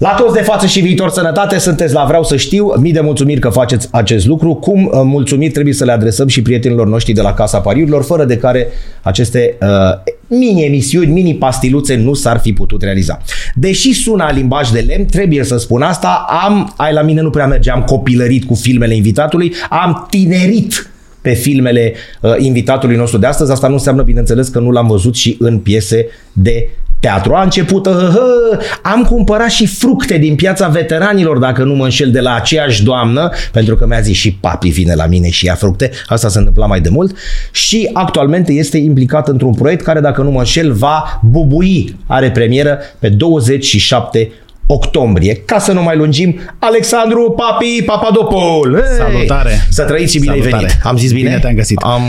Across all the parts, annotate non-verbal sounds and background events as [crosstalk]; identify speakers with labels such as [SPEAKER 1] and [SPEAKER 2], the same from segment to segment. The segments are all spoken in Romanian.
[SPEAKER 1] La toți de față și viitor sănătate, sunteți la Vreau să știu. Mii de mulțumiri că faceți acest lucru. Cum uh, mulțumiri trebuie să le adresăm și prietenilor noștri de la Casa Pariurilor, fără de care aceste uh, mini-emisiuni, mini-pastiluțe nu s-ar fi putut realiza. Deși sună a limbaj de lemn, trebuie să spun asta, am, ai la mine nu prea merge, am copilărit cu filmele invitatului, am tinerit pe filmele uh, invitatului nostru de astăzi. Asta nu înseamnă, bineînțeles, că nu l-am văzut și în piese de teatru. A început, hă, hă, am cumpărat și fructe din piața veteranilor, dacă nu mă înșel, de la aceeași doamnă, pentru că mi-a zis și papi vine la mine și ia fructe. Asta se întâmpla mai de mult. Și actualmente este implicat într-un proiect care, dacă nu mă înșel, va bubui. Are premieră pe 27 octombrie. Ca să nu mai lungim, Alexandru Papi Papadopol! Hey!
[SPEAKER 2] Salutare!
[SPEAKER 1] Să trăiți și bine ai
[SPEAKER 2] Salutare.
[SPEAKER 1] venit! Am zis bine?
[SPEAKER 2] Bine te-am găsit.
[SPEAKER 1] Am...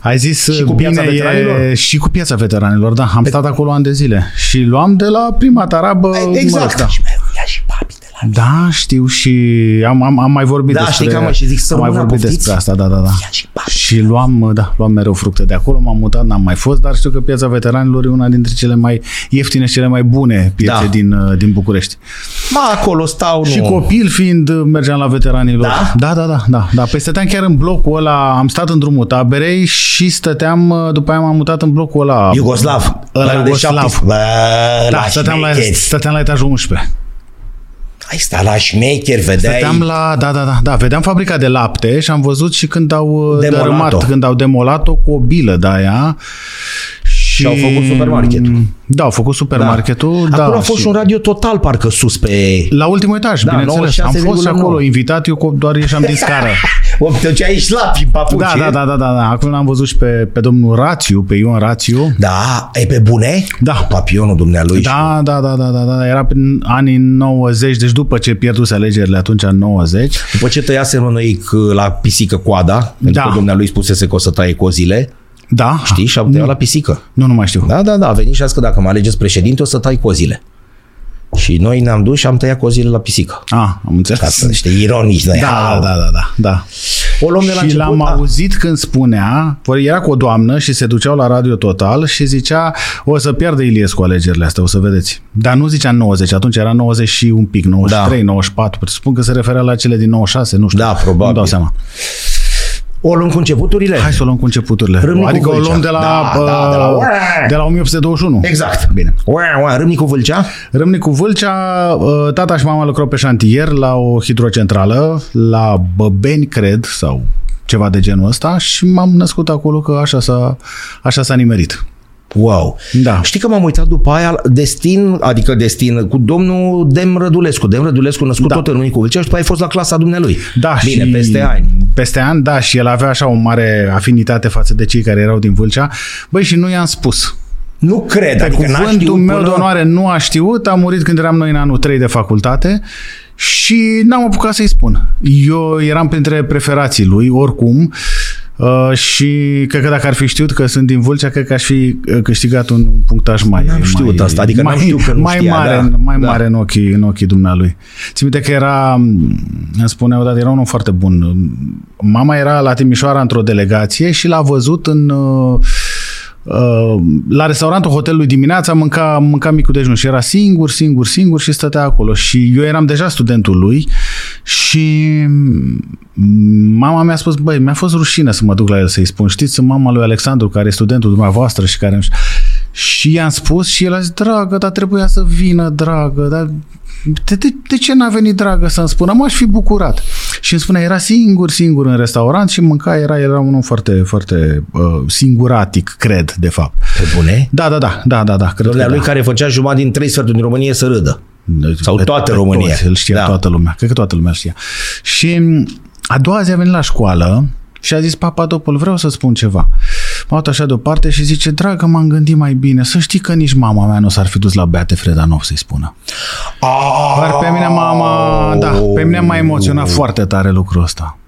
[SPEAKER 2] Ai zis uh,
[SPEAKER 1] Și cu piața
[SPEAKER 2] bine
[SPEAKER 1] veteranilor?
[SPEAKER 2] E, și cu piața veteranilor, da. Am stat acolo ani de zile și luam de la prima tarabă. mă rog,
[SPEAKER 1] Exact!
[SPEAKER 2] da.
[SPEAKER 1] Și mai ia și papi de la
[SPEAKER 2] da, știu și am, am, am mai vorbit
[SPEAKER 1] Da,
[SPEAKER 2] despre,
[SPEAKER 1] știi că am mai și zic, să
[SPEAKER 2] am mai
[SPEAKER 1] rămână,
[SPEAKER 2] vorbit
[SPEAKER 1] poftiți.
[SPEAKER 2] despre asta, da, da, da.
[SPEAKER 1] Ia și papi.
[SPEAKER 2] Și luam, da, luam mereu fructe de acolo, m-am mutat, n-am mai fost, dar știu că piața veteranilor e una dintre cele mai ieftine și cele mai bune piețe
[SPEAKER 1] Da.
[SPEAKER 2] din, uh, din București.
[SPEAKER 1] Ma, acolo stau, nu.
[SPEAKER 2] Și copil fiind, uh, mergeam la veteranilor.
[SPEAKER 1] Da?
[SPEAKER 2] Da, da, da. da, da. Păi stăteam chiar în blocul ăla, am stat în drumul taberei și stăteam, uh, după aia m-am mutat în blocul ăla.
[SPEAKER 1] Iugoslav. Ăla de
[SPEAKER 2] Iugoslav.
[SPEAKER 1] 17. Bă,
[SPEAKER 2] da,
[SPEAKER 1] la
[SPEAKER 2] stăteam la,
[SPEAKER 1] șmecher.
[SPEAKER 2] stăteam la etajul 11.
[SPEAKER 1] Ai stat la șmecher, vedeai.
[SPEAKER 2] Stăteam la, da, da, da, da, vedeam fabrica de lapte și am văzut și când au
[SPEAKER 1] Demolat-o.
[SPEAKER 2] demolat dărâmat, când au demolat-o cu o bilă de aia. Și,
[SPEAKER 1] au făcut supermarketul.
[SPEAKER 2] Da, au făcut supermarketul. Da.
[SPEAKER 1] Acolo a fost
[SPEAKER 2] și-
[SPEAKER 1] un radio total, parcă sus pe...
[SPEAKER 2] La ultimul etaj,
[SPEAKER 1] Da,
[SPEAKER 2] bineînțeles. Am fost și
[SPEAKER 1] 96,9.
[SPEAKER 2] acolo invitat, eu cu- doar ieșeam din scară.
[SPEAKER 1] O, te duceai șlapi în papuci.
[SPEAKER 2] Da,
[SPEAKER 1] e?
[SPEAKER 2] da, da, da, da, da. Acum l-am văzut și pe, pe domnul Rațiu, pe Ion Rațiu.
[SPEAKER 1] Da, e pe bune?
[SPEAKER 2] Da.
[SPEAKER 1] Papionul dumnealui. și-
[SPEAKER 2] Da, da, da, da, da, da, era prin anii 90, deci după ce pierduse alegerile atunci în 90.
[SPEAKER 1] După ce tăiase noi c- la pisică coada, pentru
[SPEAKER 2] Da.
[SPEAKER 1] că dumnealui spusese că o să taie cozile,
[SPEAKER 2] Da.
[SPEAKER 1] știi, și a tăiat la pisică.
[SPEAKER 2] Nu, nu mai știu.
[SPEAKER 1] Da, da, da, a venit și a zis că dacă mă alegeți președinte, o să tai cozile. Și noi ne-am dus și am tăiat cozile la pisică.
[SPEAKER 2] A, Ah, am
[SPEAKER 1] Da. Ca
[SPEAKER 2] înțeles.
[SPEAKER 1] să niște ironici noi.
[SPEAKER 2] Da,
[SPEAKER 1] Au.
[SPEAKER 2] da, da, da, da.
[SPEAKER 1] O luăm de la
[SPEAKER 2] Și
[SPEAKER 1] început.
[SPEAKER 2] l-am
[SPEAKER 1] da.
[SPEAKER 2] auzit când spunea, păi era cu o doamnă și se duceau la radio total și zicea, o să piardă Iliescu alegerile astea, o să vedeți. Dar nu zicea 90, atunci era 90 și un
[SPEAKER 1] Da.
[SPEAKER 2] pic, 93, 94, presupun că se referea la cele din 96, nu știu.
[SPEAKER 1] Da, probabil.
[SPEAKER 2] Nu dau seama.
[SPEAKER 1] O luăm cu începuturile?
[SPEAKER 2] Hai să o luăm cu începuturile.
[SPEAKER 1] Râmnicu
[SPEAKER 2] adică o
[SPEAKER 1] Vâlcea.
[SPEAKER 2] luăm de la,
[SPEAKER 1] Da, da, de la-
[SPEAKER 2] uh, de la 1821.
[SPEAKER 1] Exact.
[SPEAKER 2] Bine.
[SPEAKER 1] Ua, ua, Râmnicu Vâlcea?
[SPEAKER 2] Râmnicu Vâlcea, uh, tata și mama lucrau pe șantier la o hidrocentrală, la Băbeni, cred, sau ceva de genul ăsta și m-am născut acolo că așa s-a, așa s-a nimerit.
[SPEAKER 1] Wow.
[SPEAKER 2] Da.
[SPEAKER 1] Știi că m-am uitat după aia destin, adică destin cu domnul Dem Rădulescu. Dem Rădulescu născut da. tot în Râmnicu Vâlcea și după aia a fost la clasa dumnealui.
[SPEAKER 2] Da,
[SPEAKER 1] Bine,
[SPEAKER 2] și
[SPEAKER 1] peste ani.
[SPEAKER 2] Peste ani, da, și el avea așa o mare afinitate față de cei care erau din Vâlcea. Băi, și nu i-am spus.
[SPEAKER 1] Nu cred.
[SPEAKER 2] Pe
[SPEAKER 1] adică n-a
[SPEAKER 2] cuvântul
[SPEAKER 1] știut
[SPEAKER 2] meu
[SPEAKER 1] până-
[SPEAKER 2] de onoare nu a știut, a murit când eram noi în anul 3 de facultate și n-am apucat să-i spun. Eu eram printre preferații lui, oricum, uh, și cred că dacă ar fi știut că sunt din Vâlcea, cred că aș fi uh, câștigat un un punctaj mai
[SPEAKER 1] N-am
[SPEAKER 2] mai-
[SPEAKER 1] știut asta, adică n-am
[SPEAKER 2] mai,
[SPEAKER 1] știut că nu
[SPEAKER 2] mai
[SPEAKER 1] știa,
[SPEAKER 2] mare,
[SPEAKER 1] da.
[SPEAKER 2] mai
[SPEAKER 1] Da.
[SPEAKER 2] mare în ochii, în ochii dumnealui. Țin minte că era, îmi spunea odată, era unul foarte bun. Mama era la Timișoara într-o delegație și l-a văzut în... uh, uh, la restaurantul hotelului dimineața mânca, mânca micul dejun și era singur, singur, singur și stătea acolo. Și eu eram deja studentul lui și mama mi-a spus, băi, mi-a fost rușine să mă duc la el să-i spun, știți, sunt mama lui Alexandru, care e studentul dumneavoastră și care... Și i-am spus și el a zis, dragă, dar trebuia să vină, dragă, dar de, de, de ce n-a venit dragă să-mi spună? M-aș fi bucurat. Și îmi spunea, era singur, singur în restaurant și mânca, era, era unul foarte, foarte uh, singuratic, cred, de fapt.
[SPEAKER 1] Pe bune?
[SPEAKER 2] Da, da, da, da, da, da, cred că
[SPEAKER 1] Domnea
[SPEAKER 2] da.
[SPEAKER 1] lui care făcea jumătate din trei sferturi din România să râdă. Sau toată
[SPEAKER 2] pe
[SPEAKER 1] România.
[SPEAKER 2] Toți, îl știa
[SPEAKER 1] Da.
[SPEAKER 2] da. toată lumea. Cred că toată lumea îl știa. Și a doua zi a venit la școală și a zis, Papadopol, vreau să spun ceva. M-a luat așa deoparte și zice, dragă, m-am gândit mai bine. Să știi că nici mama mea nu s-ar fi dus la Beate Fredanov să-i spună. Dar pe mine mama, da, pe mine m-a emoționat foarte tare lucrul ăsta.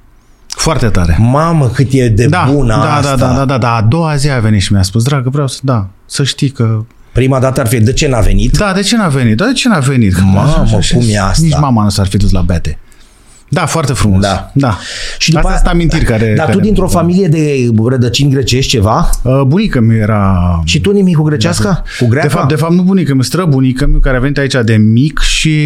[SPEAKER 2] Foarte tare.
[SPEAKER 1] Mamă, cât e de
[SPEAKER 2] Da,
[SPEAKER 1] bună
[SPEAKER 2] da,
[SPEAKER 1] asta.
[SPEAKER 2] da, da, da, da, da, a doua zi a venit și mi-a spus, dragă, vreau să, da, să știi că
[SPEAKER 1] Prima dată ar fi, de ce n-a venit?
[SPEAKER 2] da, de ce n-a venit? Da, de ce n-a venit?
[SPEAKER 1] Mamă,
[SPEAKER 2] Așa, așa,
[SPEAKER 1] cum e asta?
[SPEAKER 2] Nici mama nu s-ar fi dus la bete. Da, foarte frumos.
[SPEAKER 1] Da.
[SPEAKER 2] da.
[SPEAKER 1] Și
[SPEAKER 2] Și
[SPEAKER 1] după
[SPEAKER 2] după
[SPEAKER 1] aia-
[SPEAKER 2] asta sunt amintiri care...
[SPEAKER 1] Dar tu
[SPEAKER 2] care-
[SPEAKER 1] dintr-o familie de rădăcini grecești ceva
[SPEAKER 2] Uh, Bunica mi era...
[SPEAKER 1] și tu nimic cu grecească? Cu greaca?
[SPEAKER 2] Da. De fapt, de fapt, nu bunica mi străbunica mi care a venit aici de mic și,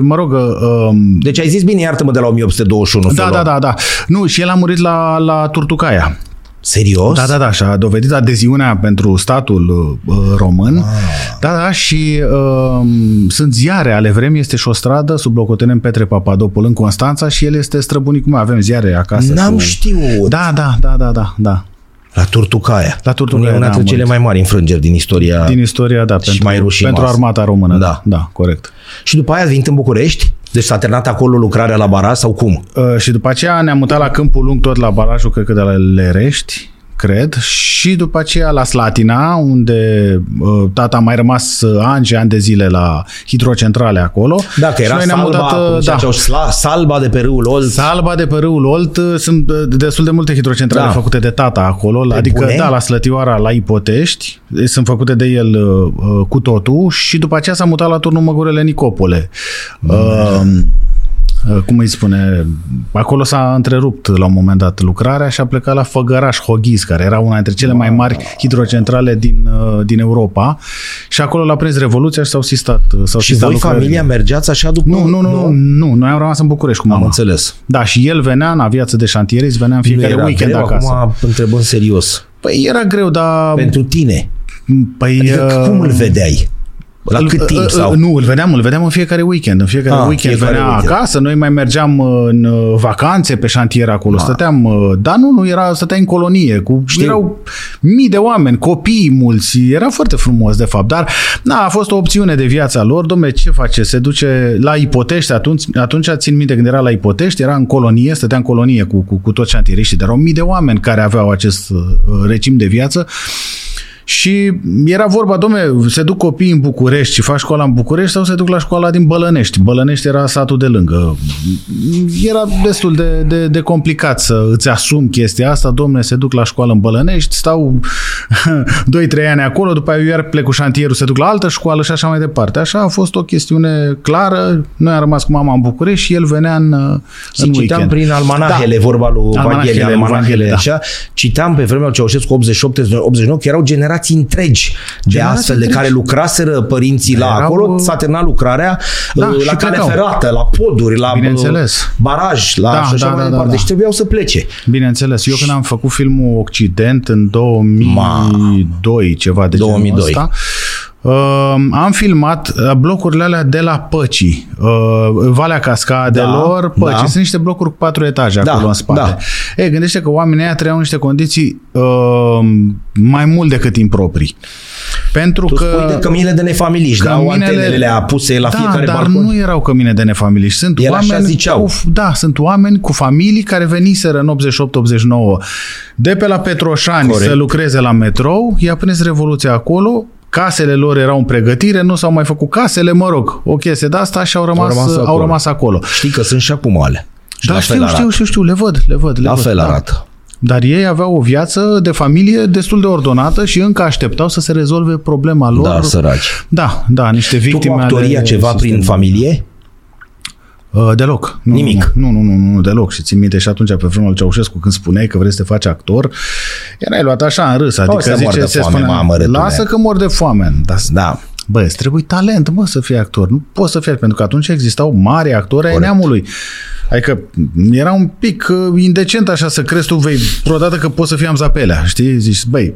[SPEAKER 2] mă rog, um,
[SPEAKER 1] Deci ai zis bine, iartă-mă de la 1821.
[SPEAKER 2] da,
[SPEAKER 1] felul.
[SPEAKER 2] da, da, da. Nu, și el a murit la, la Turtucaia.
[SPEAKER 1] Serios?
[SPEAKER 2] Da, da, da, și a dovedit adeziunea pentru statul uh, român. Ah. Da, da, și uh, sunt ziare ale vremii, este și o stradă sub locotenent Petre Papadopol în Constanța și el este străbunicul meu. Avem ziare acasă.
[SPEAKER 1] N-am
[SPEAKER 2] cu...
[SPEAKER 1] știut.
[SPEAKER 2] Da, da, da, da, da, da.
[SPEAKER 1] La Turtucaia.
[SPEAKER 2] La Turtucaia,
[SPEAKER 1] Una
[SPEAKER 2] da,
[SPEAKER 1] dintre
[SPEAKER 2] am
[SPEAKER 1] cele mai mari înfrângeri din istoria.
[SPEAKER 2] Din istoria, da,
[SPEAKER 1] Și
[SPEAKER 2] pentru,
[SPEAKER 1] mai rușinoasă.
[SPEAKER 2] pentru armata română.
[SPEAKER 1] Da.
[SPEAKER 2] da corect.
[SPEAKER 1] Și după aia vin în București? Deci s-a terminat acolo lucrarea la bara sau cum?
[SPEAKER 2] Uh, și după aceea ne-am mutat la Câmpul Lung, tot la barajul, cred că de la Lerești, cred, și după aceea la Slatina, unde uh, tata a mai rămas uh, ani și ani de zile la hidrocentrale acolo.
[SPEAKER 1] Da, că era
[SPEAKER 2] și noi ne-am
[SPEAKER 1] salba,
[SPEAKER 2] mutat,
[SPEAKER 1] cum
[SPEAKER 2] uh,
[SPEAKER 1] zicea
[SPEAKER 2] da,
[SPEAKER 1] Ceaușescu, salba de pe râul Olt.
[SPEAKER 2] Salba de pe râul Olt, uh, sunt uh, destul de multe hidrocentrale
[SPEAKER 1] Da.
[SPEAKER 2] da. făcute de tata acolo, adică
[SPEAKER 1] bune?
[SPEAKER 2] da, la Slătioara, la Ipotești, eh, sunt făcute de el uh, uh, cu totul și după aceea s-a mutat la turnul Măgurele Nicopole. Uh, uh, cum îi spune, acolo s-a întrerupt la un moment dat lucrarea și a plecat la Făgăraș Hoghiz, care era una dintre cele mai mari hidrocentrale din, uh, din Europa și acolo l-a prins Revoluția și s-au sistat, uh, s-au
[SPEAKER 1] Și
[SPEAKER 2] sistat
[SPEAKER 1] voi,
[SPEAKER 2] lucrările.
[SPEAKER 1] familia, mergeați așa după...
[SPEAKER 2] Nu, nu, nu, nu, nu, noi am rămas în București cu
[SPEAKER 1] Am
[SPEAKER 2] mama.
[SPEAKER 1] înțeles.
[SPEAKER 2] Da, și el venea în aviață de șantierist, venea în fiecare
[SPEAKER 1] Nu era
[SPEAKER 2] weekend
[SPEAKER 1] greu,
[SPEAKER 2] acasă. Acum...
[SPEAKER 1] Acum întrebăm serios.
[SPEAKER 2] Păi era greu, dar...
[SPEAKER 1] Pentru tine,
[SPEAKER 2] Păi,
[SPEAKER 1] adică
[SPEAKER 2] uh,
[SPEAKER 1] cum îl vedeai? La
[SPEAKER 2] îl-
[SPEAKER 1] cât timp
[SPEAKER 2] îl-
[SPEAKER 1] sau...
[SPEAKER 2] uh, Nu, îl vedeam, îl vedeam în fiecare weekend. În fiecare
[SPEAKER 1] Ah,
[SPEAKER 2] weekend
[SPEAKER 1] fiecare
[SPEAKER 2] venea
[SPEAKER 1] weekend.
[SPEAKER 2] acasă, noi mai mergeam în uh, vacanțe pe șantier acolo,
[SPEAKER 1] Ah.
[SPEAKER 2] stăteam, uh, dar nu, nu, era, stăteai în colonie, cu, erau mii de oameni, copii mulți, era foarte frumos de fapt, dar na, a fost o opțiune de viața lor, domne, ce face, se duce la Ipotești, atunci, atunci țin minte când era la Ipotești, era în colonie, stătea în colonie cu, cu, cu toți șantieriștii, dar erau mii de oameni care aveau acest uh, regim de viață și era vorba, domne, se duc copiii în București și fac școala în București sau se duc la școala din Bălănești. Bălănești era satul de lângă. Era destul de, de, de complicat să îți asumi chestia asta, domne, se duc la școală în Bălănești, stau [laughs] 2-3 ani acolo, după aia iar plec cu șantierul, se duc la altă școală și așa mai departe. Așa a fost o chestiune clară. Noi am rămas cu mama în București și el venea în, uh,
[SPEAKER 1] Și
[SPEAKER 2] în
[SPEAKER 1] citeam
[SPEAKER 2] weekend.
[SPEAKER 1] prin almanahele, da. vorba lui
[SPEAKER 2] Almanahele,
[SPEAKER 1] Vanghele, almanahele,
[SPEAKER 2] almanahele, da.
[SPEAKER 1] așa. Citam pe vremea lui Ceaușescu 88, 89, că erau generații întregi de
[SPEAKER 2] Generații
[SPEAKER 1] astfel, de
[SPEAKER 2] întregi.
[SPEAKER 1] care lucraseră părinții la
[SPEAKER 2] Erau,
[SPEAKER 1] acolo,
[SPEAKER 2] uh,
[SPEAKER 1] s-a terminat lucrarea
[SPEAKER 2] Da,
[SPEAKER 1] uh,
[SPEAKER 2] și
[SPEAKER 1] la cale
[SPEAKER 2] plecau.
[SPEAKER 1] ferată, la poduri, la
[SPEAKER 2] Bineînțeles.
[SPEAKER 1] uh, baraj, la
[SPEAKER 2] Da,
[SPEAKER 1] și așa
[SPEAKER 2] da,
[SPEAKER 1] mai
[SPEAKER 2] da, da,
[SPEAKER 1] departe.
[SPEAKER 2] da.
[SPEAKER 1] Și trebuiau să plece.
[SPEAKER 2] Bineînțeles. Eu când am făcut filmul Occident în 2002, Ma, ceva de
[SPEAKER 1] 2002.
[SPEAKER 2] genul ăsta, um, am filmat uh, blocurile alea de la Păcii. Uh, Valea Cascadelor,
[SPEAKER 1] Da,
[SPEAKER 2] Păcii.
[SPEAKER 1] da.
[SPEAKER 2] Sunt niște blocuri cu patru etaje
[SPEAKER 1] Da,
[SPEAKER 2] acolo în spate. Da. E, gândește că oamenii aia trăiau în niște condiții uh, mai mult decât improprii. Pentru
[SPEAKER 1] Tu
[SPEAKER 2] că...
[SPEAKER 1] spui de cămile de nefamiliști, da, au antenele apuse la
[SPEAKER 2] da,
[SPEAKER 1] fiecare
[SPEAKER 2] dar
[SPEAKER 1] balcon.
[SPEAKER 2] nu erau cămine de nefamiliști. Sunt
[SPEAKER 1] El așa
[SPEAKER 2] oameni
[SPEAKER 1] ziceau.
[SPEAKER 2] Cu, da, sunt oameni cu familii care veniseră în 88-89 de pe la Petroșani
[SPEAKER 1] Corect.
[SPEAKER 2] să lucreze la metrou, i-a prins revoluția acolo, casele lor erau în pregătire, nu s-au mai făcut casele, mă rog, o chestie de asta și au rămas,
[SPEAKER 1] Au rămas
[SPEAKER 2] au rămas,
[SPEAKER 1] acolo.
[SPEAKER 2] au rămas acolo.
[SPEAKER 1] Știi că sunt și acum ale. Și
[SPEAKER 2] Da,
[SPEAKER 1] la fel
[SPEAKER 2] știu,
[SPEAKER 1] arată.
[SPEAKER 2] știu, știu, știu, le văd, le văd. Le
[SPEAKER 1] La
[SPEAKER 2] văd,
[SPEAKER 1] fel
[SPEAKER 2] da.
[SPEAKER 1] arată.
[SPEAKER 2] Dar ei aveau o viață de familie destul de ordonată și încă așteptau să se rezolve problema lor.
[SPEAKER 1] Da, săraci.
[SPEAKER 2] da, da, niște
[SPEAKER 1] Tu cu
[SPEAKER 2] victime
[SPEAKER 1] actoria
[SPEAKER 2] ale
[SPEAKER 1] ceva prin
[SPEAKER 2] sistemului.
[SPEAKER 1] familie?
[SPEAKER 2] Uh, deloc. Nu,
[SPEAKER 1] Nimic.
[SPEAKER 2] Nu, nu, nu, nu, nu, deloc. Și țin minte și atunci pe vremea lui Ceaușescu când spuneai că vrei să te faci actor, erai luat așa în râs. Adică
[SPEAKER 1] să mor de
[SPEAKER 2] zice, se
[SPEAKER 1] foame,
[SPEAKER 2] spune,
[SPEAKER 1] mamă, rătule.
[SPEAKER 2] lasă că mor de foame. Dar,
[SPEAKER 1] Da.
[SPEAKER 2] bă, îți trebuie talent, mă, să fii actor. Nu poți să fii, pentru că atunci existau mari actori ai
[SPEAKER 1] Corect.
[SPEAKER 2] neamului. Adică era un pic uh, indecent așa să crezi tu, vei, vreodată că poți să fii am zapelea, știi? Zici, băi,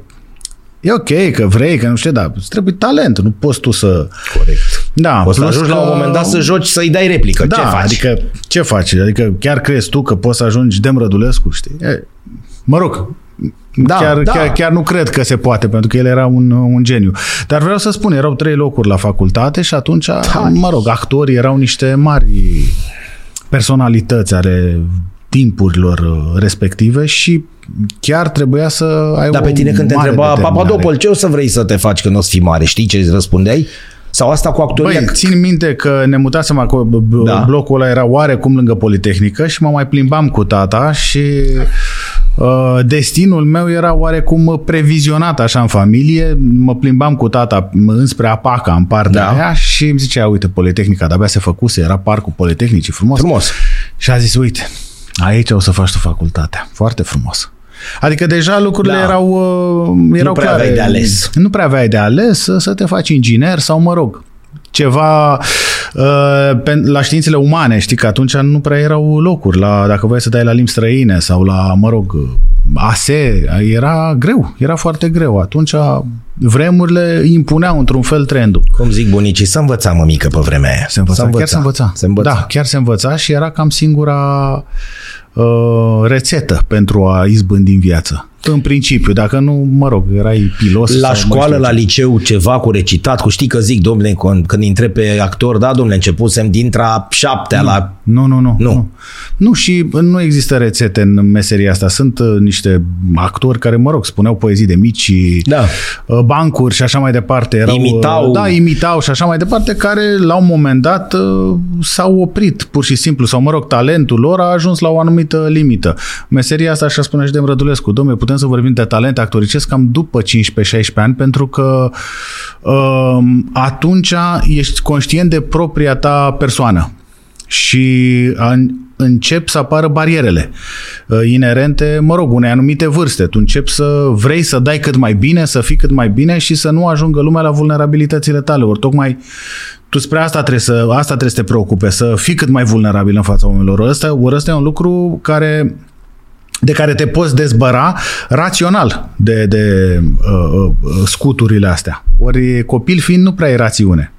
[SPEAKER 2] e ok că vrei, că nu știu, dar îți trebuie talent, nu poți tu să...
[SPEAKER 1] Corect.
[SPEAKER 2] Da,
[SPEAKER 1] O să
[SPEAKER 2] plus
[SPEAKER 1] ajungi la un
[SPEAKER 2] că-
[SPEAKER 1] moment dat să joci, să-i dai replică.
[SPEAKER 2] da,
[SPEAKER 1] ce faci?
[SPEAKER 2] adică ce faci? Adică chiar crezi tu că poți să ajungi Demrădulescu, știi? E, Mă rog,
[SPEAKER 1] Da,
[SPEAKER 2] da, chiar,
[SPEAKER 1] da.
[SPEAKER 2] da. Chiar, chiar nu cred că se poate, pentru că el era un, un geniu. Dar vreau să spun, erau trei locuri la facultate și atunci, da. mă
[SPEAKER 1] deci-
[SPEAKER 2] rog, actorii erau niște mari personalități ale timpurilor uh, respective și chiar trebuia să ai
[SPEAKER 1] Dar pe
[SPEAKER 2] o
[SPEAKER 1] tine când te
[SPEAKER 2] mare
[SPEAKER 1] întreba
[SPEAKER 2] determinare.
[SPEAKER 1] Papadopol, ce o să vrei să te faci când o să fii mare? Știi ce îți răspundeai? Sau asta cu actoria?
[SPEAKER 2] Băi, țin minte că ne mutasem acolo, b- b-
[SPEAKER 1] Da.
[SPEAKER 2] blocul ăla era oarecum lângă Politehnică și mă mai plimbam cu tata și uh, destinul meu era oarecum previzionat așa în familie. Mă plimbam cu tata înspre Apaca, în partea
[SPEAKER 1] Da.
[SPEAKER 2] da. aia și îmi zicea, uite, Politehnica de-abia se făcuse, era parcul Politehnicii, frumos.
[SPEAKER 1] Frumos.
[SPEAKER 2] Și a zis, uite, aici o să faci tu facultatea. Foarte frumos. Adică deja lucrurile
[SPEAKER 1] Da.
[SPEAKER 2] da. erau, uh, erau
[SPEAKER 1] prea
[SPEAKER 2] clare.
[SPEAKER 1] aveai de ales.
[SPEAKER 2] Nu prea aveai de ales să- să te faci inginer sau, mă rog, ceva uh, pe, la științele umane, știi că atunci nu prea erau locuri, la, dacă voiai să dai la limbi străine sau la, mă rog, ASE, era greu, era foarte greu. Atunci vremurile impuneau într-un fel trendul.
[SPEAKER 1] Cum zic bunicii, să învăța mămică pe vremea aia.
[SPEAKER 2] Se învăța,
[SPEAKER 1] Să
[SPEAKER 2] chiar se învăța.
[SPEAKER 1] Se învăța.
[SPEAKER 2] Da, chiar se învăța și era cam singura uh, rețetă pentru a izbândi în viață. În principiu, dacă nu, mă rog, erai pilos.
[SPEAKER 1] La
[SPEAKER 2] sau mai
[SPEAKER 1] școală,
[SPEAKER 2] știu
[SPEAKER 1] la
[SPEAKER 2] ce.
[SPEAKER 1] liceu, ceva cu recitat, cu știi că zic, domnule, con- când intre pe actor, da, domnule, începusem dintre șaptea la...
[SPEAKER 2] Nu, nu, nu.
[SPEAKER 1] Nu.
[SPEAKER 2] Nu, nu și nu există rețete în meseria asta. Sunt uh, niște actori care, mă rog, spuneau poezii de mici și
[SPEAKER 1] Da.
[SPEAKER 2] uh, bancuri și așa mai departe. Erau, uh,
[SPEAKER 1] Imitau.
[SPEAKER 2] Da, imitau și așa mai departe, care la un moment dat uh, s-au oprit pur și simplu. Sau, mă rog, talentul lor a ajuns la o anumită limită. Meseria asta, așa spune și de Rădulescu, domne, putem să vorbim de talent actoricesc cam după 15-16 ani, pentru că uh, atunci ești conștient de propria ta persoană și an- încep să apară barierele uh, inerente, mă rog, unei anumite vârste. Tu începi să vrei să dai cât mai bine, să fii cât mai bine și să nu ajungă lumea la vulnerabilitățile tale. Ori tocmai tu spre asta trebuie să, asta trebuie să te preocupe, să fii cât mai vulnerabil în fața oamenilor. Ori Ăsta, ori ăsta e un lucru care de care te poți dezbăra rațional de, de uh, uh, scuturile astea. Ori copil fiind nu prea e rațiune.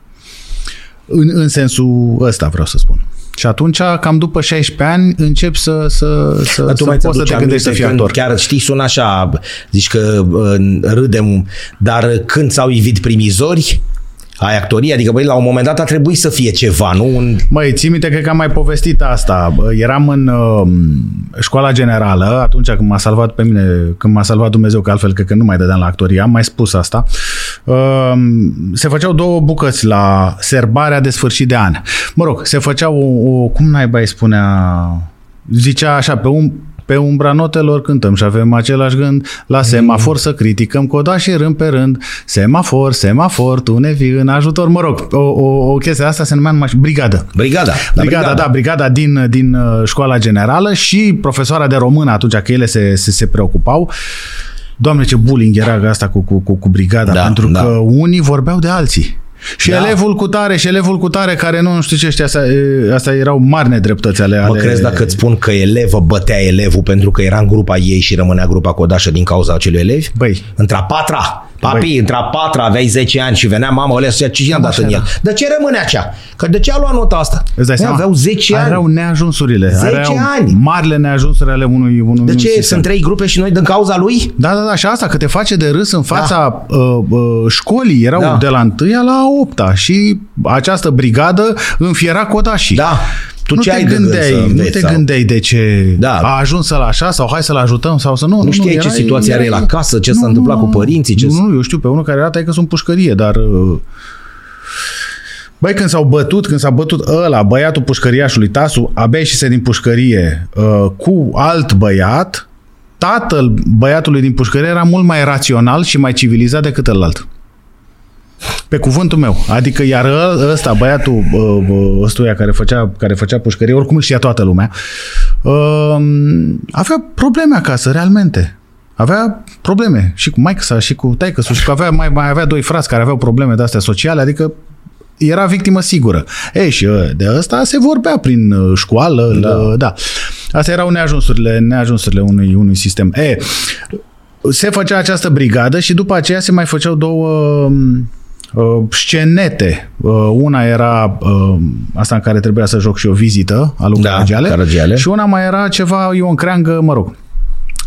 [SPEAKER 2] În, în sensul ăsta vreau să spun. Și atunci, cam după 16 ani, încep să, să, să,
[SPEAKER 1] Dar
[SPEAKER 2] să
[SPEAKER 1] tu mai
[SPEAKER 2] poți să
[SPEAKER 1] ți-aduci
[SPEAKER 2] te gândești să
[SPEAKER 1] aminte
[SPEAKER 2] fii
[SPEAKER 1] când
[SPEAKER 2] actor.
[SPEAKER 1] Chiar știi, sună așa, zici că bă, râdem, dar când s-au ivit primizori, ai actorie, adică băi, la un moment dat a trebuit să fie ceva, nu? Un...
[SPEAKER 2] Măi, ții minte cred că am mai povestit asta. Bă, Eram în uh, școala generală, atunci când m-a salvat pe mine, când m-a salvat Dumnezeu, că altfel cred că nu mai dădeam la actorie, am mai spus asta. Uh, se făceau două bucăți la serbarea de sfârșit de an. Mă rog, se făcea o, o cum naiba îi spunea, zicea așa, pe un pe umbra notelor cântăm și avem același gând La semafor să criticăm coda și rând pe rând Semafor, semafor, tu ne vii în ajutor Mă rog, o, o, o chestie asta se numea numai și- brigadă
[SPEAKER 1] Brigada.
[SPEAKER 2] da, brigada, brigada, da, brigada din, din uh, școala generală și profesoara de română atunci, că ele se, se, se preocupau. Doamne, ce bullying era asta cu, cu, cu, cu brigada,
[SPEAKER 1] Da,
[SPEAKER 2] da, pentru
[SPEAKER 1] da.
[SPEAKER 2] da. că unii vorbeau de alții. Și
[SPEAKER 1] Da.
[SPEAKER 2] da. elevul cu tare și elevul cu tare care nu, nu știu ce, ăștia, asta, asta erau mari nedreptăți ale...
[SPEAKER 1] Mă
[SPEAKER 2] ale-
[SPEAKER 1] crezi dacă îți spun că elevă bătea elevul pentru că era în grupa ei și rămânea grupa codașă din cauza acelui elevi?
[SPEAKER 2] Băi,
[SPEAKER 1] Între a patra. Papi,
[SPEAKER 2] Băi.
[SPEAKER 1] între a patra aveai 10 ani și venea mama ăla să ce i-am dat
[SPEAKER 2] așa
[SPEAKER 1] în el.
[SPEAKER 2] era.
[SPEAKER 1] De ce rămâne acea? Că de ce a luat nota asta?
[SPEAKER 2] îți dai
[SPEAKER 1] Băi,
[SPEAKER 2] seama?
[SPEAKER 1] Aveau 10 ani.
[SPEAKER 2] Erau neajunsurile.
[SPEAKER 1] 10
[SPEAKER 2] erau
[SPEAKER 1] ani.
[SPEAKER 2] Marile neajunsuri ale unui, unui
[SPEAKER 1] De ce?
[SPEAKER 2] sistem.
[SPEAKER 1] Sunt trei grupe și noi din cauza lui?
[SPEAKER 2] Da, da, da, și asta, că te face de râs în fața da. uh, uh, școlii, erau
[SPEAKER 1] Da.
[SPEAKER 2] da. de la întâia la a opta și această brigadă înfiera codașii.
[SPEAKER 1] Da. Tu
[SPEAKER 2] nu
[SPEAKER 1] ce
[SPEAKER 2] te
[SPEAKER 1] ai de gând
[SPEAKER 2] gândeai,
[SPEAKER 1] să
[SPEAKER 2] nu
[SPEAKER 1] înveți
[SPEAKER 2] te
[SPEAKER 1] sau-
[SPEAKER 2] gândeai de ce
[SPEAKER 1] Da.
[SPEAKER 2] a ajuns la așa sau hai să-l ajutăm sau să nu.
[SPEAKER 1] Nu știai ce situație are la casă, ce s-a întâmplat cu părinții, ce s-
[SPEAKER 2] Nu, nu, eu știu pe unul care arată că sunt pușcărie, dar... uh, Băi, când s-au bătut, când s-a bătut ăla, băiatul pușcăriașului, Tasu, abia ieșise din pușcărie uh, cu alt băiat, tatăl băiatului din pușcărie era mult mai rațional și mai civilizat decât ălalt. Pe cuvântul meu. Adică iar ă- ăsta, băiatul ă, ă, ăstuia care făcea, care făcea pușcărie, oricum îl știa toată lumea, um, avea probleme acasă, realmente. Avea probleme și cu maică sa și cu taică și cu avea, mai, mai avea doi frați care aveau probleme de astea sociale, adică era victimă sigură. Ei, și ă, de asta se vorbea prin ă, școală, da. L, da. Astea erau neajunsurile, neajunsurile unui, unui sistem. E, se făcea această brigadă și după aceea se mai făceau două um, uh, scenete. Uh, Una era uh, asta în care trebuia să joc și o vizită a lui
[SPEAKER 1] Da,
[SPEAKER 2] da, Caragiale,
[SPEAKER 1] Caragiale.
[SPEAKER 2] și una mai era ceva, eu în creangă, mă rog,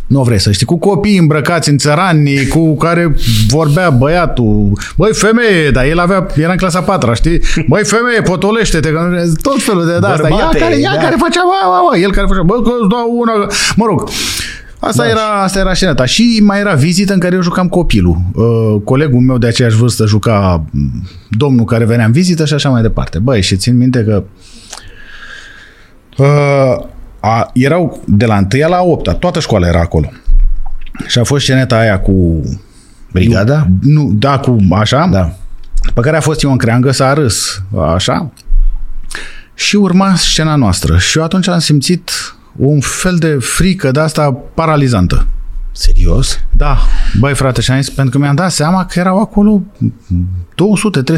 [SPEAKER 2] nu vrei să știi, cu copii îmbrăcați în țărani, cu care vorbea băiatul, băi femeie, dar el avea, era în clasa 4 știi? Băi femeie, potolește-te, că nu- tot felul de de asta.
[SPEAKER 1] Bărbate,
[SPEAKER 2] Ea care, ea
[SPEAKER 1] da.
[SPEAKER 2] da. care făcea, bă, bă, bă, el care făcea, bă, că îți dau una, mă rog. Asta, era, asta era sceneta. Și mai era vizită în care eu jucam copilul. Uh, colegul meu de aceeași vârstă juca mm, domnul care venea în vizită și așa mai departe. Băi, și țin minte că Uh, a, erau de la întâia la a opta, toată școala era acolo. Și a fost sceneta aia cu...
[SPEAKER 1] Brigada?
[SPEAKER 2] Nu, da, cu așa.
[SPEAKER 1] Da.
[SPEAKER 2] Pe care a fost Ion Creangă, s-a râs, așa. Și urma scena noastră. Și eu atunci am simțit un fel de frică de asta paralizantă.
[SPEAKER 1] Serios?
[SPEAKER 2] Da, băi frate, și am zis, pentru că mi-am dat seama că erau acolo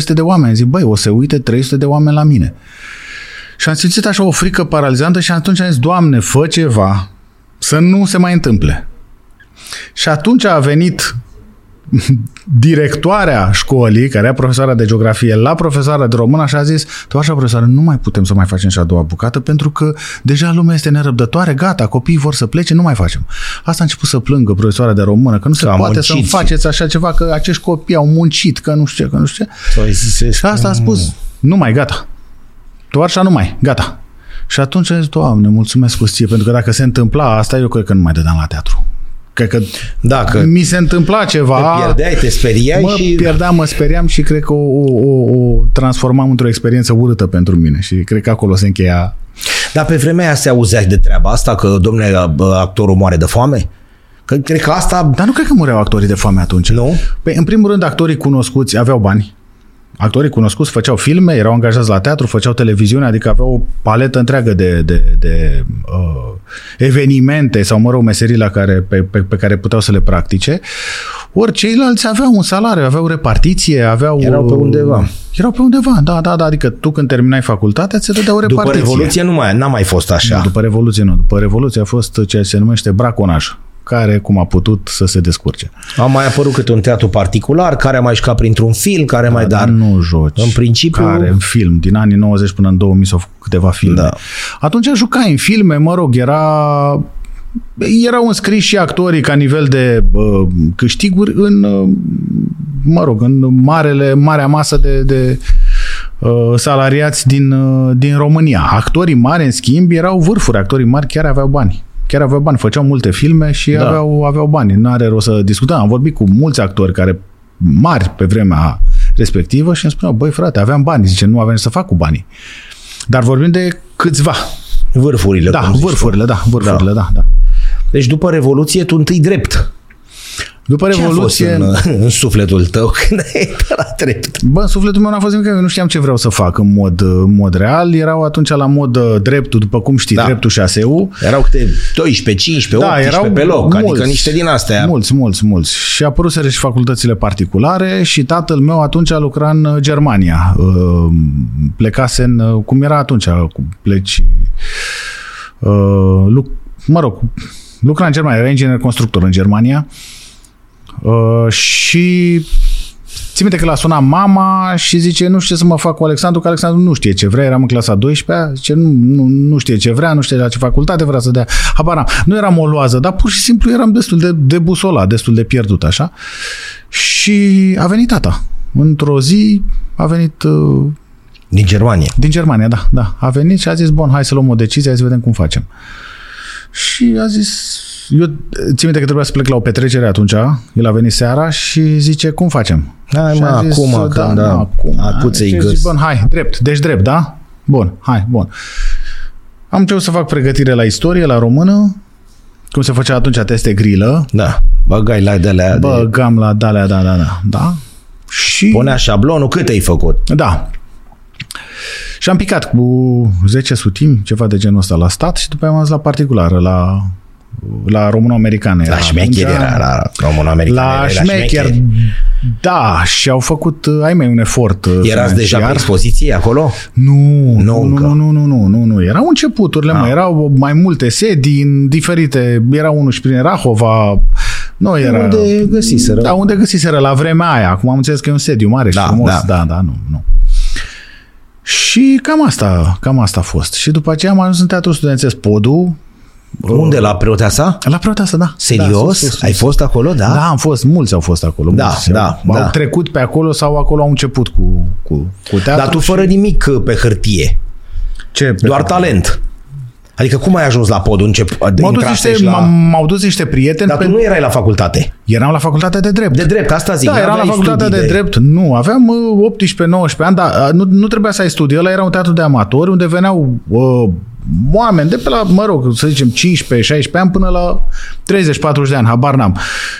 [SPEAKER 2] 200-300 de oameni. Zic, băi, o să uite 300 de oameni la mine. Și am simțit așa o frică paralizantă și atunci am zis, Doamne, fă ceva să nu se mai întâmple. Și atunci a venit directoarea școlii, care era profesoara de geografie, la profesoara de română și a zis, tu așa profesoară, nu mai putem să mai facem și a doua bucată pentru că deja lumea este nerăbdătoare, gata, copiii vor să plece, nu mai facem. Asta a început să plângă profesoara de română, că nu se
[SPEAKER 1] Că a
[SPEAKER 2] poate
[SPEAKER 1] muncit.
[SPEAKER 2] să faceți așa ceva, că acești copii au muncit, că nu știu ce, că nu știu ce.
[SPEAKER 1] Păi,
[SPEAKER 2] Și asta a spus, nu mai, gata. Tovarșa nu mai, gata. Și atunci am zis, Doamne, mulțumesc cu ție, pentru că dacă se întâmpla asta, eu cred că nu mai dădeam la teatru. Cred că
[SPEAKER 1] Da, că
[SPEAKER 2] mi se întâmpla ceva,
[SPEAKER 1] te pierdeai, te speriai
[SPEAKER 2] mă
[SPEAKER 1] și...
[SPEAKER 2] pierdeam, mă speriam și cred că o, o, o, o transformam într-o experiență urâtă pentru mine și cred că acolo se încheia.
[SPEAKER 1] Dar pe vremea aia se auzea de treaba asta, că, domnule, bă, actorul moare de foame? Că cred că asta...
[SPEAKER 2] Dar nu cred că mureau actorii de foame atunci.
[SPEAKER 1] Nu?
[SPEAKER 2] Păi, în primul rând, actorii cunoscuți aveau bani. Actorii cunoscuți făceau filme, erau angajați la teatru, făceau televiziune, adică aveau o paletă întreagă de, de, de uh, evenimente sau, mă rog, meserii la care, pe, pe, pe care puteau să le practice. Ori ceilalți aveau un salariu, aveau repartiție, aveau... uh,
[SPEAKER 1] Erau pe undeva.
[SPEAKER 2] Erau pe undeva, da, da, da. Adică tu când terminai facultatea, ți se dădea o
[SPEAKER 1] După
[SPEAKER 2] repartiție.
[SPEAKER 1] Revoluție Da. nu mai, n-a mai fost
[SPEAKER 2] Nu,
[SPEAKER 1] așa.
[SPEAKER 2] după Revoluție nu. După Revoluție a fost ceea ce se numește braconaj, care cum a putut să se descurce.
[SPEAKER 1] A mai apărut câte un teatru particular, care a mai șcat printr-un film, care mai... Dar
[SPEAKER 2] nu joci.
[SPEAKER 1] în principiu-
[SPEAKER 2] Care în film, din anii 90 până în 2000 s-au făcut câteva filme.
[SPEAKER 1] Da.
[SPEAKER 2] Atunci jucai în filme, mă rog, era erau înscriși și actorii ca nivel de uh, câștiguri în, uh, mă rog, în marele, marea masă de, de uh, salariați din, uh, din România. Actorii mari, în schimb, erau vârfuri. Actorii mari chiar aveau bani. Chiar aveau bani, făceau multe filme și da. aveau, aveau bani. Nu are rost să discutăm. Am vorbit cu mulți actori care mari pe vremea respectivă și îmi spuneau, băi frate, aveam bani. Zice, nu aveam ce să fac cu banii. Dar vorbim de câțiva.
[SPEAKER 1] Vârfurile,
[SPEAKER 2] Da,
[SPEAKER 1] cum zici tu.
[SPEAKER 2] vârfurile, da, vârfurile, da. da, da.
[SPEAKER 1] Deci după Revoluție tu întâi drept.
[SPEAKER 2] După
[SPEAKER 1] Ce a fost
[SPEAKER 2] Revoluție,
[SPEAKER 1] în, uh, [laughs] în sufletul tău când ai dat la drept?
[SPEAKER 2] bă, în sufletul meu n-a fost nimic, că eu nu știam ce vreau să fac în mod, în mod real. Erau atunci la mod uh, dreptul, după cum știi,
[SPEAKER 1] Da.
[SPEAKER 2] da. dreptul șaseu.
[SPEAKER 1] Erau câte 12, 15, da, 18 erau pe loc, mulți, adică niște din astea.
[SPEAKER 2] Mulți, mulți, mulți. Și apăruseră și facultățile particulare și tatăl meu atunci lucra în uh, Germania. Uh, Plecase în, uh, cum era atunci, uh, cu pleci, uh, luc, mă rog, lucra în Germania, era inginer constructor în Germania uh, și Țin minte că l-a sunat mama și zice, nu știu ce să mă fac cu Alexandru, că Alexandru nu știe ce vrea, eram în clasa 12-a, zice, nu, nu, nu știe ce vrea, nu știe la ce facultate vrea să dea. Habar n-am. Nu eram o loază, dar pur și simplu eram destul de, de busola, destul de pierdut, așa. Și a venit tata. Într-o zi a venit uh,
[SPEAKER 1] Din Germania.
[SPEAKER 2] din Germania, da, da. A venit și a zis, bun, hai să luăm o decizie, hai să vedem cum facem. Și a zis, eu țin minte că trebuia să plec la o petrecere atunci, el a venit seara și zice, cum facem?
[SPEAKER 1] Hai,
[SPEAKER 2] și
[SPEAKER 1] mă,
[SPEAKER 2] a
[SPEAKER 1] acum,
[SPEAKER 2] "Da,
[SPEAKER 1] când,
[SPEAKER 2] nu,
[SPEAKER 1] da,
[SPEAKER 2] acum.
[SPEAKER 1] acuței
[SPEAKER 2] Și zic,
[SPEAKER 1] gâs.
[SPEAKER 2] Bun, hai, drept, deci drept, da? Bun, hai, bun. Am început să fac pregătire la istorie, la română, cum se făcea atunci teste grilă,
[SPEAKER 1] Da, băgai la de alea, de...
[SPEAKER 2] băgam la dalea, da, da, da, da. Și...
[SPEAKER 1] punea șablonul, cât ai făcut?
[SPEAKER 2] Da. Și am picat cu 10 sutimi, ceva de genul ăsta, la stat și după aia am zis la particulară, la, la română-americană.
[SPEAKER 1] La șmecher era, la românul american.
[SPEAKER 2] Da, La șmecher, da, și au făcut uh, ai mai un efort uh,
[SPEAKER 1] Erați deja pe
[SPEAKER 2] financiar.
[SPEAKER 1] expoziție acolo?
[SPEAKER 2] Nu, nu,
[SPEAKER 1] încă. Ah.
[SPEAKER 2] nu, nu, nu, nu, nu, nu, erau începuturile, mă, erau mai multe sedii în diferite, era unul și prin Rahova, nu era...
[SPEAKER 1] Unde găsiseră?
[SPEAKER 2] Da, unde găsiseră, la vremea aia, acum am înțeles că e un sediu mare și
[SPEAKER 1] Da,
[SPEAKER 2] frumos,
[SPEAKER 1] da.
[SPEAKER 2] da, da, da nu, nu. Și cam asta, cam asta a fost. Și după aceea am ajuns în Teatrul Studențesc Podu,
[SPEAKER 1] Unde, la preotea sa?
[SPEAKER 2] la preota asta, da. Da, sus,
[SPEAKER 1] Serios?
[SPEAKER 2] sus, sus.
[SPEAKER 1] Ai fost acolo, da?
[SPEAKER 2] Da, am fost, mulți au fost acolo.
[SPEAKER 1] Da,
[SPEAKER 2] mulți,
[SPEAKER 1] da,
[SPEAKER 2] au,
[SPEAKER 1] da.
[SPEAKER 2] Au trecut pe acolo sau acolo au început cu, cu, cu teatru.
[SPEAKER 1] Dar tu fără nimic uh, pe hârtie,
[SPEAKER 2] ce?
[SPEAKER 1] doar talent. Adică cum ai ajuns la podul? Încep, de
[SPEAKER 2] M-au dus,
[SPEAKER 1] intrasești
[SPEAKER 2] niște,
[SPEAKER 1] la...
[SPEAKER 2] la... m-au dus niște prieteni,
[SPEAKER 1] Dar tu nu erai la facultate.
[SPEAKER 2] eram la facultatea de drept.
[SPEAKER 1] De drept, asta zic.
[SPEAKER 2] da, eram la
[SPEAKER 1] n-aveai
[SPEAKER 2] facultatea de,
[SPEAKER 1] studii
[SPEAKER 2] drept. Nu, aveam 18-19 ani, dar uh, nu, nu trebuia să ai studii. Ăla era un teatru de amatori unde veneau uh, oameni de pe la, mă rog, să zicem 15-16 ani până la 30-40 de ani, habar n-am.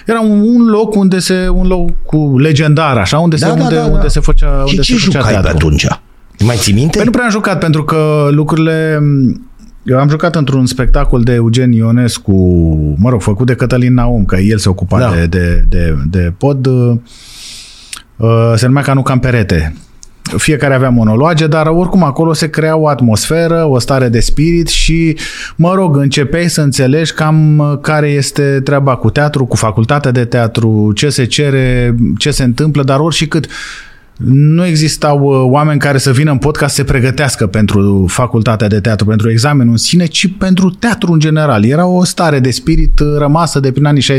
[SPEAKER 2] Era un, un loc unde se, un loc cu legendar, așa, unde
[SPEAKER 1] Da,
[SPEAKER 2] se,
[SPEAKER 1] da,
[SPEAKER 2] unde,
[SPEAKER 1] da, da.
[SPEAKER 2] unde se făcea,
[SPEAKER 1] Și
[SPEAKER 2] unde
[SPEAKER 1] ce
[SPEAKER 2] se făcea
[SPEAKER 1] jucai pe
[SPEAKER 2] teatru.
[SPEAKER 1] atunci? Mai ții minte?
[SPEAKER 2] Păi nu prea am jucat, pentru că lucrurile... Eu am jucat într-un spectacol de Eugen Ionescu, mă rog, făcut de Cătălin Naum, că el se ocupa
[SPEAKER 1] Da.
[SPEAKER 2] da. de, de, de, de pod. Uh, Se numea Canu Cam Perete. Fiecare avea monologe, dar oricum acolo se crea o atmosferă, o stare de spirit și, mă rog, începeai să înțelegi cam uh, care este treaba cu teatru, cu facultatea de teatru, ce se cere, ce se întâmplă, dar oricât nu existau uh, oameni care să vină în pod ca să se pregătească pentru facultatea de teatru, pentru examenul în sine, ci pentru teatru în general. Era o stare de spirit uh, rămasă de prin anii 60-70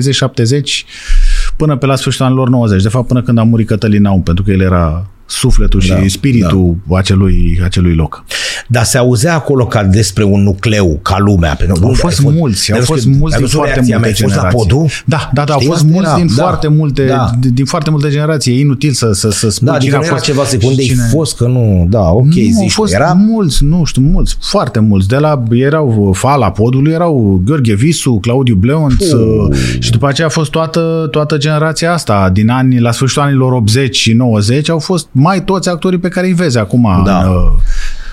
[SPEAKER 2] până pe la sfârșitul anilor 90, de fapt până când a murit Cătălin Naum, pentru că el era sufletul da,
[SPEAKER 1] Da,
[SPEAKER 2] și spiritul da. acelui, acelui loc.
[SPEAKER 1] Dar se auzea acolo ca despre un nucleu, ca lumea. Pe
[SPEAKER 2] Au fost mulți, au fost mulți din foarte multe
[SPEAKER 1] Ai fost la
[SPEAKER 2] generații.
[SPEAKER 1] podul?
[SPEAKER 2] Da, da, da, au
[SPEAKER 1] Știi,
[SPEAKER 2] fost
[SPEAKER 1] asta
[SPEAKER 2] mulți
[SPEAKER 1] era,
[SPEAKER 2] din
[SPEAKER 1] da,
[SPEAKER 2] foarte multe
[SPEAKER 1] da.
[SPEAKER 2] din- din foarte multe generații. E inutil să să să spui
[SPEAKER 1] Da, adică
[SPEAKER 2] cine
[SPEAKER 1] nu
[SPEAKER 2] a
[SPEAKER 1] era
[SPEAKER 2] fost
[SPEAKER 1] ceva
[SPEAKER 2] și
[SPEAKER 1] secunde, ai
[SPEAKER 2] cine-
[SPEAKER 1] fost că nu, da, ok,
[SPEAKER 2] nu,
[SPEAKER 1] zici,
[SPEAKER 2] au fost
[SPEAKER 1] era
[SPEAKER 2] mulți, nu știu, mulți, foarte mulți. De la, erau Fala Podului, erau Gheorghe Visu, Claudiu Bleonț uh, și după aceea a fost toată, toată generația asta. Din anii, la sfârșitul anilor 80 și 90 au fost mai toți actorii pe care îi vezi acum.
[SPEAKER 1] Da.
[SPEAKER 2] În, uh,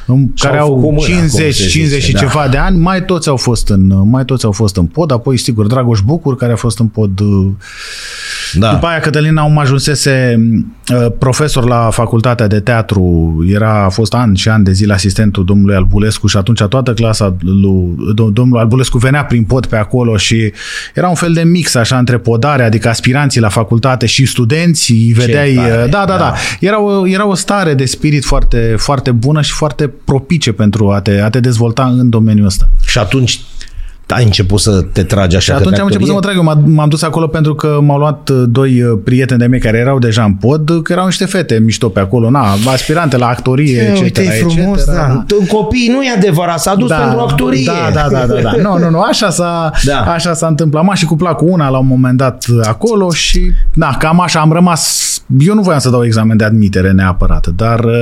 [SPEAKER 2] în,
[SPEAKER 1] Și-au
[SPEAKER 2] care
[SPEAKER 1] făcut
[SPEAKER 2] au
[SPEAKER 1] mâna, cum
[SPEAKER 2] 50,
[SPEAKER 1] se zice,
[SPEAKER 2] 50 și
[SPEAKER 1] da.
[SPEAKER 2] ceva de ani, mai toți au fost în uh, mai toți au fost în pod, apoi sigur Dragoș Bucur care a fost în pod uh,
[SPEAKER 1] da.
[SPEAKER 2] după aia Cătălin Naum ajunsese uh, profesor la facultatea de teatru, era, a fost an și an de zile asistentul domnului Albulescu și atunci toată clasa lui dom- domnul Albulescu venea prin pod pe acolo și era un fel de mix așa între podare, adică aspiranții la facultate și studenți, îi vedeai,
[SPEAKER 1] tare,
[SPEAKER 2] uh, da, da,
[SPEAKER 1] da.
[SPEAKER 2] da, da. Era, o, era o stare de spirit foarte, foarte bună și foarte propice pentru a te, a te dezvolta în domeniul ăsta.
[SPEAKER 1] Și atunci ai început să te tragi așa
[SPEAKER 2] Și atunci
[SPEAKER 1] către
[SPEAKER 2] am început să mă
[SPEAKER 1] actorie?
[SPEAKER 2] trag. Eu m-a- m-am dus acolo pentru că m-au luat uh, doi uh, prieteni de mei care erau deja în pod, uh, că erau niște fete mișto pe acolo, na, aspirante la actorie, etc.
[SPEAKER 1] Uite, e frumos,
[SPEAKER 2] etc.,
[SPEAKER 1] da. În Copiii nu e adevărat, s-a dus pentru actorie.
[SPEAKER 2] Da, da, da,
[SPEAKER 1] [laughs]
[SPEAKER 2] da, da. Nu, nu, nu, așa s-a,
[SPEAKER 1] Da.
[SPEAKER 2] da. așa s-a întâmplat. M-a și cuplat cu una la un moment dat uh, acolo și, da, cam așa am rămas. Eu nu voiam să dau examen de admitere neapărat, dar uh,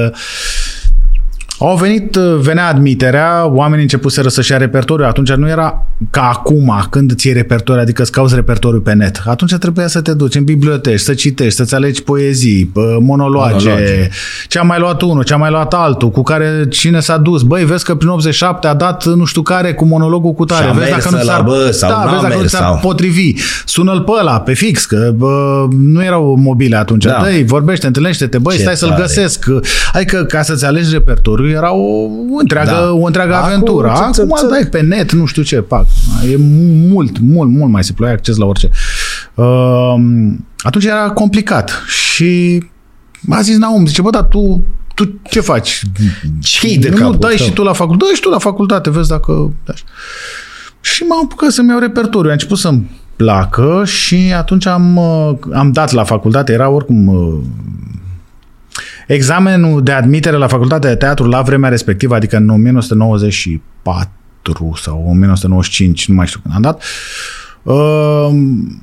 [SPEAKER 2] au venit, uh, venea admiterea, oamenii începuseră să-și ia repertoriu. Atunci nu era ca acum, când ți iei repertoriu, adică îți cauți repertoriu pe net. Atunci trebuia să te duci în biblioteci, să citești, să-ți alegi poezii, uh, monologe,
[SPEAKER 1] Monologe.
[SPEAKER 2] monologe. ce-a mai luat unul, ce-a mai luat altul, cu care cine s-a dus. Băi, vezi că prin 87 a dat uh, nu știu care cu monologul cu tare.
[SPEAKER 1] Și-a
[SPEAKER 2] vezi
[SPEAKER 1] mers
[SPEAKER 2] dacă nu
[SPEAKER 1] ăla,
[SPEAKER 2] s-ar,
[SPEAKER 1] bă, sau
[SPEAKER 2] da,
[SPEAKER 1] n-a
[SPEAKER 2] vezi dacă nu
[SPEAKER 1] mers,
[SPEAKER 2] ți-ar
[SPEAKER 1] sau-
[SPEAKER 2] potrivi. Sună-l pe ăla, pe fix, că bă, nu erau mobile atunci.
[SPEAKER 1] Da.
[SPEAKER 2] Da. Dă-i, vorbește, întâlnește-te, băi,
[SPEAKER 1] Ce
[SPEAKER 2] stai să-l
[SPEAKER 1] tare.
[SPEAKER 2] găsești găsesc. Adică ca să-ți alegi repertoriul era o întreagă,
[SPEAKER 1] Da.
[SPEAKER 2] da. o întreagă
[SPEAKER 1] Acum,
[SPEAKER 2] aventură.
[SPEAKER 1] țăp, țăp,
[SPEAKER 2] Acum
[SPEAKER 1] țăp.
[SPEAKER 2] dai pe net, nu știu ce, pac. E mult, mult, mult mai simplu. Ai acces la orice. Um, Atunci era complicat și a zis Naum, zice, bă, dar tu, tu ce faci?
[SPEAKER 1] Ce-i de
[SPEAKER 2] nu,
[SPEAKER 1] capul
[SPEAKER 2] dai
[SPEAKER 1] tău?
[SPEAKER 2] și tu la facultate, dai și tu la facultate, vezi dacă... Da. Și m-am apucat să-mi iau repertoriu. A început să-mi placă și atunci am, uh, am dat la facultate. Era oricum uh, Examenul de admitere la facultatea de teatru la vremea respectivă, adică în 1994 sau 1995, nu mai știu când am dat, um,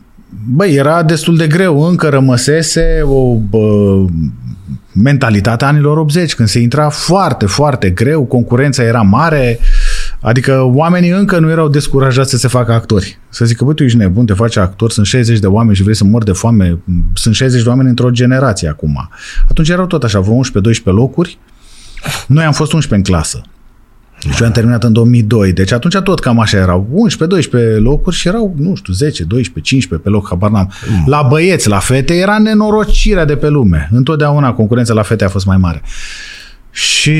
[SPEAKER 2] băi, era destul de greu, încă rămăsese o bă, mentalitatea anilor 80, când se intra foarte, foarte greu, concurența era mare, adică oamenii încă nu erau descurajați să se facă actori. Să zică, băi, tu ești nebun, te faci actor, sunt 60 de oameni și vrei să mor de foame, sunt 60 de oameni într-o generație acum. Atunci erau tot așa, vreo 11-12 locuri, noi am fost 11 în clasă. Și eu am terminat în 2002, deci atunci tot cam așa erau, 11-12 locuri și erau, nu știu, 10, 12, 15 pe loc, habar n-am.
[SPEAKER 1] Mm.
[SPEAKER 2] La băieți, la fete, era nenorocirea de pe lume. Întotdeauna concurența la fete a fost mai mare. Și,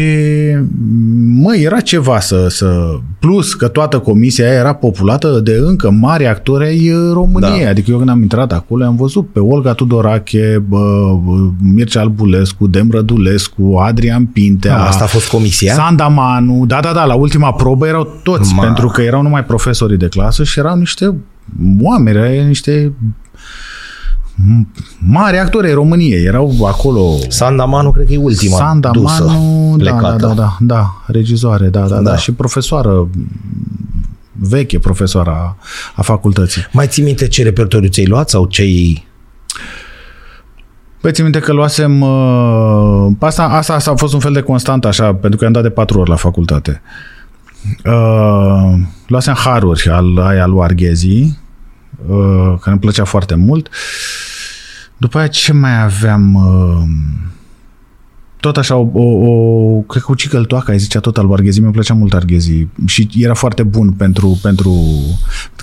[SPEAKER 2] mă, era ceva să, să... Plus că toată comisia aia era populată de încă mari actori ai uh, României.
[SPEAKER 1] Da.
[SPEAKER 2] Da. Adică eu când am intrat acolo, am văzut pe Olga Tudorache, bă, bă, Mircea Albulescu, Dem Rădulescu, Adrian Pintea.
[SPEAKER 1] Da, Asta a fost comisia?
[SPEAKER 2] Sanda Manu, da, da, da, la ultima probă erau toți,
[SPEAKER 1] Ma.
[SPEAKER 2] Ma. pentru că erau numai profesorii de clasă și erau niște oameni, erau niște mari actori ai României, erau acolo...
[SPEAKER 1] Sandamanu cred că e ultima
[SPEAKER 2] Sanda
[SPEAKER 1] dusă,
[SPEAKER 2] Manu, da, da,
[SPEAKER 1] plecată.
[SPEAKER 2] da, da, da, regizoare, da, da, da,
[SPEAKER 1] Da.
[SPEAKER 2] da, și profesoară veche profesoară a, a facultății.
[SPEAKER 1] Mai ții minte ce repertoriu ți-ai luat sau ce
[SPEAKER 2] Păi țin minte că luasem... Uh, asta, asta, asta a fost un fel de constant așa, pentru că am dat de patru ori la facultate. Uh, luasem Haruri al, aia lui Arghezi, uh, care îmi plăcea foarte mult. După aia ce mai aveam... Uh, tot așa, o, o, o cred că o cicăltoacă, ai zicea tot albarghezii, mi-a plăcea mult arghezii și era foarte bun pentru, pentru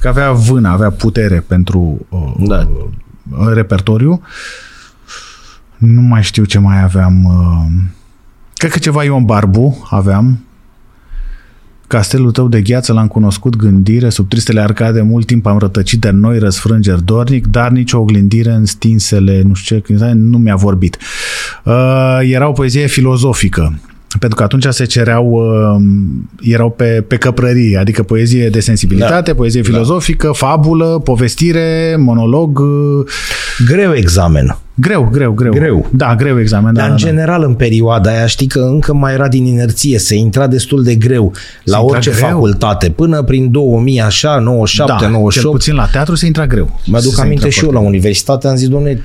[SPEAKER 2] că avea vână, avea putere pentru uh,
[SPEAKER 1] Da.
[SPEAKER 2] uh, repertoriu. Nu mai știu ce mai aveam. uh, Cred că ceva Ion Barbu aveam. Castelul tău de gheață l-am cunoscut gândire, sub tristele arcade mult timp am rătăcit de noi răsfrângeri dornic, dar nicio oglindire în stinsele, nu știu ce, când- nu mi-a vorbit. Uh, era o poezie filozofică, pentru că atunci se cereau, uh, erau pe, pe căprării, adică poezie de sensibilitate, da. poezie filozofică, da. fabulă, povestire, monolog, uh,
[SPEAKER 1] Greu examen.
[SPEAKER 2] greu, greu, greu.
[SPEAKER 1] Greu.
[SPEAKER 2] Da, greu examen.
[SPEAKER 1] Dar
[SPEAKER 2] da,
[SPEAKER 1] în
[SPEAKER 2] da, da.
[SPEAKER 1] general în perioada aia știi că încă mai era din inerție, se intra destul de greu la
[SPEAKER 2] intra
[SPEAKER 1] orice
[SPEAKER 2] greu.
[SPEAKER 1] facultate, până prin 2000 așa, 97,
[SPEAKER 2] da,
[SPEAKER 1] 98.
[SPEAKER 2] cel puțin la teatru se intra greu.
[SPEAKER 1] Mă aduc
[SPEAKER 2] Se
[SPEAKER 1] aminte
[SPEAKER 2] intra
[SPEAKER 1] și eu la universitate, am zis, domnule,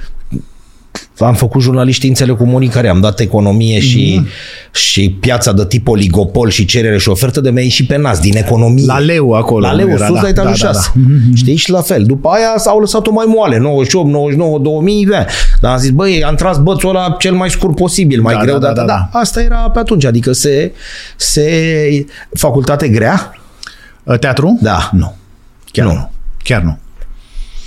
[SPEAKER 1] am făcut jurnaliști științele comunicare, am dat economie și,
[SPEAKER 2] Mhm.
[SPEAKER 1] și piața de tip oligopol și cerere și ofertă de mi-a ieșit pe nas din economie.
[SPEAKER 2] La leu acolo.
[SPEAKER 1] la leu,
[SPEAKER 2] era,
[SPEAKER 1] sus
[SPEAKER 2] da,
[SPEAKER 1] la etajul
[SPEAKER 2] da, da,
[SPEAKER 1] 6.
[SPEAKER 2] da.
[SPEAKER 1] Știi? Și la fel. După aia s-au lăsat-o mai moale, 98, 99, 2000, da. Dar am zis, băi, am tras bățul ăla cel mai scurt posibil, mai
[SPEAKER 2] Da,
[SPEAKER 1] greu,
[SPEAKER 2] da,
[SPEAKER 1] dar
[SPEAKER 2] da, da,
[SPEAKER 1] da, asta era pe atunci, adică se, se facultate grea?
[SPEAKER 2] Uh, Teatru?
[SPEAKER 1] Da.
[SPEAKER 2] Nu. Chiar
[SPEAKER 1] Nu.
[SPEAKER 2] nu. nu. Chiar nu.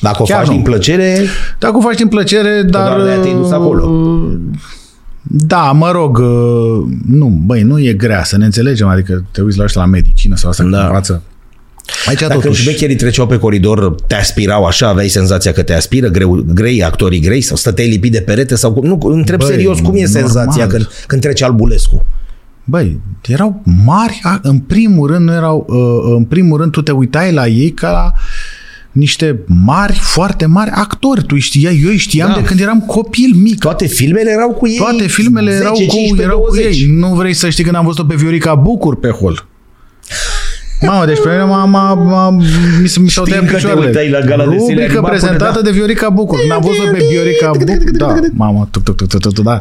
[SPEAKER 1] Dacă o
[SPEAKER 2] Chiar
[SPEAKER 1] faci
[SPEAKER 2] nu.
[SPEAKER 1] din plăcere,
[SPEAKER 2] Dacă o faci din plăcere, dar...
[SPEAKER 1] doar de-aia te-ai dus
[SPEAKER 2] uh,
[SPEAKER 1] acolo.
[SPEAKER 2] Da, mă rog, uh, nu, băi, nu e grea să ne înțelegem, adică te uiți la ăștia la medicină sau asta da.
[SPEAKER 1] Da.
[SPEAKER 2] învață. Aici
[SPEAKER 1] Dacă
[SPEAKER 2] totuși...
[SPEAKER 1] șmecherii treceau pe coridor, te aspirau așa, aveai senzația că te aspiră, greu, grei, actorii grei, sau stăteai lipit de perete, sau cum? Nu, întreb
[SPEAKER 2] Băi,
[SPEAKER 1] serios, cum e
[SPEAKER 2] normal.
[SPEAKER 1] senzația când, când trece Albulescu?
[SPEAKER 2] Băi, erau mari, a- în primul rând nu erau, uh, în primul rând tu te uitai la ei ca la niște mari, foarte mari actori. Tu îi știai, eu îi știam
[SPEAKER 1] Da.
[SPEAKER 2] da. de când eram copil mic.
[SPEAKER 1] Toate filmele erau cu ei.
[SPEAKER 2] Toate filmele
[SPEAKER 1] 10,
[SPEAKER 2] erau, cu,
[SPEAKER 1] 15,
[SPEAKER 2] erau cu
[SPEAKER 1] 20.
[SPEAKER 2] ei. Nu vrei să știi când am văzut-o pe Viorica Bucur pe hol. Mamă, deci pe mine m-a, m-a, m-a, mi, s- mi
[SPEAKER 1] Știm
[SPEAKER 2] s-au tăiat
[SPEAKER 1] că te
[SPEAKER 2] picioarele.
[SPEAKER 1] uitai la gala de zile
[SPEAKER 2] Rubrică
[SPEAKER 1] animate,
[SPEAKER 2] prezentată
[SPEAKER 1] da.
[SPEAKER 2] de Viorica Bucur. Când am văzut-o pe Viorica Bucur, da, mamă, tuc, tuc, tuc, tuc, tuc, tuc, da.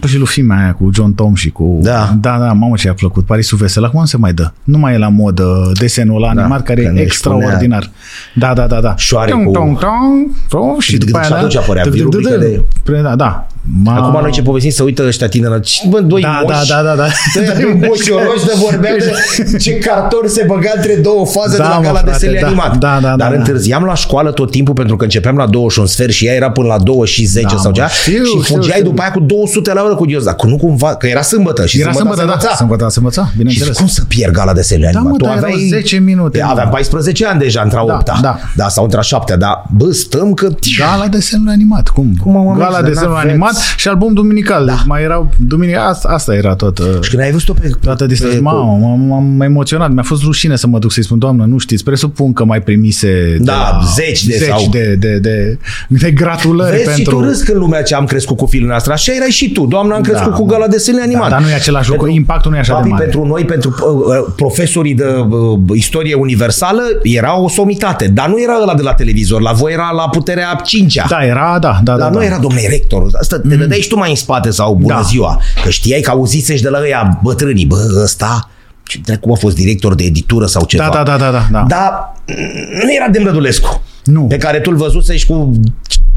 [SPEAKER 2] Cu și lufimea aia cu John Tom și cu...
[SPEAKER 1] Da.
[SPEAKER 2] Da, da, mamă ce a plăcut. Parisul Vesel, acum nu se mai dă. Nu mai e la modă desenul ăla animat care
[SPEAKER 1] Da, când
[SPEAKER 2] e
[SPEAKER 1] își
[SPEAKER 2] extraordinar. Da, da, da, da.
[SPEAKER 1] Șoaricul.
[SPEAKER 2] Tong, tong, tong, tong, și după aia,
[SPEAKER 1] Și atunci
[SPEAKER 2] da,
[SPEAKER 1] apărea
[SPEAKER 2] tuc, tuc, tuc,
[SPEAKER 1] rubrica de-
[SPEAKER 2] Pre- Da, da. Ma-
[SPEAKER 1] Acum noi ce povestim să uită ăștia tineri. ce- Bă, doi
[SPEAKER 2] da,
[SPEAKER 1] moși,
[SPEAKER 2] da, da, da, da. [laughs]
[SPEAKER 1] Doi moșioroși de vorbeam de ce cartor se băga între două faze
[SPEAKER 2] Da,
[SPEAKER 1] de la
[SPEAKER 2] mă,
[SPEAKER 1] gala de
[SPEAKER 2] frate,
[SPEAKER 1] sele
[SPEAKER 2] da.
[SPEAKER 1] animat.
[SPEAKER 2] Da, da, da,
[SPEAKER 1] Dar
[SPEAKER 2] da.
[SPEAKER 1] întârziam la școală tot timpul pentru că începeam la 2 și un sfert și ea era până la 2 și 10
[SPEAKER 2] Da,
[SPEAKER 1] sau
[SPEAKER 2] mă,
[SPEAKER 1] cea.
[SPEAKER 2] știu,
[SPEAKER 1] și
[SPEAKER 2] știu,
[SPEAKER 1] fugeai
[SPEAKER 2] știu.
[SPEAKER 1] după aia cu 200 la oră cu Dios. Dacă nu cumva, că era sâmbătă și
[SPEAKER 2] Era sâmbătă,
[SPEAKER 1] se
[SPEAKER 2] da.
[SPEAKER 1] învăța.
[SPEAKER 2] Sâmbătă se învăța,
[SPEAKER 1] Și
[SPEAKER 2] bineînțeles. Da,
[SPEAKER 1] cum să pierd gala de sele animat?
[SPEAKER 2] mă,
[SPEAKER 1] tu
[SPEAKER 2] dar erau
[SPEAKER 1] aveai
[SPEAKER 2] 10 minute,
[SPEAKER 1] Da,
[SPEAKER 2] mă.
[SPEAKER 1] aveam 14 ani deja, intra 8
[SPEAKER 2] da.
[SPEAKER 1] da. sau intra 7 da. Bă, stăm că...
[SPEAKER 2] Gala desenului animat, cum?
[SPEAKER 1] Cum, mă, oameni,
[SPEAKER 2] Gala
[SPEAKER 1] să
[SPEAKER 2] desenului
[SPEAKER 1] n-aveți?
[SPEAKER 2] animat și album duminical. Da. Mai erau duminica, asta, asta era toată.
[SPEAKER 1] Și când ai văzut-o pe...
[SPEAKER 2] Toată distanța. Mamă, m-am, m-am emoționat. Mi-a fost rușine să mă duc să-i spun, doamnă, nu știți, presupun că mai primise de
[SPEAKER 1] Da,
[SPEAKER 2] la
[SPEAKER 1] zeci de
[SPEAKER 2] zeci
[SPEAKER 1] sau-
[SPEAKER 2] de, de, de, de gratulări
[SPEAKER 1] Vezi
[SPEAKER 2] Păi, pentru...
[SPEAKER 1] și tu râzi când lumea ce am crescut cu filmul ăsta. Așa erai și tu. Doamna, am crescut
[SPEAKER 2] Da,
[SPEAKER 1] cu gala desene animat.
[SPEAKER 2] dar nu e același lucru, impactul nu e așa de
[SPEAKER 1] Papi,
[SPEAKER 2] mare.
[SPEAKER 1] pentru noi, pentru uh, uh, profesorii de uh, istorie universală, era o somitate. Dar nu era ăla de la televizor. La voi era la puterea a cincea.
[SPEAKER 2] Da, era, da, da,
[SPEAKER 1] Dar
[SPEAKER 2] da.
[SPEAKER 1] nu
[SPEAKER 2] da. Mm.
[SPEAKER 1] era domnule rector. Asta te dădeai și tu mai în spate sau bună
[SPEAKER 2] Da.
[SPEAKER 1] ziua. Că știai că auzisești de la ăia bătrânii. Bă, ăsta, ce dracu a fost director de editură sau ceva.
[SPEAKER 2] Da, da, da, da, da, da.
[SPEAKER 1] Dar mm, nu era de Rădulescu.
[SPEAKER 2] Nu.
[SPEAKER 1] Pe care tu-l văzusești cu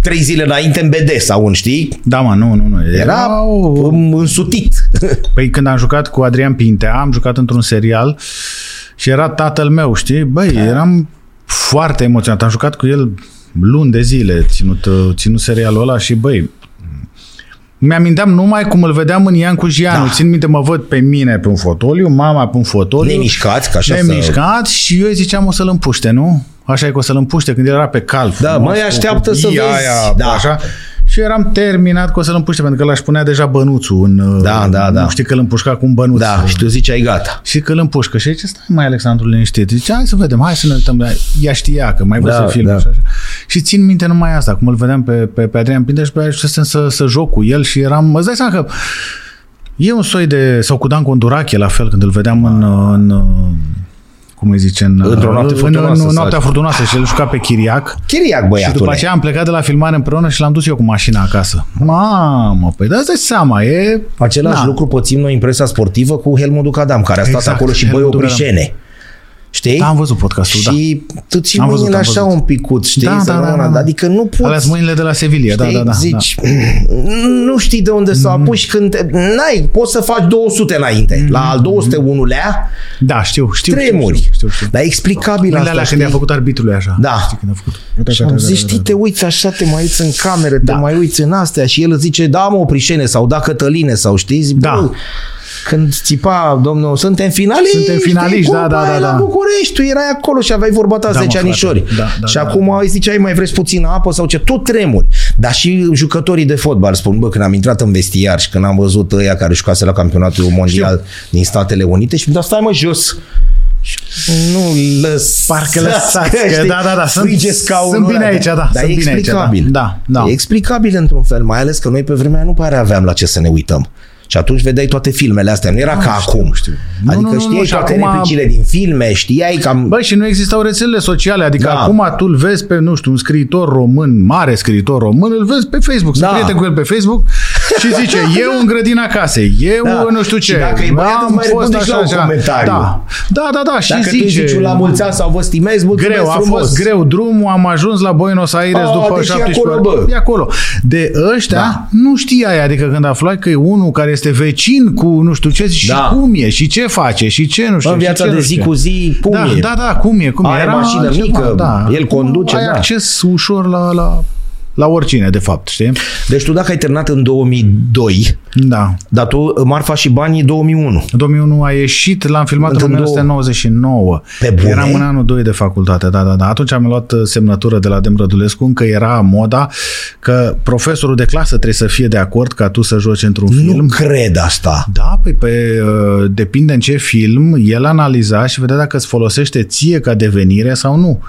[SPEAKER 1] trei zile înainte în BD sau în știi?
[SPEAKER 2] Da, mă, nu, nu, nu.
[SPEAKER 1] Era
[SPEAKER 2] o-
[SPEAKER 1] um, însutit.
[SPEAKER 2] [laughs] Păi când am jucat cu Adrian Pintea, am jucat într-un serial și era tatăl meu, știi? Băi, eram foarte emoționat. Am jucat cu el luni de zile, ținut, uh, ținut serialul ăla și băi, mi-aminteam numai cum îl vedeam în Ian cu Gianu.
[SPEAKER 1] Da.
[SPEAKER 2] Da. Țin minte, mă văd pe mine pe un fotoliu, mama pe un fotoliu.
[SPEAKER 1] Nemișcați, ca așa să-
[SPEAKER 2] Nemișcat și eu îi ziceam o să-l împuște, nu? Așa e că o să-l împuște când el era pe cal. frumos,
[SPEAKER 1] măi,
[SPEAKER 2] cu
[SPEAKER 1] Da, așteaptă să
[SPEAKER 2] cutia
[SPEAKER 1] vezi.
[SPEAKER 2] Aia,
[SPEAKER 1] Da.
[SPEAKER 2] da. Așa. Și eu eram terminat că o să-l împuște, pentru că l-aș punea deja bănuțul în...
[SPEAKER 1] Da, da, da.
[SPEAKER 2] Nu știi că îl împușca cu un bănuț.
[SPEAKER 1] Da, și tu ziceai gata.
[SPEAKER 2] Și că îl împușcă și zice, stai mai Alexandru liniștit. Zice, hai să vedem, hai să ne uităm. Ea știa că mai văzut
[SPEAKER 1] Da,
[SPEAKER 2] da, filmul
[SPEAKER 1] da.
[SPEAKER 2] da. și așa. Și țin minte numai asta, cum îl vedeam pe, pe, pe Adrian Pindeș, pe aia să, să, să joc cu el și eram, îți dai seama că e un soi de, sau cu Dan Condurache la fel, când îl vedeam în, în cum îi zice, în,
[SPEAKER 1] Într-o noapte
[SPEAKER 2] în-
[SPEAKER 1] furtunoasă,
[SPEAKER 2] în, în noaptea
[SPEAKER 1] sau-
[SPEAKER 2] furtunoasă și el juca pe Chiriac.
[SPEAKER 1] Chiriac,
[SPEAKER 2] Și după
[SPEAKER 1] băiatule.
[SPEAKER 2] aceea am plecat de la filmare împreună și l-am dus eu cu mașina acasă. Mamă, păi dați seama, e...
[SPEAKER 1] Același
[SPEAKER 2] Na.
[SPEAKER 1] lucru pățim noi în presa sportivă cu Helmut Ducadam, care a stat
[SPEAKER 2] Exact,
[SPEAKER 1] acolo și băi
[SPEAKER 2] Helmut Ducadam.
[SPEAKER 1] oprișene. Știi?
[SPEAKER 2] Da, am văzut podcastul, da.
[SPEAKER 1] și da. tu ții
[SPEAKER 2] Am
[SPEAKER 1] am
[SPEAKER 2] văzut,
[SPEAKER 1] mâinile
[SPEAKER 2] am
[SPEAKER 1] așa
[SPEAKER 2] văzut.
[SPEAKER 1] un picut, știi?
[SPEAKER 2] Da,
[SPEAKER 1] să
[SPEAKER 2] da, da,
[SPEAKER 1] rămână,
[SPEAKER 2] da, da.
[SPEAKER 1] Adică nu poți,
[SPEAKER 2] Alea mâinile de la Sevilla,
[SPEAKER 1] știi?
[SPEAKER 2] da, Mm. da, da.
[SPEAKER 1] Zici, nu știi de unde să o apuci când te, n-ai, poți să faci 200 înainte. La al 201-lea
[SPEAKER 2] da. da, știu, Mm. știu.
[SPEAKER 1] tremuri.
[SPEAKER 2] Știu, știu, știu.
[SPEAKER 1] Dar e explicabil
[SPEAKER 2] Mâinile
[SPEAKER 1] asta,
[SPEAKER 2] alea
[SPEAKER 1] știi?
[SPEAKER 2] când i-a făcut arbitrului așa.
[SPEAKER 1] Da.
[SPEAKER 2] Știi când a făcut.
[SPEAKER 1] Și am zis, știi, te uiți așa, te mai uiți în cameră, te
[SPEAKER 2] Da.
[SPEAKER 1] mai uiți în astea și el îți zice, da, mă, Prișene, sau da, Cătăline, sau știi? Zic,
[SPEAKER 2] Da.
[SPEAKER 1] bă, Când țipa, domnul, suntem finaliști,
[SPEAKER 2] Suntem finaliști,
[SPEAKER 1] știi,
[SPEAKER 2] da,
[SPEAKER 1] Cupa
[SPEAKER 2] da,
[SPEAKER 1] e
[SPEAKER 2] da,
[SPEAKER 1] la
[SPEAKER 2] da.
[SPEAKER 1] București, tu erai acolo și aveai vorba ta
[SPEAKER 2] Da,
[SPEAKER 1] da,
[SPEAKER 2] mă,
[SPEAKER 1] 10
[SPEAKER 2] frate.
[SPEAKER 1] anișori.
[SPEAKER 2] Da, da,
[SPEAKER 1] și
[SPEAKER 2] da,
[SPEAKER 1] acum îi ziceai, mai vreți puțină apă sau ce? Tot tremuri. Dar și jucătorii de fotbal spun, bă, când am intrat în vestiar și când am văzut ăia care jucase la campionatul mondial din Statele Unite și mi-a stai mă jos. Și Nu lăs
[SPEAKER 2] Parcă lăsați că-
[SPEAKER 1] știi,
[SPEAKER 2] da, da, da, sunt-
[SPEAKER 1] frige scaunul
[SPEAKER 2] sunt bine
[SPEAKER 1] ăla.
[SPEAKER 2] aici, da,
[SPEAKER 1] Dar
[SPEAKER 2] sunt
[SPEAKER 1] e
[SPEAKER 2] bine aici, da.
[SPEAKER 1] explicabil.
[SPEAKER 2] Da, da.
[SPEAKER 1] E explicabil într-un fel, mai ales că noi pe vremea aia nu pare aveam la ce să ne uităm. Și atunci vedeai toate filmele astea, nu era ca acum. Știu.
[SPEAKER 2] Nu,
[SPEAKER 1] Adică
[SPEAKER 2] nu, nu, nu,
[SPEAKER 1] știai
[SPEAKER 2] și
[SPEAKER 1] toate
[SPEAKER 2] acum-
[SPEAKER 1] replicile din filme, știai cam...
[SPEAKER 2] Băi, și nu existau rețelele sociale, adică
[SPEAKER 1] Da.
[SPEAKER 2] acum tu îl vezi pe, nu știu, un scriitor român, mare scriitor român, îl vezi pe Facebook, da.
[SPEAKER 1] Da.
[SPEAKER 2] sunt prieten cu el pe Facebook și
[SPEAKER 1] [laughs]
[SPEAKER 2] zice, eu în grădina casei, eu
[SPEAKER 1] Da.
[SPEAKER 2] da. nu știu
[SPEAKER 1] Și
[SPEAKER 2] ce,
[SPEAKER 1] dacă e băiat, îți mai răspunde și la un comentariu.
[SPEAKER 2] Da, da, da, da și
[SPEAKER 1] Dacă
[SPEAKER 2] zice,
[SPEAKER 1] tu zici un la mulți ani sau vă stimezi, mulțumesc
[SPEAKER 2] greu, a
[SPEAKER 1] frumos.
[SPEAKER 2] fost greu drumul, am ajuns la Buenos Aires
[SPEAKER 1] A,
[SPEAKER 2] după
[SPEAKER 1] deci e
[SPEAKER 2] 17
[SPEAKER 1] acolo, bă.
[SPEAKER 2] E acolo. De ăștia da. nu știai, adică când aflai că e unul care este vecin cu nu știu ce și
[SPEAKER 1] Da.
[SPEAKER 2] cum e și ce face și ce nu știu.
[SPEAKER 1] În
[SPEAKER 2] și
[SPEAKER 1] viața
[SPEAKER 2] ce
[SPEAKER 1] de
[SPEAKER 2] nu
[SPEAKER 1] zi
[SPEAKER 2] știu.
[SPEAKER 1] cu zi, cum
[SPEAKER 2] da,
[SPEAKER 1] e?
[SPEAKER 2] da, da, cum e, cum e.
[SPEAKER 1] Are mașină mică, el
[SPEAKER 2] Acum
[SPEAKER 1] conduce,
[SPEAKER 2] Ai
[SPEAKER 1] da.
[SPEAKER 2] acces ușor la, la, la oricine, de fapt, știi?
[SPEAKER 1] Deci tu dacă ai terminat în 2002,
[SPEAKER 2] Da.
[SPEAKER 1] dar tu Marfa și banii 2001.
[SPEAKER 2] În 2001 a ieșit, l-am filmat în
[SPEAKER 1] În
[SPEAKER 2] 1999.
[SPEAKER 1] Pe bune?
[SPEAKER 2] Eram în anul 2 de facultate, da, da, da. Atunci am luat uh, semnătură de la Demrădulescu, încă era moda că profesorul de clasă trebuie să fie de acord ca tu să joci într-un film.
[SPEAKER 1] Nu cred asta.
[SPEAKER 2] Da, păi pe, uh, depinde în ce film, el analiza și vedea dacă îți folosește ție ca devenire sau nu.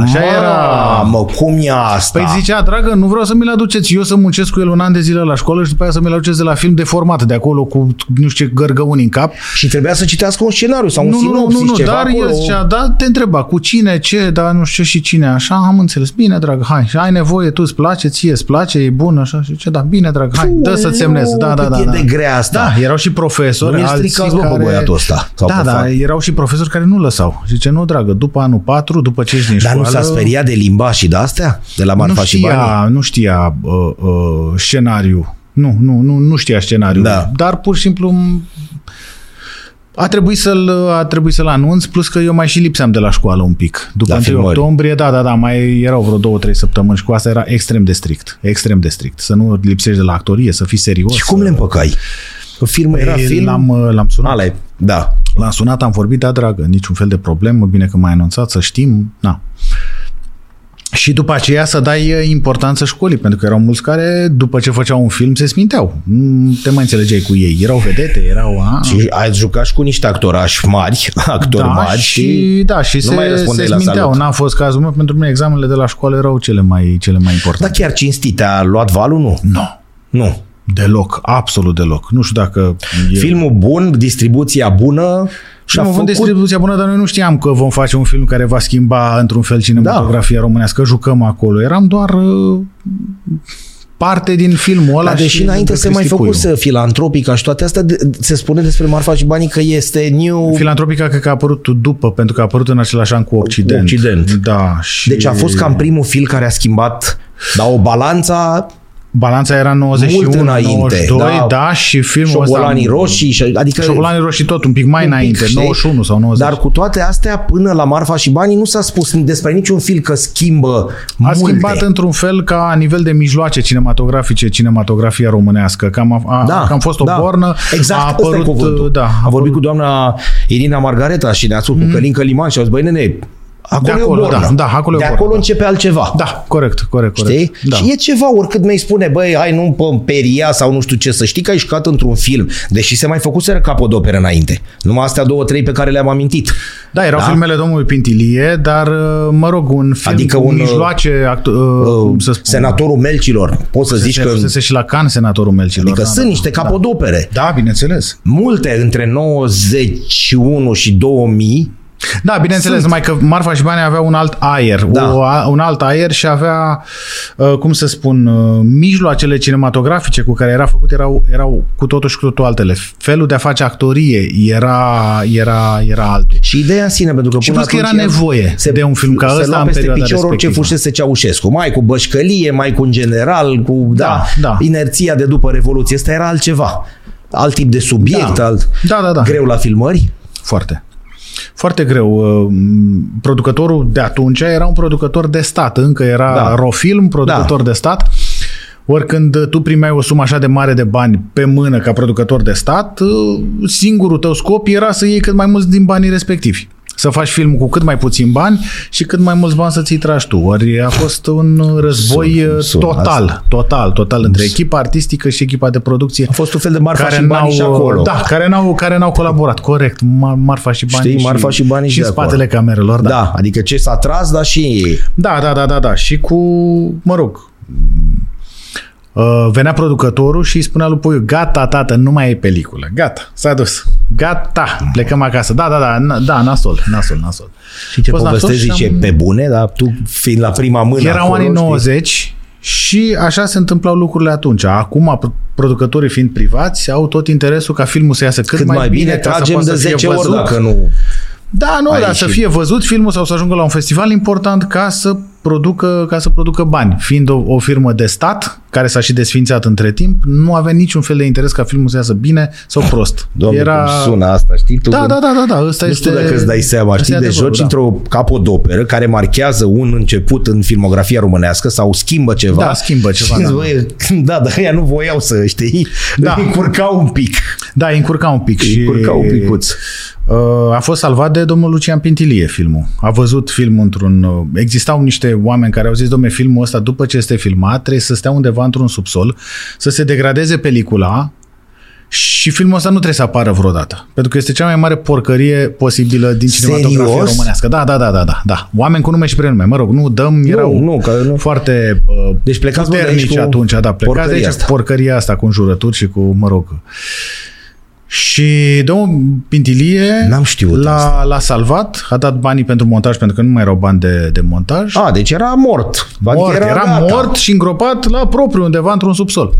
[SPEAKER 2] Așa era
[SPEAKER 1] Mamă, cum e asta?
[SPEAKER 2] Păi da. zicea, dragă, nu vreau să mi-l aduceți. Eu să muncesc cu el un an de zile la școală și după aia să mi-l aduceți de la film deformat, de acolo cu nu știu ce gărgăuni în cap.
[SPEAKER 1] Și trebuia să citească un scenariu sau un
[SPEAKER 2] nu, nu,
[SPEAKER 1] sinopsis,
[SPEAKER 2] nu, nu,
[SPEAKER 1] ceva
[SPEAKER 2] dar
[SPEAKER 1] acolo.
[SPEAKER 2] el zicea, da, te întreba cu cine, ce, da, nu știu și cine, așa, am înțeles. Bine, dragă, hai, și ai nevoie, tu îți place, ție îți place, e bun, așa, și ce, da, bine, dragă, hai, dă să semnez. Da, da,
[SPEAKER 1] cât
[SPEAKER 2] da.
[SPEAKER 1] e
[SPEAKER 2] da.
[SPEAKER 1] de grea asta.
[SPEAKER 2] Da, erau și profesori.
[SPEAKER 1] Nu mi-e
[SPEAKER 2] alții
[SPEAKER 1] stricat, bă, pe
[SPEAKER 2] care...
[SPEAKER 1] băiatul ăsta, sau
[SPEAKER 2] Da,
[SPEAKER 1] pe
[SPEAKER 2] da,
[SPEAKER 1] fapt.
[SPEAKER 2] erau și profesori care nu lăsau. Zice, nu, dragă, după anul 4, după ce ești din
[SPEAKER 1] Dar nu
[SPEAKER 2] școală...
[SPEAKER 1] s-a speriat de limba și de astea? De la Marfa
[SPEAKER 2] nu
[SPEAKER 1] și banii?
[SPEAKER 2] știa, nu știa uh, uh, scenariu. Nu, nu, nu, nu știa scenariul.
[SPEAKER 1] Da.
[SPEAKER 2] Dar pur și simplu m- a trebuit să-l, a trebuit să-l anunț, plus că eu mai și lipseam de la școală un pic. După
[SPEAKER 1] La
[SPEAKER 2] 1
[SPEAKER 1] filmări.
[SPEAKER 2] octombrie, da, da, da, mai erau vreo două, trei săptămâni și cu asta era extrem de strict. Extrem de strict. Să nu lipsești de la actorie, să fii serios.
[SPEAKER 1] Și cum le împăcai? Că filmul era
[SPEAKER 2] Ei,
[SPEAKER 1] film,
[SPEAKER 2] L-am, uh, l-am sunat.
[SPEAKER 1] ale, da.
[SPEAKER 2] L-am sunat, am vorbit, da, dragă, niciun fel de problemă, bine că m-ai anunțat, să știm, na. Și după aceea să dai uh, importanță școlii, pentru că erau mulți care, după ce făceau un film, se sminteau. Nu te mai înțelegeai cu ei. Erau vedete, erau... A... da,
[SPEAKER 1] Și ai jucat și cu niște actorași mari, [laughs] actori mari
[SPEAKER 2] și, da, și
[SPEAKER 1] nu mai
[SPEAKER 2] se, se
[SPEAKER 1] răspundeai la
[SPEAKER 2] sminteau.
[SPEAKER 1] salut.
[SPEAKER 2] N-a fost cazul meu, pentru mine examenele de la școală erau cele mai, cele mai
[SPEAKER 1] Dar
[SPEAKER 2] importante.
[SPEAKER 1] chiar cinstit, a luat valul? Nu.
[SPEAKER 2] Nu,
[SPEAKER 1] Nu.
[SPEAKER 2] deloc, absolut deloc. Nu știu dacă... e-
[SPEAKER 1] Filmul bun, distribuția bună și
[SPEAKER 2] Și
[SPEAKER 1] a
[SPEAKER 2] am avut
[SPEAKER 1] făcut...
[SPEAKER 2] Da, distribuția bună, dar noi nu știam că vom face un film care va schimba într-un fel cinematografia da. românească. Jucăm acolo. Eram doar uh, parte din filmul ăla.
[SPEAKER 1] Dar deși
[SPEAKER 2] și
[SPEAKER 1] înainte
[SPEAKER 2] din
[SPEAKER 1] se mai
[SPEAKER 2] Cristicuiu.
[SPEAKER 1] făcuse filantropica și toate astea, de- se spune despre Marfa și banii că este new...
[SPEAKER 2] Filantropica cred că a apărut după, pentru că a apărut în același an cu Occident.
[SPEAKER 1] Occident.
[SPEAKER 2] Da. Și
[SPEAKER 1] Deci a fost cam primul fil care a schimbat dar o balanța
[SPEAKER 2] Balanța era 91,
[SPEAKER 1] Mult înainte,
[SPEAKER 2] 92, da,
[SPEAKER 1] da.
[SPEAKER 2] da și filmul
[SPEAKER 1] șobolanii
[SPEAKER 2] ăsta...
[SPEAKER 1] roșii, și, adică
[SPEAKER 2] Șobolanii roșii tot, un pic mai
[SPEAKER 1] un pic,
[SPEAKER 2] înainte,
[SPEAKER 1] știi?
[SPEAKER 2] 91 sau 90.
[SPEAKER 1] Dar cu toate astea, până la Marfa și banii, nu s-a spus despre niciun fil că schimbă
[SPEAKER 2] A
[SPEAKER 1] multe.
[SPEAKER 2] schimbat într-un fel ca nivel de mijloace cinematografice cinematografia românească. Cam a, a, da, cam fost o
[SPEAKER 1] da.
[SPEAKER 2] bornă.
[SPEAKER 1] Exact,
[SPEAKER 2] a
[SPEAKER 1] ăsta e cuvântul.
[SPEAKER 2] apărut, da,
[SPEAKER 1] Am vorbit cu doamna Irina Margareta și ne-a spus mm. cu Călin Căliman și au zis, băi nene, acolo,
[SPEAKER 2] De acolo,
[SPEAKER 1] e o bornă.
[SPEAKER 2] da, da, acolo e
[SPEAKER 1] de
[SPEAKER 2] o bornă,
[SPEAKER 1] acolo
[SPEAKER 2] da.
[SPEAKER 1] începe altceva.
[SPEAKER 2] Da, corect, corect, corect.
[SPEAKER 1] Știi?
[SPEAKER 2] Da.
[SPEAKER 1] Și e ceva, oricât mi-ai spune, băi, hai nu pe împeria sau nu știu ce, să știi că ai jucat într-un film, deși se mai făcuseră capodoperă înainte. Numai astea două, trei pe care le-am amintit.
[SPEAKER 2] da, erau
[SPEAKER 1] Da.
[SPEAKER 2] filmele domnului Pintilie, dar uh, mă rog, un film
[SPEAKER 1] Adică
[SPEAKER 2] cu
[SPEAKER 1] un,
[SPEAKER 2] mijloace, actu- uh, cum să spun,
[SPEAKER 1] Senatorul Melcilor, poți să zici
[SPEAKER 2] se
[SPEAKER 1] că...
[SPEAKER 2] fusese și la Can senatorul Melcilor.
[SPEAKER 1] Adică
[SPEAKER 2] da,
[SPEAKER 1] sunt
[SPEAKER 2] da,
[SPEAKER 1] niște
[SPEAKER 2] da.
[SPEAKER 1] capodopere.
[SPEAKER 2] Da, bineînțeles.
[SPEAKER 1] Multe între 91 și 2000
[SPEAKER 2] Da, bineînțeles, numai că Marfa și Banii avea un alt aer,
[SPEAKER 1] Da.
[SPEAKER 2] da. o, a- un alt aer și avea, uh, cum să spun, uh, mijloacele cinematografice cu care era făcut erau, erau cu totul și cu totul altele. Felul de a face actorie era, era, era altul.
[SPEAKER 1] Și ideea în sine, pentru că
[SPEAKER 2] Și
[SPEAKER 1] până
[SPEAKER 2] plus că
[SPEAKER 1] atunci
[SPEAKER 2] era
[SPEAKER 1] el
[SPEAKER 2] nevoie de un film ca
[SPEAKER 1] se
[SPEAKER 2] ăsta
[SPEAKER 1] lua
[SPEAKER 2] în
[SPEAKER 1] peste
[SPEAKER 2] perioada
[SPEAKER 1] picior orice
[SPEAKER 2] respectivă.
[SPEAKER 1] fusese Ceaușescu. Mai cu bășcălie, mai cu un general, cu da,
[SPEAKER 2] Da, da.
[SPEAKER 1] inerția de după Revoluție. Asta era altceva. Alt tip de subiect,
[SPEAKER 2] Da.
[SPEAKER 1] alt
[SPEAKER 2] Da, da, da.
[SPEAKER 1] greu la filmări.
[SPEAKER 2] Foarte. Foarte greu. Uh, Producătorul de atunci era un producător de stat. Încă era
[SPEAKER 1] Da.
[SPEAKER 2] da. Rofilm, producător da. de stat. Oricând uh, tu primeai o sumă așa de mare de bani pe mână ca producător de stat, uh, singurul tău scop era să iei cât mai mulți din banii respectivi. Să faci film cu cât mai puțin bani și cât mai mulți bani să ți-i tragi tu. Ori a fost un război
[SPEAKER 1] Sună,
[SPEAKER 2] uh,
[SPEAKER 1] sună asta.
[SPEAKER 2] total, total, total între echipa artistică și echipa de producție
[SPEAKER 1] A fost un fel de marfa
[SPEAKER 2] care
[SPEAKER 1] și banii și acolo.
[SPEAKER 2] Da, care n-au, care n-au colaborat, corect. Mar- Marfa și banii
[SPEAKER 1] Știi, Marfa și banii și
[SPEAKER 2] și în
[SPEAKER 1] de acolo.
[SPEAKER 2] spatele camerelor, da.
[SPEAKER 1] da, adică ce s-a tras, dar și
[SPEAKER 2] Da, da, da, da, da. Și cu, mă rog, Uh, venea producătorul și îi spunea lui Puiu, gata, tată, nu mai e peliculă. Gata, s-a dus. Gata, plecăm acasă. Da, da, da, na- da, nasol, nasol, nasol.
[SPEAKER 1] Și ce
[SPEAKER 2] Fost nasol
[SPEAKER 1] povestezi
[SPEAKER 2] da și am-
[SPEAKER 1] zice, pe bune, dar tu fiind la prima mână
[SPEAKER 2] Erau
[SPEAKER 1] acolo,
[SPEAKER 2] anii
[SPEAKER 1] știi?
[SPEAKER 2] 90 și așa se întâmplau lucrurile atunci. Acum, pro- producătorii fiind privați, au tot interesul ca filmul să iasă cât,
[SPEAKER 1] Cât mai bine,
[SPEAKER 2] ca să
[SPEAKER 1] tragem
[SPEAKER 2] poată
[SPEAKER 1] de
[SPEAKER 2] să fie
[SPEAKER 1] 10 ori
[SPEAKER 2] văzut.
[SPEAKER 1] dacă nu.
[SPEAKER 2] Da, nu,
[SPEAKER 1] Ai
[SPEAKER 2] dar să
[SPEAKER 1] ieșit.
[SPEAKER 2] fie văzut filmul sau să ajungă la un festival important ca să producă, ca să producă bani. Fiind o, o firmă de stat, care s-a și desfințat între timp, nu avea niciun fel de interes ca filmul să iasă bine sau prost.
[SPEAKER 1] Doamne, Era... cum sună asta, știi tu?
[SPEAKER 2] Da,
[SPEAKER 1] când-
[SPEAKER 2] da, da, da, da, ăsta
[SPEAKER 1] Nu
[SPEAKER 2] este...
[SPEAKER 1] știu dacă îți dai seama,
[SPEAKER 2] ăsta
[SPEAKER 1] știi,
[SPEAKER 2] e
[SPEAKER 1] de
[SPEAKER 2] adevărul,
[SPEAKER 1] joci
[SPEAKER 2] da.
[SPEAKER 1] într-o capodoperă care marchează un început în filmografia românească sau schimbă ceva.
[SPEAKER 2] Da, schimbă ceva,
[SPEAKER 1] Și
[SPEAKER 2] da.
[SPEAKER 1] voi, [laughs] da, dar ea nu voiau să, știi, da.
[SPEAKER 2] Da.
[SPEAKER 1] îi curcau un pic.
[SPEAKER 2] Da, îi încurca un pic și...
[SPEAKER 1] Îi curcau un picuț.
[SPEAKER 2] Uh, A fost salvat de domnul Lucian Pintilie filmul. A văzut filmul într-un... uh, Existau niște oameni care au zis, domne, filmul ăsta, după ce este filmat, trebuie să stea undeva într-un subsol, să se degradeze pelicula și filmul ăsta nu trebuie să apară vreodată. Pentru că este cea mai mare porcărie posibilă din cinematografia
[SPEAKER 1] Serios?
[SPEAKER 2] românească. Da, da, da, da, da, da. Oameni cu nume și prenume. Mă rog, nu dăm, erau
[SPEAKER 1] nu, că nu.
[SPEAKER 2] foarte uh,
[SPEAKER 1] Deci plecați, bă, de aici
[SPEAKER 2] puternici
[SPEAKER 1] cu
[SPEAKER 2] atunci, da, plecați de
[SPEAKER 1] porcăria
[SPEAKER 2] aici
[SPEAKER 1] asta.
[SPEAKER 2] cu porcăria asta cu înjurături și cu, mă rog, și domnul Pintilie
[SPEAKER 1] N-am știut
[SPEAKER 2] l-a, l-a salvat, a dat banii pentru montaj pentru că nu mai erau bani de, de montaj.
[SPEAKER 1] A, deci era mort. Adică
[SPEAKER 2] mort, era,
[SPEAKER 1] gata.
[SPEAKER 2] mort și îngropat la propriu undeva într-un subsol.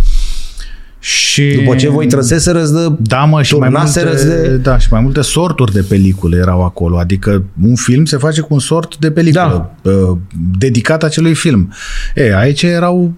[SPEAKER 2] Și
[SPEAKER 1] După ce voi trăseseră de
[SPEAKER 2] da, mă, și mai,
[SPEAKER 1] turnaseră
[SPEAKER 2] multe,
[SPEAKER 1] de-
[SPEAKER 2] da, și mai multe sorturi de pelicule erau acolo. Adică un film se face cu un sort de peliculă
[SPEAKER 1] Da.
[SPEAKER 2] uh, dedicat acelui film. E, aici erau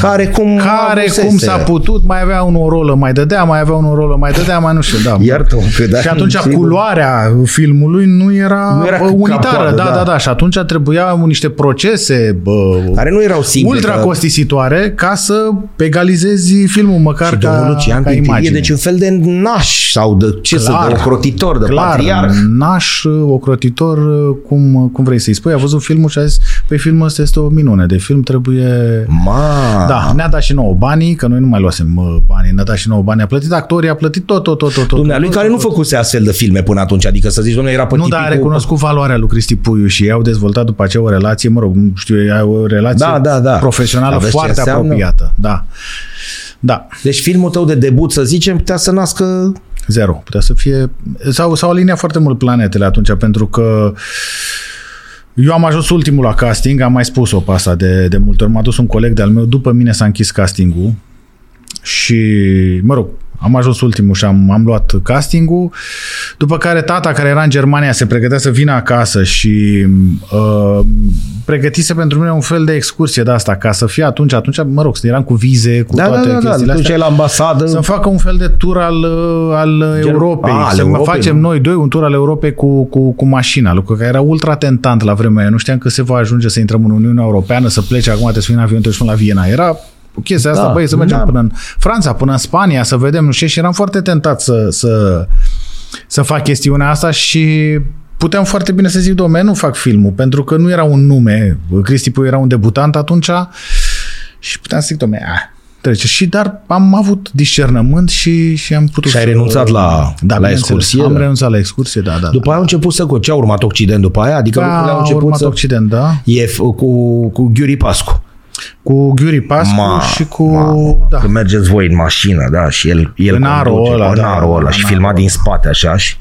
[SPEAKER 1] care cum
[SPEAKER 2] care
[SPEAKER 1] avusese.
[SPEAKER 2] cum s-a putut, mai avea un o rolă, mai dădea, mai avea un o rolă, mai dădea, mai nu știu, da.
[SPEAKER 1] Iartă-mă că da.
[SPEAKER 2] și atunci
[SPEAKER 1] sigur.
[SPEAKER 2] culoarea filmului nu era,
[SPEAKER 1] Nu era
[SPEAKER 2] bă,
[SPEAKER 1] ca-
[SPEAKER 2] unitară,
[SPEAKER 1] capoadă,
[SPEAKER 2] da,
[SPEAKER 1] da.
[SPEAKER 2] da, da, și atunci trebuia niște procese bă,
[SPEAKER 1] Care nu erau simple.
[SPEAKER 2] ultra
[SPEAKER 1] că-
[SPEAKER 2] costisitoare ca să egalizezi filmul măcar
[SPEAKER 1] Și
[SPEAKER 2] ca,
[SPEAKER 1] domnul Lucian
[SPEAKER 2] ca
[SPEAKER 1] Pintilie,
[SPEAKER 2] imagine.
[SPEAKER 1] deci un fel de naș sau de ce să
[SPEAKER 2] Clar.
[SPEAKER 1] de ocrotitor, de
[SPEAKER 2] Clar,
[SPEAKER 1] patriarh.
[SPEAKER 2] naș, ocrotitor, cum, cum vrei să-i spui, a văzut filmul și a zis, păi filmul ăsta este o minune de film, trebuie
[SPEAKER 1] Ma.
[SPEAKER 2] Da, ne-a dat și nouă banii, că noi nu mai luasem bă, banii, ne-a dat și nouă banii, a plătit actorii, a plătit tot, tot, tot, tot. tot
[SPEAKER 1] Dumnealui
[SPEAKER 2] tot,
[SPEAKER 1] care
[SPEAKER 2] tot,
[SPEAKER 1] nu
[SPEAKER 2] tot.
[SPEAKER 1] făcuse astfel de filme până atunci, adică să zici, domnule, era pe
[SPEAKER 2] Nu, dar a
[SPEAKER 1] tipicul-
[SPEAKER 2] recunoscut valoarea lui Cristi Puiu și ei au dezvoltat după aceea o relație, mă rog, nu știu, ei au o relație
[SPEAKER 1] Da, da, da.
[SPEAKER 2] profesională
[SPEAKER 1] Aveți ce
[SPEAKER 2] foarte
[SPEAKER 1] înseamnă?
[SPEAKER 2] apropiată. Da. Da,
[SPEAKER 1] Deci filmul tău de debut, să zicem, putea să nască...
[SPEAKER 2] zero. Putea să fie... S-au, s-au aliniat foarte mult planetele atunci, pentru că eu am ajuns ultimul la casting, am mai spus-o pe asta de, de multe ori. M-a dus un coleg de-al meu, după mine s-a închis castingul, și, mă rog, am ajuns ultimul și am, am luat castingul, după care tata care era în Germania se pregătea să vină acasă și uh, pregătise pentru mine un fel de excursie de asta, ca să fie atunci, atunci, mă rog, eram cu vize, cu
[SPEAKER 1] Da, da,
[SPEAKER 2] toate
[SPEAKER 1] da, da,
[SPEAKER 2] chestiile
[SPEAKER 1] da.
[SPEAKER 2] astea.
[SPEAKER 1] la ambasadă.
[SPEAKER 2] Să facă un fel de tur al, uh, al
[SPEAKER 1] Gen-
[SPEAKER 2] Europei.
[SPEAKER 1] A, al
[SPEAKER 2] să
[SPEAKER 1] Europei,
[SPEAKER 2] facem
[SPEAKER 1] nu?
[SPEAKER 2] noi doi un tur al Europei cu, cu, cu mașina, lucru care era ultra tentant la vremea aia. Nu știam că se va ajunge să intrăm în Uniunea Europeană, să plece acum, trebuie să fii în avion, trebuie să fii la Viena. Era chestia asta,
[SPEAKER 1] Da,
[SPEAKER 2] da, băi, să mergem
[SPEAKER 1] da.
[SPEAKER 2] până în Franța, până în Spania, să vedem, nu știu, ce, și eram foarte tentat să, să, să fac chestiunea asta și puteam foarte bine să zic, domne, nu fac filmul, pentru că nu era un nume, Cristi Puiu era un debutant atunci și puteam să zic, domne, a, trece. Și dar am avut discernământ și, și am putut
[SPEAKER 1] Și ai
[SPEAKER 2] să-
[SPEAKER 1] renunțat la- la
[SPEAKER 2] bineînțeles.
[SPEAKER 1] excursie,
[SPEAKER 2] Am
[SPEAKER 1] da.
[SPEAKER 2] renunțat la excursie, da, da.
[SPEAKER 1] După aia au început să... Ce a urmat Occident după aia? Adică
[SPEAKER 2] da.
[SPEAKER 1] lucrurile au
[SPEAKER 2] a
[SPEAKER 1] început
[SPEAKER 2] urmat
[SPEAKER 1] să...
[SPEAKER 2] Occident, da.
[SPEAKER 1] E f- cu, cu Ghiuri Pascu.
[SPEAKER 2] Cu Ghiuri Pascu
[SPEAKER 1] Ma,
[SPEAKER 2] și cu...
[SPEAKER 1] ma,
[SPEAKER 2] da.
[SPEAKER 1] Când mergeți voi în mașină, da, și el, el
[SPEAKER 2] În arul
[SPEAKER 1] conduce,
[SPEAKER 2] ăla,
[SPEAKER 1] în
[SPEAKER 2] da,
[SPEAKER 1] arul ăla
[SPEAKER 2] în
[SPEAKER 1] și
[SPEAKER 2] arul
[SPEAKER 1] filmat
[SPEAKER 2] ăla.
[SPEAKER 1] din spate, așa, și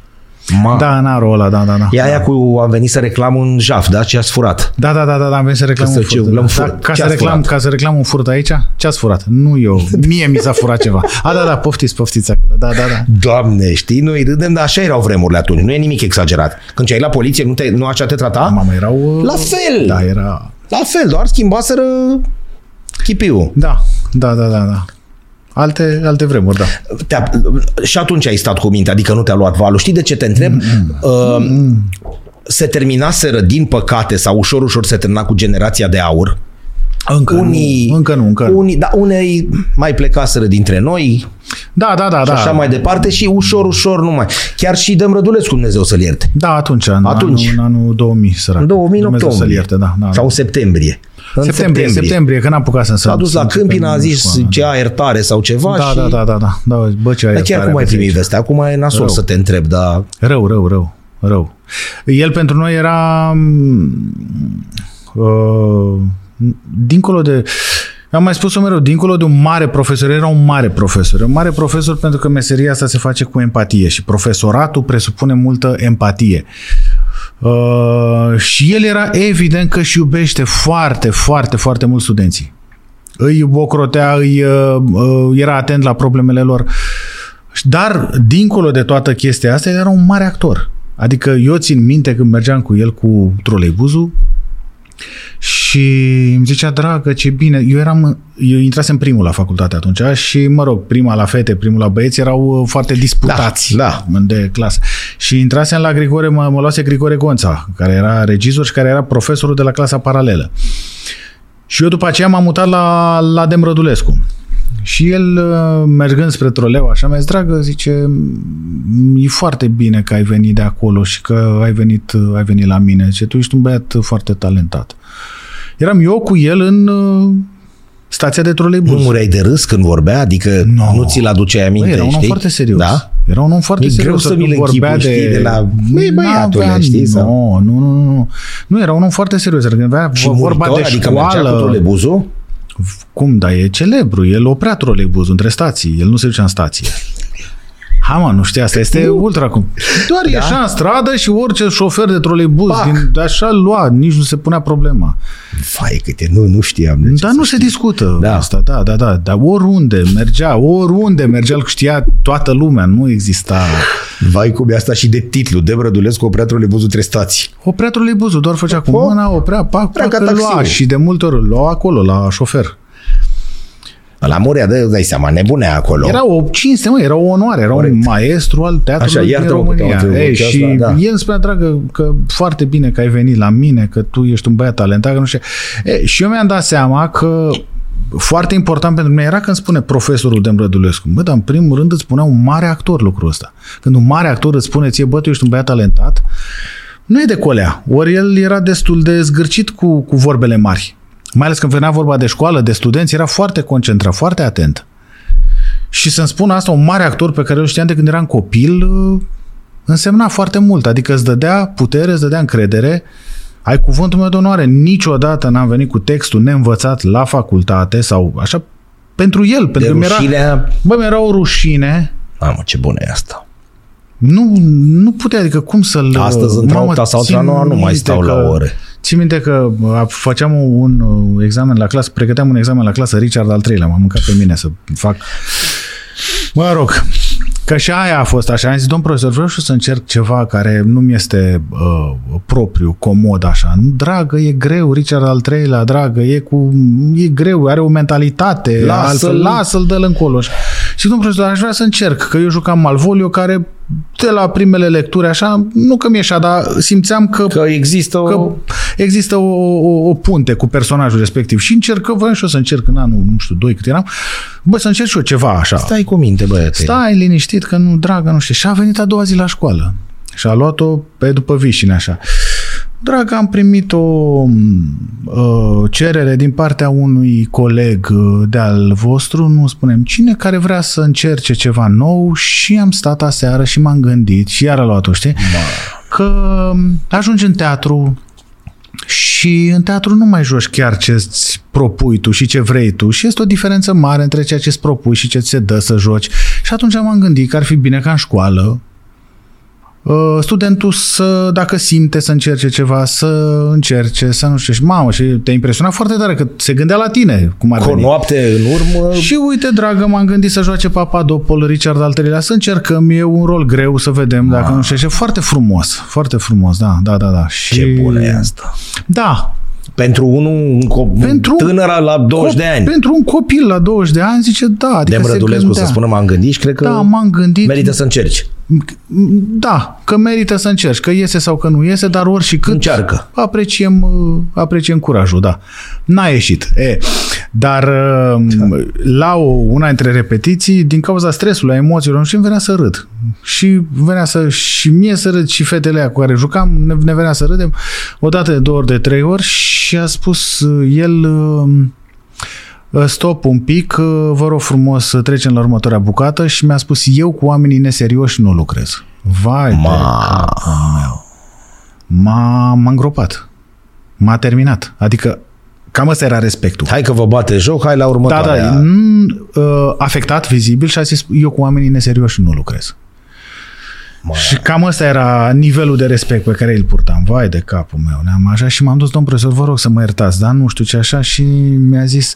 [SPEAKER 1] Ma.
[SPEAKER 2] Da, în arul ăla, da, da, da.
[SPEAKER 1] E aia cu am venit să reclam un jaf, da? Ce ați furat?
[SPEAKER 2] Da, da, da, da, da, am venit să reclam
[SPEAKER 1] Să
[SPEAKER 2] un
[SPEAKER 1] ce,
[SPEAKER 2] furt.
[SPEAKER 1] la un
[SPEAKER 2] Da,
[SPEAKER 1] furt.
[SPEAKER 2] ca,
[SPEAKER 1] Ce
[SPEAKER 2] să
[SPEAKER 1] ați
[SPEAKER 2] reclam,
[SPEAKER 1] furat?
[SPEAKER 2] ca să reclam un furt aici? Ce ați furat? Nu
[SPEAKER 1] [laughs]
[SPEAKER 2] eu. Mie mi s-a furat ceva. A, da, da, poftiți, poftiți acolo. Da, da, da.
[SPEAKER 1] Doamne, știi, noi râdem, dar așa erau vremurile atunci. Nu e nimic exagerat. Când ceai la poliție, nu, te, nu așa te trata?
[SPEAKER 2] Mama, erau... uh,
[SPEAKER 1] La fel!
[SPEAKER 2] Da, era...
[SPEAKER 1] La fel, doar schimbaseră chipiul.
[SPEAKER 2] Da, da, da, da, da. Alte, alte vremuri, da.
[SPEAKER 1] Te-a, și atunci ai stat cu minte, adică nu te-a luat valul. Știi de ce te întreb?
[SPEAKER 2] Mm-hmm.
[SPEAKER 1] Uh, se terminaseră, din păcate, sau ușor, ușor se termina cu generația de aur.
[SPEAKER 2] Încă
[SPEAKER 1] Unii,
[SPEAKER 2] nu, încă nu, încă nu.
[SPEAKER 1] Unii, da, unei mai plecaseră dintre noi
[SPEAKER 2] Da, da, da, da.
[SPEAKER 1] și așa mai departe și ușor, ușor nu mai. Chiar și dăm Rădulescu, Dumnezeu să-l ierte.
[SPEAKER 2] Da, atunci, în
[SPEAKER 1] Atunci.
[SPEAKER 2] atunci. Anul, în anul 2000, sărac.
[SPEAKER 1] În 2000 în
[SPEAKER 2] Dumnezeu
[SPEAKER 1] octombrie.
[SPEAKER 2] să-l ierte, da, da.
[SPEAKER 1] Sau septembrie. În
[SPEAKER 2] septembrie, septembrie, că n-am apucat să
[SPEAKER 1] S-a dus la Câmpina, a zis ce a iertare sau ceva
[SPEAKER 2] Da,
[SPEAKER 1] și...
[SPEAKER 2] da, da, da, da, da, bă, ce
[SPEAKER 1] Dar chiar
[SPEAKER 2] iertare
[SPEAKER 1] cum ai
[SPEAKER 2] aveți
[SPEAKER 1] primit
[SPEAKER 2] aici.
[SPEAKER 1] vestea? Acum e nasol
[SPEAKER 2] Rău.
[SPEAKER 1] să te întreb, dar
[SPEAKER 2] Rău, rău, rău, rău. El pentru noi era mm, uh, dincolo de am mai spus-o mereu, dincolo de un mare profesor, era un mare profesor. Un mare profesor pentru că meseria asta se face cu empatie și profesoratul presupune multă empatie. Uh, și el era evident că își iubește foarte, foarte, foarte mult studenții. Îi ocrotea, îi, uh, uh, era atent la problemele lor. Dar, dincolo de toată chestia asta, el era un mare actor. Adică eu țin minte când mergeam cu el cu troleibuzul și îmi zicea, dragă, ce bine. Eu eram, eu intrasem primul la facultate atunci și, mă rog, prima la fete, primul la băieți erau uh, foarte disputați
[SPEAKER 1] da.
[SPEAKER 2] de clasă. Și intrasem la Grigore, mă, mă luase Grigore Gonța, care era regizor și care era profesorul de la clasa paralelă. Și eu după aceea m-am mutat la, la Dem Rădulescu. Și el, uh, mergând spre troleu, așa mi-a zis, dragă, zice, "m, e foarte bine că ai venit de acolo și că ai venit, uh, ai venit la mine. Zice, tu ești un băiat uh, foarte talentat. Eram eu cu el în uh, stația de troleibuz.
[SPEAKER 1] nu mureai de râs când vorbea? Adică
[SPEAKER 2] No.
[SPEAKER 1] nu ți-l aduceai aminte,
[SPEAKER 2] Băi, era un om
[SPEAKER 1] știi?
[SPEAKER 2] foarte serios.
[SPEAKER 1] Da?
[SPEAKER 2] Era un om foarte
[SPEAKER 1] Mi-e greu
[SPEAKER 2] serios.
[SPEAKER 1] să mi-l
[SPEAKER 2] nu vorbea
[SPEAKER 1] închipui, știi, de la- Băi, băiatule,
[SPEAKER 2] N-avea-
[SPEAKER 1] știi, sau-
[SPEAKER 2] Nu, nu, nu, nu. Nu, era un om foarte serios. Era când avea
[SPEAKER 1] Și
[SPEAKER 2] vorba
[SPEAKER 1] muritor,
[SPEAKER 2] de
[SPEAKER 1] adică mergea cu
[SPEAKER 2] școală.
[SPEAKER 1] trolebuzul?
[SPEAKER 2] Cum, da, e celebru. El oprea troleibuzul între stații. El nu se ducea în stație. Ha, mă, nu știu, asta este ultra cum. Doar da? ieșea în stradă și orice șofer de troleibuz
[SPEAKER 1] Pac.
[SPEAKER 2] din, așa lua, nici nu se punea problema.
[SPEAKER 1] Vai câte, nu, nu știam. deci De ce
[SPEAKER 2] Dar
[SPEAKER 1] să
[SPEAKER 2] nu se discută
[SPEAKER 1] Da.
[SPEAKER 2] da. asta, da, da, da, dar oriunde mergea, oriunde mergea, îl știa toată lumea, nu exista...
[SPEAKER 1] știu. Vai cum e asta și de titlu. De Brădulescu oprea trolebuzul trei stații.
[SPEAKER 2] Oprea troleibuzul, doar făcea cu mâna, oprea, pac,
[SPEAKER 1] Era
[SPEAKER 2] pac,
[SPEAKER 1] ca
[SPEAKER 2] îl lua
[SPEAKER 1] taxiul.
[SPEAKER 2] și de multe ori îl lua acolo, la șofer.
[SPEAKER 1] La Morea, dă, dai seama, nebunea acolo.
[SPEAKER 2] Era o cinste, mă, era o onoare, era un maestru al teatrului
[SPEAKER 1] Așa,
[SPEAKER 2] din
[SPEAKER 1] iartă-mă că te-am
[SPEAKER 2] România.
[SPEAKER 1] întrebat
[SPEAKER 2] Ei,
[SPEAKER 1] chestia
[SPEAKER 2] și
[SPEAKER 1] asta, da.
[SPEAKER 2] el îmi spunea, dragă, că foarte bine că ai venit la mine, că tu ești un băiat talentat, că nu știu. Ei, și eu mi-am dat seama că foarte important pentru mine era când spune profesorul Dembrădulescu. Bă, dar în primul rând îți spunea un mare actor lucrul ăsta. Când un mare actor îți spune ție, bă, tu ești un băiat talentat, nu e de colea. Ori el era destul de zgârcit cu, cu vorbele mari. Mai ales când venea vorba de școală, de studenți, era foarte concentrat, foarte atent. Și să-mi spun asta, un mare actor pe care îl știam de când eram copil, uh, însemna foarte mult. Adică îți dădea putere, îți dădea încredere. Ai cuvântul meu de onoare. Niciodată n-am venit cu textul neînvățat la facultate sau așa pentru el.
[SPEAKER 1] de
[SPEAKER 2] Pentru că mi-era,
[SPEAKER 1] rușinea...
[SPEAKER 2] bă, mi-era o rușine.
[SPEAKER 1] Mamă, ce bună e asta.
[SPEAKER 2] Nu, nu putea, adică cum să-l...
[SPEAKER 1] Astăzi, într-a
[SPEAKER 2] Mamă,
[SPEAKER 1] opta sau
[SPEAKER 2] țin
[SPEAKER 1] într-a noua, nu mai
[SPEAKER 2] minte
[SPEAKER 1] stau la ore.
[SPEAKER 2] Țin minte că uh, a, făceam un, un examen la clasă, pregăteam un examen la clasă, Richard al treilea, m-a mâncat pe mine să fac... Mă rog, că și aia a fost așa. Am zis, domn profesor, vreau și eu să încerc ceva care nu-mi este uh, propriu, comod așa. Nu, Dragă, e greu, Richard al treilea, dragă, e, cu, e greu, are o mentalitate,
[SPEAKER 1] Lasă-l.
[SPEAKER 2] altfel, lasă-l, dă-l încolo. Și zic, domn profesor, aș vrea să încerc, că eu jucam Malvolio, care de la primele lecturi, așa, nu că mi-eșa, dar simțeam că
[SPEAKER 1] Că există o...
[SPEAKER 2] că există o, o, o punte cu personajul respectiv și încercăm, vreau și eu să încerc în anul, nu știu, 2 cât eram, bă, să încerc și eu ceva așa.
[SPEAKER 1] Stai cu minte, băiete.
[SPEAKER 2] Stai liniștit că nu, dragă, nu știu. Și a venit a doua zi la școală și a luat-o pe după vișine așa. Dragă, am primit o uh, cerere din partea unui coleg uh, de-al vostru, nu spunem cine, care vrea să încerce ceva nou și am stat aseară și m-am gândit și iar a luat-o, știi? Că um, ajungi în teatru, și în teatru nu mai joci chiar ce îți propui tu și ce vrei tu și este o diferență mare între ceea ce îți propui și ce ți se dă să joci. Și atunci m-am gândit că ar fi bine ca în școală uh, studentul să, dacă simte să încerce ceva, să încerce, să nu știu. Și mamă, și te impresiona foarte tare că se gândea la tine, cum ar
[SPEAKER 1] Cu o
[SPEAKER 2] veni.
[SPEAKER 1] noapte în urmă,
[SPEAKER 2] Și uite, dragă, m-am gândit să joace Papadopol, Richard al III-lea, să încercăm, e un rol greu, să vedem dacă nu știu ce. Foarte frumos, foarte frumos, da, da, da. da. Și...
[SPEAKER 1] ce bună e asta.
[SPEAKER 2] Da,
[SPEAKER 1] Pentru unul cop-
[SPEAKER 2] Pentru-
[SPEAKER 1] Pentru tânăr la 20 de
[SPEAKER 2] Cop-
[SPEAKER 1] ani.
[SPEAKER 2] Pentru un copil la 20 de ani zice da. Adică
[SPEAKER 1] De
[SPEAKER 2] se
[SPEAKER 1] Rădulescu
[SPEAKER 2] gândea.
[SPEAKER 1] să spună, m-am gândit și cred că
[SPEAKER 2] Da, m-am gândit.
[SPEAKER 1] merită să încerci.
[SPEAKER 2] Da, că merită să încerci, că iese sau că nu iese, dar oricât
[SPEAKER 1] Încearcă.
[SPEAKER 2] apreciem, uh, apreciem curajul, da. N-a ieșit. E, dar uh, la o, una dintre repetiții, din cauza stresului, a emoțiilor, și venea să râd. Și venea să, și mie să râd, și fetele aia cu care jucam, ne, ne venea să râdem. O dată, de două ori, de trei ori și a spus uh, el... Uh, Stop un pic, uh, vă rog frumos să trecem la următoarea bucată și mi-a spus eu cu oamenii neserioși nu lucrez. Vai, de
[SPEAKER 1] Ma.
[SPEAKER 2] capul meu. m-a, m-a îngropat. M-a terminat. Adică cam ăsta era respectul.
[SPEAKER 1] Hai că vă bate joc, hai la
[SPEAKER 2] Da,
[SPEAKER 1] următoarea.
[SPEAKER 2] da, n- uh, afectat, vizibil și a zis eu cu oamenii neserioși nu lucrez.
[SPEAKER 1] Ma.
[SPEAKER 2] Și cam ăsta era nivelul de respect pe care îl purtam. Vai de capul meu, ne-am așa și m-am dus, domn profesor, vă rog să mă iertați, dar nu știu ce așa și mi-a zis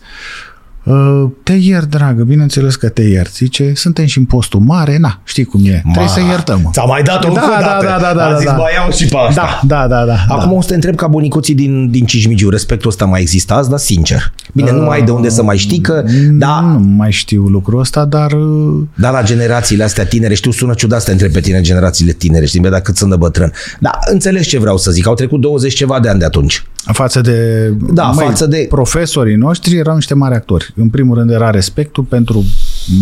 [SPEAKER 2] "Uh, te iert, dragă, bineînțeles că te iert. Zice, suntem și în postul mare, na, știi cum e,
[SPEAKER 1] Ma.
[SPEAKER 2] trebuie să iertăm.
[SPEAKER 1] Ți-a mai dat-o
[SPEAKER 2] Da,
[SPEAKER 1] încă o
[SPEAKER 2] da,
[SPEAKER 1] dată.
[SPEAKER 2] da, da, da,
[SPEAKER 1] A
[SPEAKER 2] da,
[SPEAKER 1] zis,
[SPEAKER 2] da.
[SPEAKER 1] "Ba, iau și pe asta.
[SPEAKER 2] Da, da, da, da.
[SPEAKER 1] Acum
[SPEAKER 2] da.
[SPEAKER 1] o să te întreb ca bunicuții din, din Cismigiu, respectul ăsta mai exista azi, dar sincer. Bine,
[SPEAKER 2] Ah.
[SPEAKER 1] nu mai ai de unde să mai știi că, da,
[SPEAKER 2] Mm, Nu mai știu lucrul ăsta, dar uh,
[SPEAKER 1] dar la generațiile astea tinere, știu, sună ciudat să te întreb pe tine generațiile tinere, știi, bă, dar cât sunt de bătrân. Dar înțelegi ce vreau să zic, au trecut 20 ceva de ani de atunci.
[SPEAKER 2] Față de,
[SPEAKER 1] Da, față de-
[SPEAKER 2] profesorii noștri erau niște mari actori. În primul rând era respectul pentru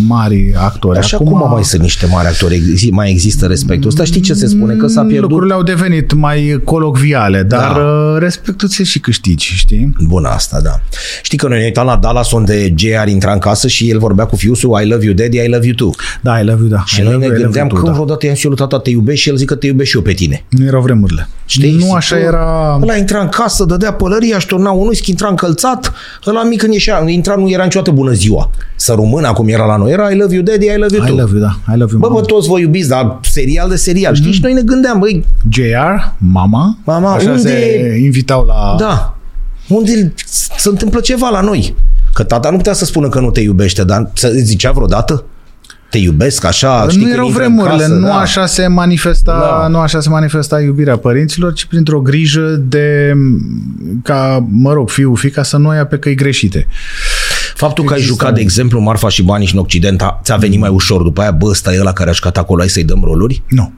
[SPEAKER 2] mari actori.
[SPEAKER 1] Așa Acum, cum mai sunt niște mari actori, exi- mai există respectul ăsta, știi ce se spune, că s-a pierdut.
[SPEAKER 2] Mm, Lucrurile au devenit mai colocviale, dar
[SPEAKER 1] Da.
[SPEAKER 2] da. respectul ți și câștigi, știi?
[SPEAKER 1] Bună asta, da. Știi că noi ne uitam la Dallas unde Jay ar intra în casă și el vorbea cu fiul său, I love you daddy, I love you too.
[SPEAKER 2] Da, I love you, da.
[SPEAKER 1] Și
[SPEAKER 2] I
[SPEAKER 1] noi ne
[SPEAKER 2] love you, I love
[SPEAKER 1] gândeam
[SPEAKER 2] you,
[SPEAKER 1] când
[SPEAKER 2] da.
[SPEAKER 1] vreodată i-am și eu lui tata te iubesc și el zic că te iubesc și eu pe tine.
[SPEAKER 2] Nu erau vremurile.
[SPEAKER 1] Știi?
[SPEAKER 2] nu
[SPEAKER 1] Și
[SPEAKER 2] așa
[SPEAKER 1] tu-
[SPEAKER 2] era...
[SPEAKER 1] Ăla intra în casă, dădea pălăria, își turna un uischi, intra încălțat, ăla mic când ieșea, intra, nu era niciodată bună ziua. Să română cum era la noi, era I love you daddy, I love you
[SPEAKER 2] I
[SPEAKER 1] too.
[SPEAKER 2] love you, da. I love you, Mm-hmm.
[SPEAKER 1] Bă,
[SPEAKER 2] mama.
[SPEAKER 1] bă, toți vă iubiți, dar serial de serial, știi? Și noi ne gândeam, băi,
[SPEAKER 2] JR, mama,
[SPEAKER 1] Mama,
[SPEAKER 2] așa
[SPEAKER 1] unde-
[SPEAKER 2] se invitau la...
[SPEAKER 1] Da. Unde se întâmplă ceva la noi? Că tata nu putea să spună că nu te iubește, dar să îți zicea vreodată? Te iubesc așa, știi
[SPEAKER 2] nu
[SPEAKER 1] când
[SPEAKER 2] erau
[SPEAKER 1] intră în
[SPEAKER 2] vremurile,
[SPEAKER 1] casă,
[SPEAKER 2] nu,
[SPEAKER 1] da.
[SPEAKER 2] așa se manifesta,
[SPEAKER 1] Da.
[SPEAKER 2] nu așa se manifesta iubirea părinților, ci printr-o grijă de ca, mă rog, fiul, fica să nu o ia pe căi greșite.
[SPEAKER 1] Faptul că ai
[SPEAKER 2] Există
[SPEAKER 1] jucat,
[SPEAKER 2] un-
[SPEAKER 1] de exemplu, Marfa și Banii și în Occident, a- ți-a venit mai ușor. După aia, bă, ăsta e ăla care a jucat acolo, hai să-i dăm roluri?
[SPEAKER 2] Nu.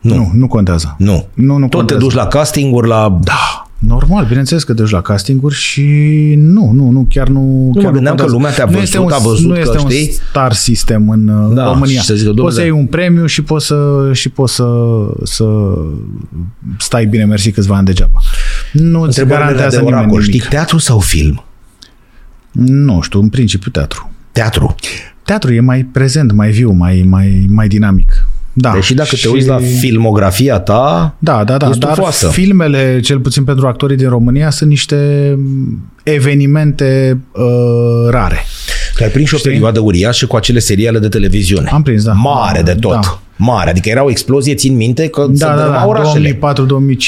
[SPEAKER 2] Nu, nu, nu contează.
[SPEAKER 1] Nu.
[SPEAKER 2] Nu, nu
[SPEAKER 1] Tot te
[SPEAKER 2] contează.
[SPEAKER 1] duci la castinguri, la...
[SPEAKER 2] Da, normal, bineînțeles că te duci la castinguri și nu, nu, nu, chiar nu... Nu chiar
[SPEAKER 1] gândeam
[SPEAKER 2] contează.
[SPEAKER 1] că lumea te-a
[SPEAKER 2] Nu
[SPEAKER 1] văzut,
[SPEAKER 2] este un,
[SPEAKER 1] a văzut
[SPEAKER 2] nu
[SPEAKER 1] că,
[SPEAKER 2] este un
[SPEAKER 1] știi?
[SPEAKER 2] star system în
[SPEAKER 1] Da,
[SPEAKER 2] da, România.
[SPEAKER 1] și să zică,
[SPEAKER 2] poți
[SPEAKER 1] domnule,
[SPEAKER 2] să iei un premiu și poți să, și poți să, să stai bine, mersi câțiva ani degeaba. Nu îți
[SPEAKER 1] Întrebările de
[SPEAKER 2] garantează nimeni
[SPEAKER 1] oracol,
[SPEAKER 2] nimic.
[SPEAKER 1] știi? Teatru sau film?
[SPEAKER 2] Nu știu, în principiu teatru.
[SPEAKER 1] Teatru.
[SPEAKER 2] Teatru e mai prezent, mai viu, mai, mai, mai dinamic. Da.
[SPEAKER 1] Deși Păi dacă te uiți la filmografia ta,
[SPEAKER 2] Da, da, da,
[SPEAKER 1] e
[SPEAKER 2] dar
[SPEAKER 1] stufoasă.
[SPEAKER 2] filmele, cel puțin pentru actorii din România, sunt niște evenimente uh, rare.
[SPEAKER 1] Că ai prins și o perioadă uriașă cu acele seriale de televiziune.
[SPEAKER 2] Am prins, da.
[SPEAKER 1] Mare de tot.
[SPEAKER 2] Da.
[SPEAKER 1] Mare. Adică era o explozie, țin minte, că se
[SPEAKER 2] Da, da, da,
[SPEAKER 1] orașele.
[SPEAKER 2] 2004-2005.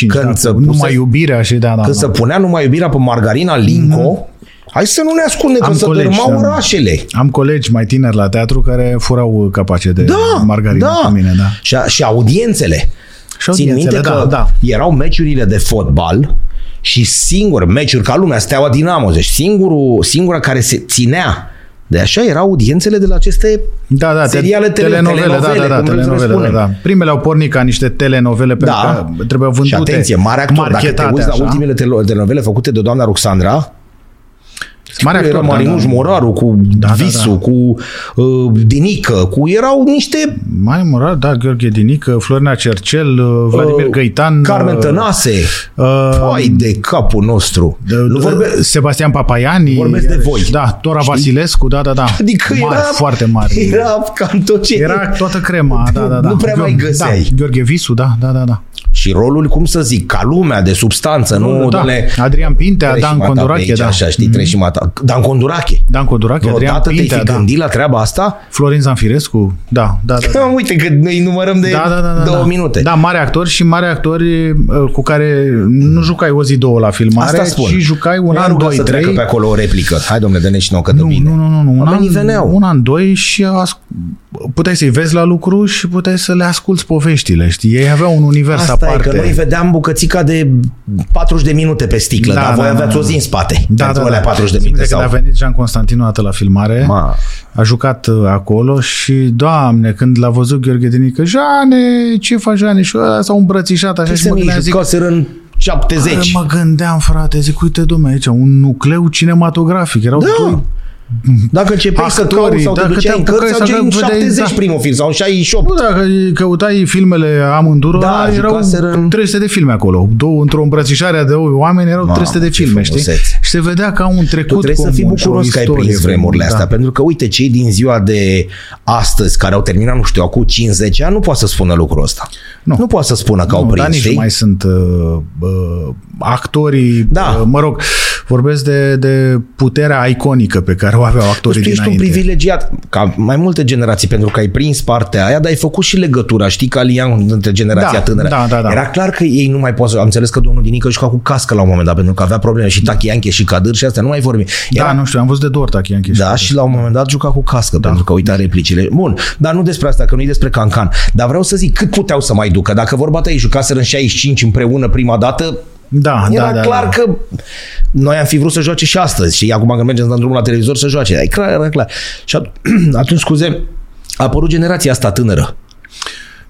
[SPEAKER 1] Când se
[SPEAKER 2] da, cu
[SPEAKER 1] puse-
[SPEAKER 2] numai iubirea și da, da.
[SPEAKER 1] Când
[SPEAKER 2] da.
[SPEAKER 1] se punea numai iubirea pe margarina Linco, hai să nu ne ascunde că
[SPEAKER 2] Mhm. Am
[SPEAKER 1] se
[SPEAKER 2] colegi,
[SPEAKER 1] dărâmau
[SPEAKER 2] da.
[SPEAKER 1] orașele.
[SPEAKER 2] Am colegi mai tineri la teatru care furau capace de
[SPEAKER 1] Da,
[SPEAKER 2] margarină
[SPEAKER 1] da.
[SPEAKER 2] cu mine, da.
[SPEAKER 1] Și, a, și audiențele. Țin
[SPEAKER 2] Și audiențele,
[SPEAKER 1] minte
[SPEAKER 2] da,
[SPEAKER 1] că
[SPEAKER 2] da.
[SPEAKER 1] erau meciurile de fotbal și singur meciuri ca lumea, Steaua Dinamo, deci singurul, singura care se ținea de așa erau audiențele de la aceste
[SPEAKER 2] Da, da, te-
[SPEAKER 1] seriale tele, telenovele,
[SPEAKER 2] da, da, da,
[SPEAKER 1] cum vrem să le
[SPEAKER 2] telenovele, da,
[SPEAKER 1] spunem.
[SPEAKER 2] da. Primele au pornit ca niște telenovele pentru
[SPEAKER 1] Da.
[SPEAKER 2] că trebuie vândute.
[SPEAKER 1] Și atenție, mare actor, dacă te
[SPEAKER 2] marchetate,
[SPEAKER 1] uiți la
[SPEAKER 2] așa.
[SPEAKER 1] ultimele tele- telenovele făcute de doamna Roxandra,
[SPEAKER 2] Mare
[SPEAKER 1] era
[SPEAKER 2] actor, da,
[SPEAKER 1] Marinuș
[SPEAKER 2] da.
[SPEAKER 1] Moraru cu
[SPEAKER 2] da,
[SPEAKER 1] Visu, cu uh, Dinică, cu erau niște
[SPEAKER 2] Mai moral, da, Gheorghe Dinică, Florina Cercel, uh, Vladimir
[SPEAKER 1] uh,
[SPEAKER 2] Găitan,
[SPEAKER 1] Carmen
[SPEAKER 2] uh,
[SPEAKER 1] Tănase,
[SPEAKER 2] uh,
[SPEAKER 1] Păi de capul nostru.
[SPEAKER 2] uh,
[SPEAKER 1] nu vorbe...
[SPEAKER 2] Sebastian Papaiani.
[SPEAKER 1] Vorbesc de
[SPEAKER 2] iarăși,
[SPEAKER 1] voi.
[SPEAKER 2] Da, Tora Vasilescu, da, da, da.
[SPEAKER 1] Adică
[SPEAKER 2] mari,
[SPEAKER 1] era,
[SPEAKER 2] foarte mari.
[SPEAKER 1] Era cam tot ce...
[SPEAKER 2] Era toată crema, da, da, da.
[SPEAKER 1] Nu prea mai
[SPEAKER 2] Gheor-
[SPEAKER 1] găseai.
[SPEAKER 2] Da, Gheorghe Visu, da, da, da, da.
[SPEAKER 1] Și rolul, cum să zic, ca lumea de substanță, nu
[SPEAKER 2] da.
[SPEAKER 1] domnule,
[SPEAKER 2] Adrian Pintea,
[SPEAKER 1] treci
[SPEAKER 2] Dan
[SPEAKER 1] mata pe
[SPEAKER 2] Condorache,
[SPEAKER 1] aici,
[SPEAKER 2] da.
[SPEAKER 1] Așa, știi, treci și mata. asta. Dan Condurache.
[SPEAKER 2] Dan Codurache, Adrian
[SPEAKER 1] Vreodată te-ai
[SPEAKER 2] Pintea,
[SPEAKER 1] fi
[SPEAKER 2] da.
[SPEAKER 1] gândit la treaba asta?
[SPEAKER 2] Florin Zanfirescu, da, da,
[SPEAKER 1] [laughs]
[SPEAKER 2] da. da.
[SPEAKER 1] Uite că noi numărăm de
[SPEAKER 2] Da, da, da, da,
[SPEAKER 1] două
[SPEAKER 2] da.
[SPEAKER 1] minute.
[SPEAKER 2] Da, mari actori și mari actori uh, cu care nu jucai o zi, două la filmare,
[SPEAKER 1] Asta spun.
[SPEAKER 2] ci jucai un
[SPEAKER 1] Ne-a
[SPEAKER 2] an,
[SPEAKER 1] rugat
[SPEAKER 2] doi,
[SPEAKER 1] să treacă
[SPEAKER 2] trei.
[SPEAKER 1] pe acolo o replică. Hai, domnule, dă-ne și nouă că dă bine.
[SPEAKER 2] Nu, nu, nu, nu. Un
[SPEAKER 1] Oamenii
[SPEAKER 2] an,
[SPEAKER 1] veneau.
[SPEAKER 2] un an, doi și as... puteai să-i vezi la lucru și puteai să le asculți poveștile, știi? Ei aveau un univers
[SPEAKER 1] Asta
[SPEAKER 2] aparte.
[SPEAKER 1] e, că noi vedeam bucățica de 40 de minute pe sticlă,
[SPEAKER 2] Da,
[SPEAKER 1] dar
[SPEAKER 2] da,
[SPEAKER 1] voi
[SPEAKER 2] da,
[SPEAKER 1] aveați
[SPEAKER 2] da.
[SPEAKER 1] o zi în spate.
[SPEAKER 2] Da,
[SPEAKER 1] pentru
[SPEAKER 2] da, da.
[SPEAKER 1] alea 40 de
[SPEAKER 2] Țin
[SPEAKER 1] minute
[SPEAKER 2] minte
[SPEAKER 1] sau...
[SPEAKER 2] Când a venit Jean Constantin o dată la filmare,
[SPEAKER 1] Ma.
[SPEAKER 2] a jucat uh, acolo și, doamne, când l-a văzut Gheorghe Dinică, Jeane, ce faci, Jeane? Și ăla s-a îmbrățișat așa și
[SPEAKER 1] Se
[SPEAKER 2] mă
[SPEAKER 1] mici,
[SPEAKER 2] gândeam, zic,
[SPEAKER 1] jucaseră în 70.
[SPEAKER 2] mă gândeam, frate, zic, uite, domne, aici un nucleu cinematografic. Erau
[SPEAKER 1] Da.
[SPEAKER 2] doi
[SPEAKER 1] Dacă începeai să
[SPEAKER 2] Actorii,
[SPEAKER 1] cauți sau te
[SPEAKER 2] dacă
[SPEAKER 1] duceai
[SPEAKER 2] te
[SPEAKER 1] în cărți,
[SPEAKER 2] apucai să
[SPEAKER 1] ajungeai în
[SPEAKER 2] vedeai,
[SPEAKER 1] 70
[SPEAKER 2] da.
[SPEAKER 1] primul film sau în 68.
[SPEAKER 2] Nu, dacă căutai filmele amândură,
[SPEAKER 1] Da,
[SPEAKER 2] da, erau
[SPEAKER 1] jucaseră în-
[SPEAKER 2] 300 de filme acolo. Două, într-o îmbrățișare a de oameni erau
[SPEAKER 1] Mamă,
[SPEAKER 2] 300 de
[SPEAKER 1] ce
[SPEAKER 2] filme, știi?
[SPEAKER 1] frumusețe.
[SPEAKER 2] Și se vedea ca un trecut
[SPEAKER 1] Tu trebuie să fii
[SPEAKER 2] comun și o
[SPEAKER 1] bucuros că ai
[SPEAKER 2] istorie Da.
[SPEAKER 1] prins vremurile
[SPEAKER 2] comună,
[SPEAKER 1] astea, pentru că uite, cei din ziua de astăzi, care au terminat, nu știu, acum 50 ani, nu poate să spună lucrul ăsta.
[SPEAKER 2] Nu.
[SPEAKER 1] Nu poate să spună că au
[SPEAKER 2] Nu, dar
[SPEAKER 1] prins,
[SPEAKER 2] nici nu
[SPEAKER 1] știi?
[SPEAKER 2] mai sunt uh, uh, actorii,
[SPEAKER 1] Da.
[SPEAKER 2] uh, mă rog, vorbesc de, de puterea iconică pe care o aveau actorii
[SPEAKER 1] Tu ești un
[SPEAKER 2] dinainte.
[SPEAKER 1] privilegiat, ca mai multe generații, pentru că ai prins partea aia, dar ai făcut și legătura, știi, ca alian între generația
[SPEAKER 2] Da,
[SPEAKER 1] tânără.
[SPEAKER 2] da, da, da.
[SPEAKER 1] Era clar că ei nu mai pot să... Am înțeles că domnul Dinică juca cu cască la un moment dat, pentru că avea probleme și Tachianche și Cadâr și astea, nu mai vorbim. Era
[SPEAKER 2] Da, nu știu, am văzut de două ori Tachianchi.
[SPEAKER 1] Da, și la un moment dat juca cu cască, da. pentru că uita replicile. Bun, dar nu despre asta, că nu e despre cancan. Dar vreau să zic, cât puteau să mai ducă? Dacă vorba ta ei jucaseră în 65 împreună prima dată,
[SPEAKER 2] da,
[SPEAKER 1] era
[SPEAKER 2] da, da,
[SPEAKER 1] clar
[SPEAKER 2] da.
[SPEAKER 1] că noi am fi vrut să joace și astăzi. Și acum când mergem să dăm drumul la televizor să joace. Era clar, era clar. Și at- [clears throat] atunci, scuze, a apărut generația asta tânără.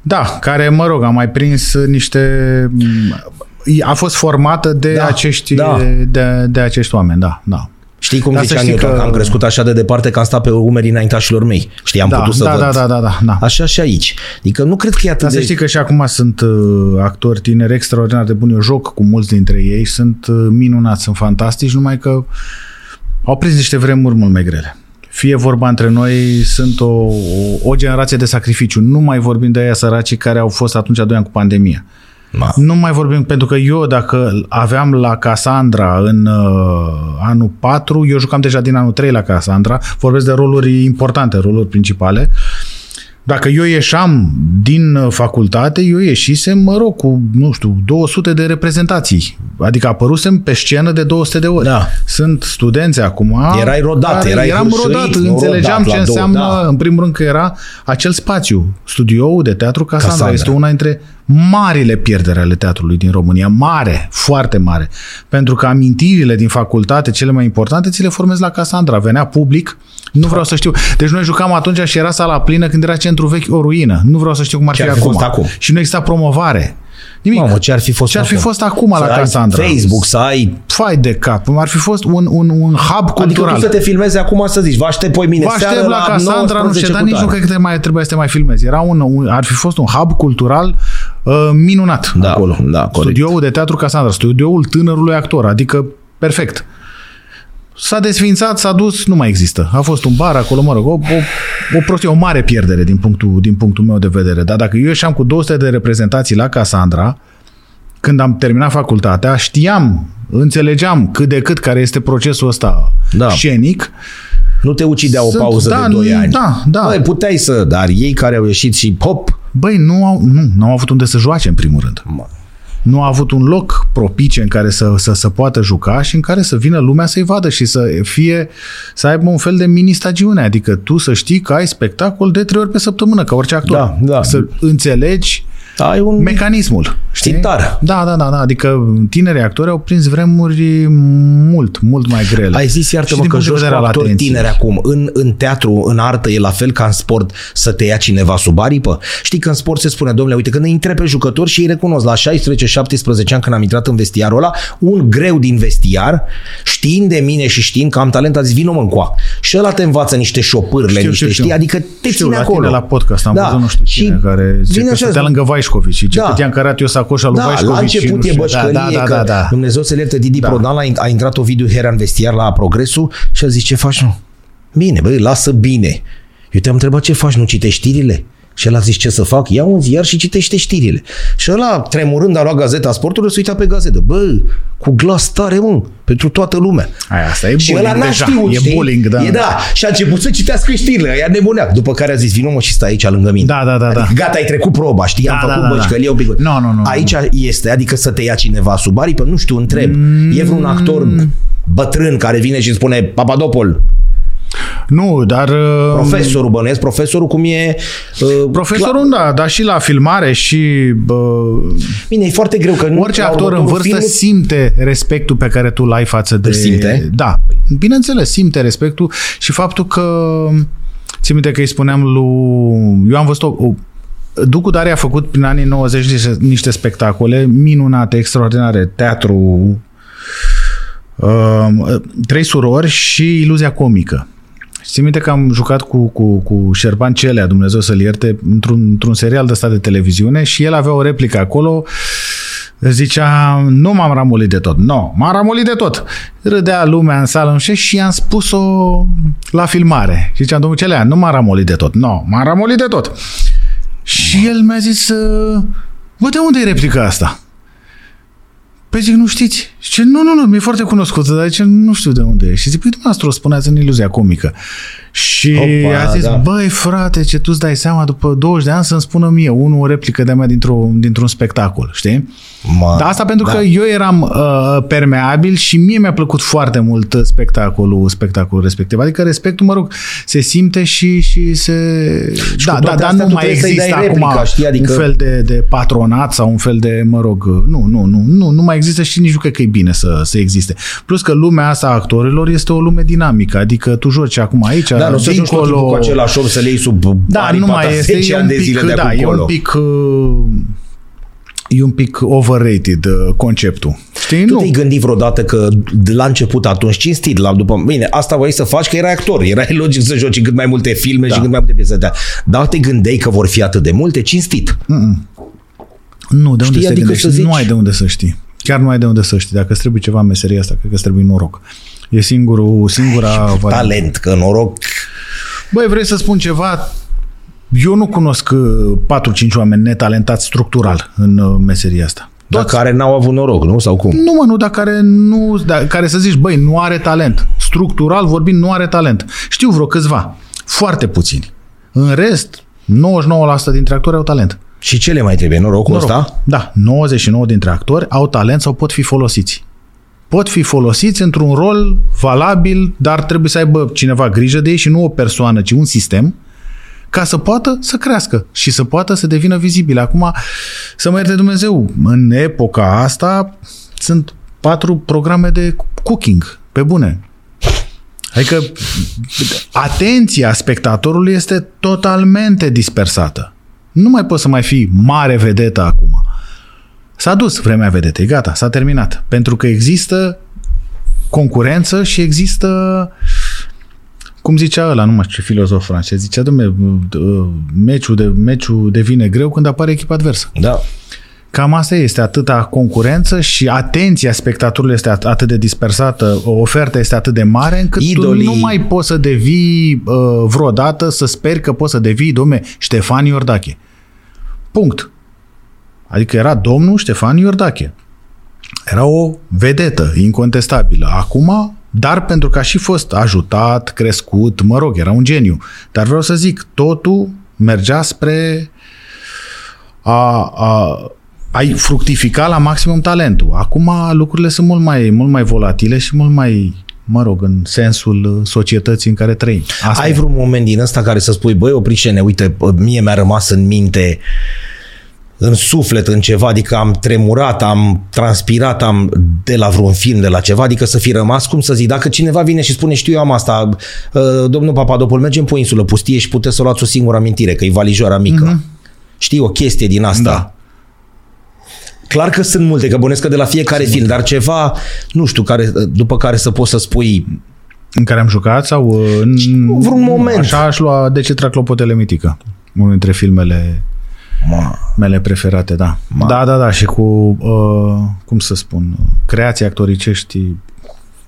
[SPEAKER 2] Da, care, mă rog, a mai prins niște... mm, A fost formată de,
[SPEAKER 1] Da,
[SPEAKER 2] da, acești,
[SPEAKER 1] da.
[SPEAKER 2] da. De, de acești oameni, da, da.
[SPEAKER 1] Știi cum
[SPEAKER 2] Da, să
[SPEAKER 1] zicea
[SPEAKER 2] știi
[SPEAKER 1] Newton, că...
[SPEAKER 2] că-
[SPEAKER 1] am crescut așa de departe că am stat pe umerii înaintașilor mei. Știi, am
[SPEAKER 2] da,
[SPEAKER 1] putut să
[SPEAKER 2] da,
[SPEAKER 1] văd.
[SPEAKER 2] da, da, da, da, da.
[SPEAKER 1] Așa și aici. Adică nu cred că e atât
[SPEAKER 2] Dar
[SPEAKER 1] de...
[SPEAKER 2] să știi că și acum sunt uh, actori tineri extraordinar de buni. Eu joc cu mulți dintre ei, sunt uh, minunați, sunt fantastici, numai că au prins niște vremuri mult mai grele. Fie vorba între noi, sunt o, o, o generație de sacrificiu. Nu mai vorbim de aia săracii care au fost atunci doi ani cu pandemia.
[SPEAKER 1] Ma.
[SPEAKER 2] Nu mai vorbim, pentru că eu dacă aveam la Cassandra în uh, anul 4, eu jucam deja din anul 3 la Cassandra, vorbesc de roluri importante, roluri principale. Dacă eu ieșam din uh, facultate, eu ieșisem, mă rog, cu, nu știu, 200 de reprezentații. Adică apărusem pe scenă de 200 de ori.
[SPEAKER 1] Da.
[SPEAKER 2] Sunt studenți acum.
[SPEAKER 1] Erai rodat,
[SPEAKER 2] care-
[SPEAKER 1] erai
[SPEAKER 2] Eram
[SPEAKER 1] hârșuit,
[SPEAKER 2] rodat,
[SPEAKER 1] nu
[SPEAKER 2] înțelegeam
[SPEAKER 1] rodat la
[SPEAKER 2] ce
[SPEAKER 1] două,
[SPEAKER 2] înseamnă,
[SPEAKER 1] da.
[SPEAKER 2] în primul rând, că era acel spațiu, studioul de teatru Cassandra.
[SPEAKER 1] Cassandra.
[SPEAKER 2] Cassandra. Este una dintre marile pierdere ale teatrului din România. Mare, foarte mare. Pentru că amintirile din facultate, cele mai importante, ți le formezi la Cassandra. Venea public, nu vreau să știu. Deci noi jucam atunci și era sala plină când era centru vechi o ruină. Nu vreau să știu cum ar
[SPEAKER 1] Ce
[SPEAKER 2] fi,
[SPEAKER 1] ar fi
[SPEAKER 2] acum.
[SPEAKER 1] fost acum?
[SPEAKER 2] Și nu exista promovare. Nimic.
[SPEAKER 1] Mamă, ce ar fi fost
[SPEAKER 2] ce ar fi
[SPEAKER 1] acum?
[SPEAKER 2] fost acum la
[SPEAKER 1] să ai
[SPEAKER 2] Cassandra?
[SPEAKER 1] Facebook, să ai
[SPEAKER 2] Fai de cap. Ar fi fost un, un, un hub
[SPEAKER 1] Adică
[SPEAKER 2] cultural.
[SPEAKER 1] tu să te filmezi acum să zici, vă aștept poi mine
[SPEAKER 2] Vă aștept
[SPEAKER 1] seară
[SPEAKER 2] la Cassandra, nu știu,
[SPEAKER 1] 19
[SPEAKER 2] dar nici
[SPEAKER 1] cu
[SPEAKER 2] nu
[SPEAKER 1] tare.
[SPEAKER 2] cred că te mai trebuia să te mai filmezi. Era un, un, ar fi fost un hub cultural uh, minunat
[SPEAKER 1] Da,
[SPEAKER 2] acolo.
[SPEAKER 1] da, corect.
[SPEAKER 2] Studioul de teatru Cassandra, studioul tânărului actor, adică perfect. S-a desfințat, s-a dus, nu mai există. A fost un bar acolo, mă rog, o, o, o prostie, o mare pierdere din punctul, din punctul meu de vedere. Dar dacă eu ieșeam cu 200 de reprezentații la Cassandra, când am terminat facultatea, știam, înțelegeam cât de cât care este procesul ăsta
[SPEAKER 1] Da.
[SPEAKER 2] scenic,
[SPEAKER 1] Nu te ucidea o
[SPEAKER 2] Sunt-
[SPEAKER 1] pauză
[SPEAKER 2] da,
[SPEAKER 1] de 2
[SPEAKER 2] nu-
[SPEAKER 1] ani.
[SPEAKER 2] da, da.
[SPEAKER 1] Băi, puteai să, dar ei care au ieșit și hop,
[SPEAKER 2] Băi, nu au, nu, nu au avut unde să joace, în primul rând.
[SPEAKER 1] Mă.
[SPEAKER 2] Nu a avut un loc propice în care să, să, să poată juca și în care să vină lumea să-i vadă și să fie, să aibă un fel de mini-stagiune. Adică tu să știi că ai spectacol de trei ori pe săptămână, ca orice actor.
[SPEAKER 1] Da, da.
[SPEAKER 2] Să înțelegi
[SPEAKER 1] ai un...
[SPEAKER 2] mecanismul.
[SPEAKER 1] Țintar.
[SPEAKER 2] Da, da, da, da. Adică tinerii actori au prins vremuri mult, mult mai grele.
[SPEAKER 1] Ai zis,
[SPEAKER 2] Și
[SPEAKER 1] iartă-mă,
[SPEAKER 2] din
[SPEAKER 1] că
[SPEAKER 2] punct de
[SPEAKER 1] joci cu
[SPEAKER 2] vedere al
[SPEAKER 1] actori
[SPEAKER 2] atenției.
[SPEAKER 1] tineri acum. În, în teatru, în artă, e la fel ca în sport să te ia cineva sub aripă. Știi că în sport se spune, domnule, uite, când îi întreb pe jucători și îi recunosc, la 16-17 ani când am intrat în vestiarul ăla, un greu din vestiar, știind de mine și știind că am talent, a zis, vină mă încoa. Și ăla te învață niște șopârle,
[SPEAKER 2] Știu,
[SPEAKER 1] niște,
[SPEAKER 2] știu, știu.
[SPEAKER 1] știi, adică te
[SPEAKER 2] Știu,
[SPEAKER 1] ține
[SPEAKER 2] la
[SPEAKER 1] acolo.
[SPEAKER 2] Tine, la podcast am da. văzut nu știu cine
[SPEAKER 1] Și
[SPEAKER 2] care zice
[SPEAKER 1] vine
[SPEAKER 2] că
[SPEAKER 1] așa,
[SPEAKER 2] stătea lângă Vaișcovici și
[SPEAKER 1] Da.
[SPEAKER 2] da. cât i-am cărat eu sacoșa lui
[SPEAKER 1] Da,
[SPEAKER 2] Vaișcovici.
[SPEAKER 1] la
[SPEAKER 2] și nu
[SPEAKER 1] început e
[SPEAKER 2] știu-
[SPEAKER 1] bășcălie,
[SPEAKER 2] da, da, da, da, da.
[SPEAKER 1] Dumnezeu să-l ierte, Didi da.
[SPEAKER 2] Da.
[SPEAKER 1] Prodan a, a intrat Ovidiu Hera în vestiar la Progresul și a zis, ce faci, nu? Bine, băi, lasă bine. Eu te-am întrebat ce faci, nu citești știrile? Și el a zis ce să fac? Ia un ziar și citește știrile. Și ăla, tremurând, a luat gazeta sportului și s-a uitat pe gazetă. Bă, cu glas tare, mă, pentru toată lumea.
[SPEAKER 2] Aia, asta e
[SPEAKER 1] și
[SPEAKER 2] bullying
[SPEAKER 1] ăla n-a
[SPEAKER 2] deja.
[SPEAKER 1] știut,
[SPEAKER 2] E
[SPEAKER 1] știi?
[SPEAKER 2] bullying, da,
[SPEAKER 1] E,
[SPEAKER 2] da.
[SPEAKER 1] da. Și a început să citească știrile, ea nebunea. După care a zis, vină mă și stai aici lângă mine.
[SPEAKER 2] Da, da, da, da.
[SPEAKER 1] Adică, gata, ai trecut proba, știi, am
[SPEAKER 2] Da, da,
[SPEAKER 1] făcut
[SPEAKER 2] da, da.
[SPEAKER 1] bășcălie, un pic.
[SPEAKER 2] Nu, nu, nu,
[SPEAKER 1] Aici este, adică să te ia cineva sub aripă, nu știu, întreb. E
[SPEAKER 2] Mm.
[SPEAKER 1] vreun actor bătrân care vine și îmi spune, Papadopol,
[SPEAKER 2] Nu, dar... uh,
[SPEAKER 1] profesorul bănuiesc, profesorul cum e... Uh,
[SPEAKER 2] Profesorul, da, dar și la filmare și uh,
[SPEAKER 1] Bine, e foarte greu că nu...
[SPEAKER 2] orice
[SPEAKER 1] la
[SPEAKER 2] actor în
[SPEAKER 1] următorul
[SPEAKER 2] vârstă
[SPEAKER 1] film-
[SPEAKER 2] simte respectul pe care tu l-ai față de...
[SPEAKER 1] simte?
[SPEAKER 2] Da, bineînțeles, simte respectul și faptul că... Țin minte că îi spuneam lui... Eu am văzut o... o Ducu Dare a făcut prin anii 90 niște, niște spectacole minunate, extraordinare, teatru, um, Trei surori și Iluzia comică. Și țin minte că am jucat cu, cu, cu Șerban Celea, Dumnezeu să-l ierte, într-un, într-un serial de stat de televiziune și el avea o replică acolo, zicea, nu m-am ramulit de tot, nu, no, m-am ramulit de tot. Râdea lumea în sală nu știu, ce, și i-am spus-o la filmare. Și ziceam, domnul Celea, nu m-am ramulit de tot, nu, no, m-am ramulit de tot. Și el mi-a zis, bă, de unde e replica asta? Păi zic, nu știți? Și zice, nu, nu, nu, mi-e foarte cunoscută, dar zice, nu știu de unde e. Și zic, păi dumneavoastră o spuneați în iluzia comică. Și
[SPEAKER 1] Opa,
[SPEAKER 2] Opa, a zis,
[SPEAKER 1] da.
[SPEAKER 2] da. băi frate, ce tu-ți dai seama după 20 de ani să-mi spună mie unul o replică de-a mea dintr-o, dintr-un spectacol, știi?
[SPEAKER 1] Mă,
[SPEAKER 2] Dar asta pentru da. că eu eram uh, permeabil și mie mi-a plăcut foarte mult uh, spectacolul, spectacolul respectiv. Adică respectul, mă rog, se simte și, și se... Și da,
[SPEAKER 1] cu
[SPEAKER 2] da,
[SPEAKER 1] toate
[SPEAKER 2] dar
[SPEAKER 1] astea
[SPEAKER 2] nu
[SPEAKER 1] tu
[SPEAKER 2] mai
[SPEAKER 1] trebuie să-i
[SPEAKER 2] există
[SPEAKER 1] dai
[SPEAKER 2] acum
[SPEAKER 1] replica, știi? Adică-
[SPEAKER 2] un fel de, de patronat sau un fel de, mă rog, uh, nu, nu, nu, nu, nu mai există și nici nu cred că e bine să, să existe. Plus că lumea asta a actorilor este o lume dinamică, adică tu joci acum aici,
[SPEAKER 1] Da, nu o să ajungi tot timpul
[SPEAKER 2] dincolo...
[SPEAKER 1] cu același om să le iei sub
[SPEAKER 2] Da,
[SPEAKER 1] aripa ta
[SPEAKER 2] nu mai este,
[SPEAKER 1] 10
[SPEAKER 2] e un
[SPEAKER 1] ani de
[SPEAKER 2] pic,
[SPEAKER 1] zile de
[SPEAKER 2] da, e
[SPEAKER 1] acolo.
[SPEAKER 2] un pic... uh, E un pic overrated uh, conceptul. Știi?
[SPEAKER 1] Tu
[SPEAKER 2] Nu.
[SPEAKER 1] te-ai gândit vreodată că de la început, atunci cinstit, la după... Bine, asta voiai să faci că erai [laughs] actor, era logic să joci în cât mai multe filme da. și în cât mai multe piese de teatru. Dar te gândeai că vor fi atât de multe cinstit.
[SPEAKER 2] Nu, de unde
[SPEAKER 1] Știi,
[SPEAKER 2] să te
[SPEAKER 1] adică
[SPEAKER 2] gândești?
[SPEAKER 1] să zici-
[SPEAKER 2] Nu ai de unde să știi. Chiar nu ai de unde să știi. Dacă îți trebuie ceva în meseria asta, cred că îți trebuie noroc. E singurul, singura... variantă.
[SPEAKER 1] Talent, că noroc.
[SPEAKER 2] Băi, vrei să spun ceva? Eu nu cunosc uh, 4-5 oameni netalentați structural în uh, meseria asta.
[SPEAKER 1] Dar care n-au avut noroc, nu? Sau cum?
[SPEAKER 2] Nu, mă, nu, dar care, nu, dar care să zici, băi, nu are talent. Structural vorbind, nu are talent. Știu vreo câțiva, foarte puțini. În rest, 99% dintre actori au talent.
[SPEAKER 1] Și ce le mai trebuie? Norocul
[SPEAKER 2] Noroc.
[SPEAKER 1] ăsta?
[SPEAKER 2] Da, 99 dintre actori au talent sau pot fi folosiți. Pot fi folosiți într-un rol valabil, dar trebuie să aibă cineva grijă de ei și nu o persoană, ci un sistem ca să poată să crească și să poată să devină vizibile. Acum, să mă ierte Dumnezeu, în epoca asta sunt patru programe de cooking, pe bune. Adică atenția spectatorului este totalmente dispersată. Nu mai poți să mai fii mare vedetă acum. S-a dus vremea vedetei, gata, s-a terminat. Pentru că există concurență și există cum zicea ăla, nu mai știu ce filozof francez, zicea, domne, meciul, de, meciul devine greu când apare echipa adversă.
[SPEAKER 1] Da.
[SPEAKER 2] Cam asta este, atâta concurență și atenția spectatorului este at- atât de dispersată, oferta este atât de mare încât
[SPEAKER 1] Idolii-
[SPEAKER 2] tu nu mai poți să devii uh, vreodată, să speri că poți să devii, domne, Ștefan Iordache. Punct. Adică era domnul Ștefan Iordache. Era o vedetă incontestabilă. Acum, dar pentru că a și fost ajutat, crescut, mă rog, era un geniu. Dar vreau să zic, totul mergea spre a, a, ai fructifica la maximum talentul. Acum lucrurile sunt mult mai, mult mai volatile și mult mai, mă rog, în sensul uh, societății în care trăim. Asta
[SPEAKER 1] Ai
[SPEAKER 2] e.
[SPEAKER 1] vreun moment din ăsta care să spui, băi, opriște-ne, uite, mie mi-a rămas în minte, în suflet, în ceva, adică am tremurat, am transpirat, am de la vreun film, de la ceva, adică să fi rămas, cum să zic, dacă cineva vine și spune, știu eu am asta, uh, domnul Papadopol, mergem pe o insulă pustie și puteți să luați o singură amintire, că e valijoara mică. Mm-hmm. Știi, o chestie din asta.
[SPEAKER 2] Mhm. Da.
[SPEAKER 1] Clar că sunt multe, că bănesc că de la fiecare film, dar ceva, nu știu, care, după care să poți să spui,
[SPEAKER 2] În care am jucat sau uh, în
[SPEAKER 1] Vreun moment.
[SPEAKER 2] Așa aș lua De ce trac clopotele mitică? Unul dintre filmele
[SPEAKER 1] mă,
[SPEAKER 2] mele preferate, da.
[SPEAKER 1] Ma.
[SPEAKER 2] Da, da, da, și cu, uh, cum să spun, creații actoricești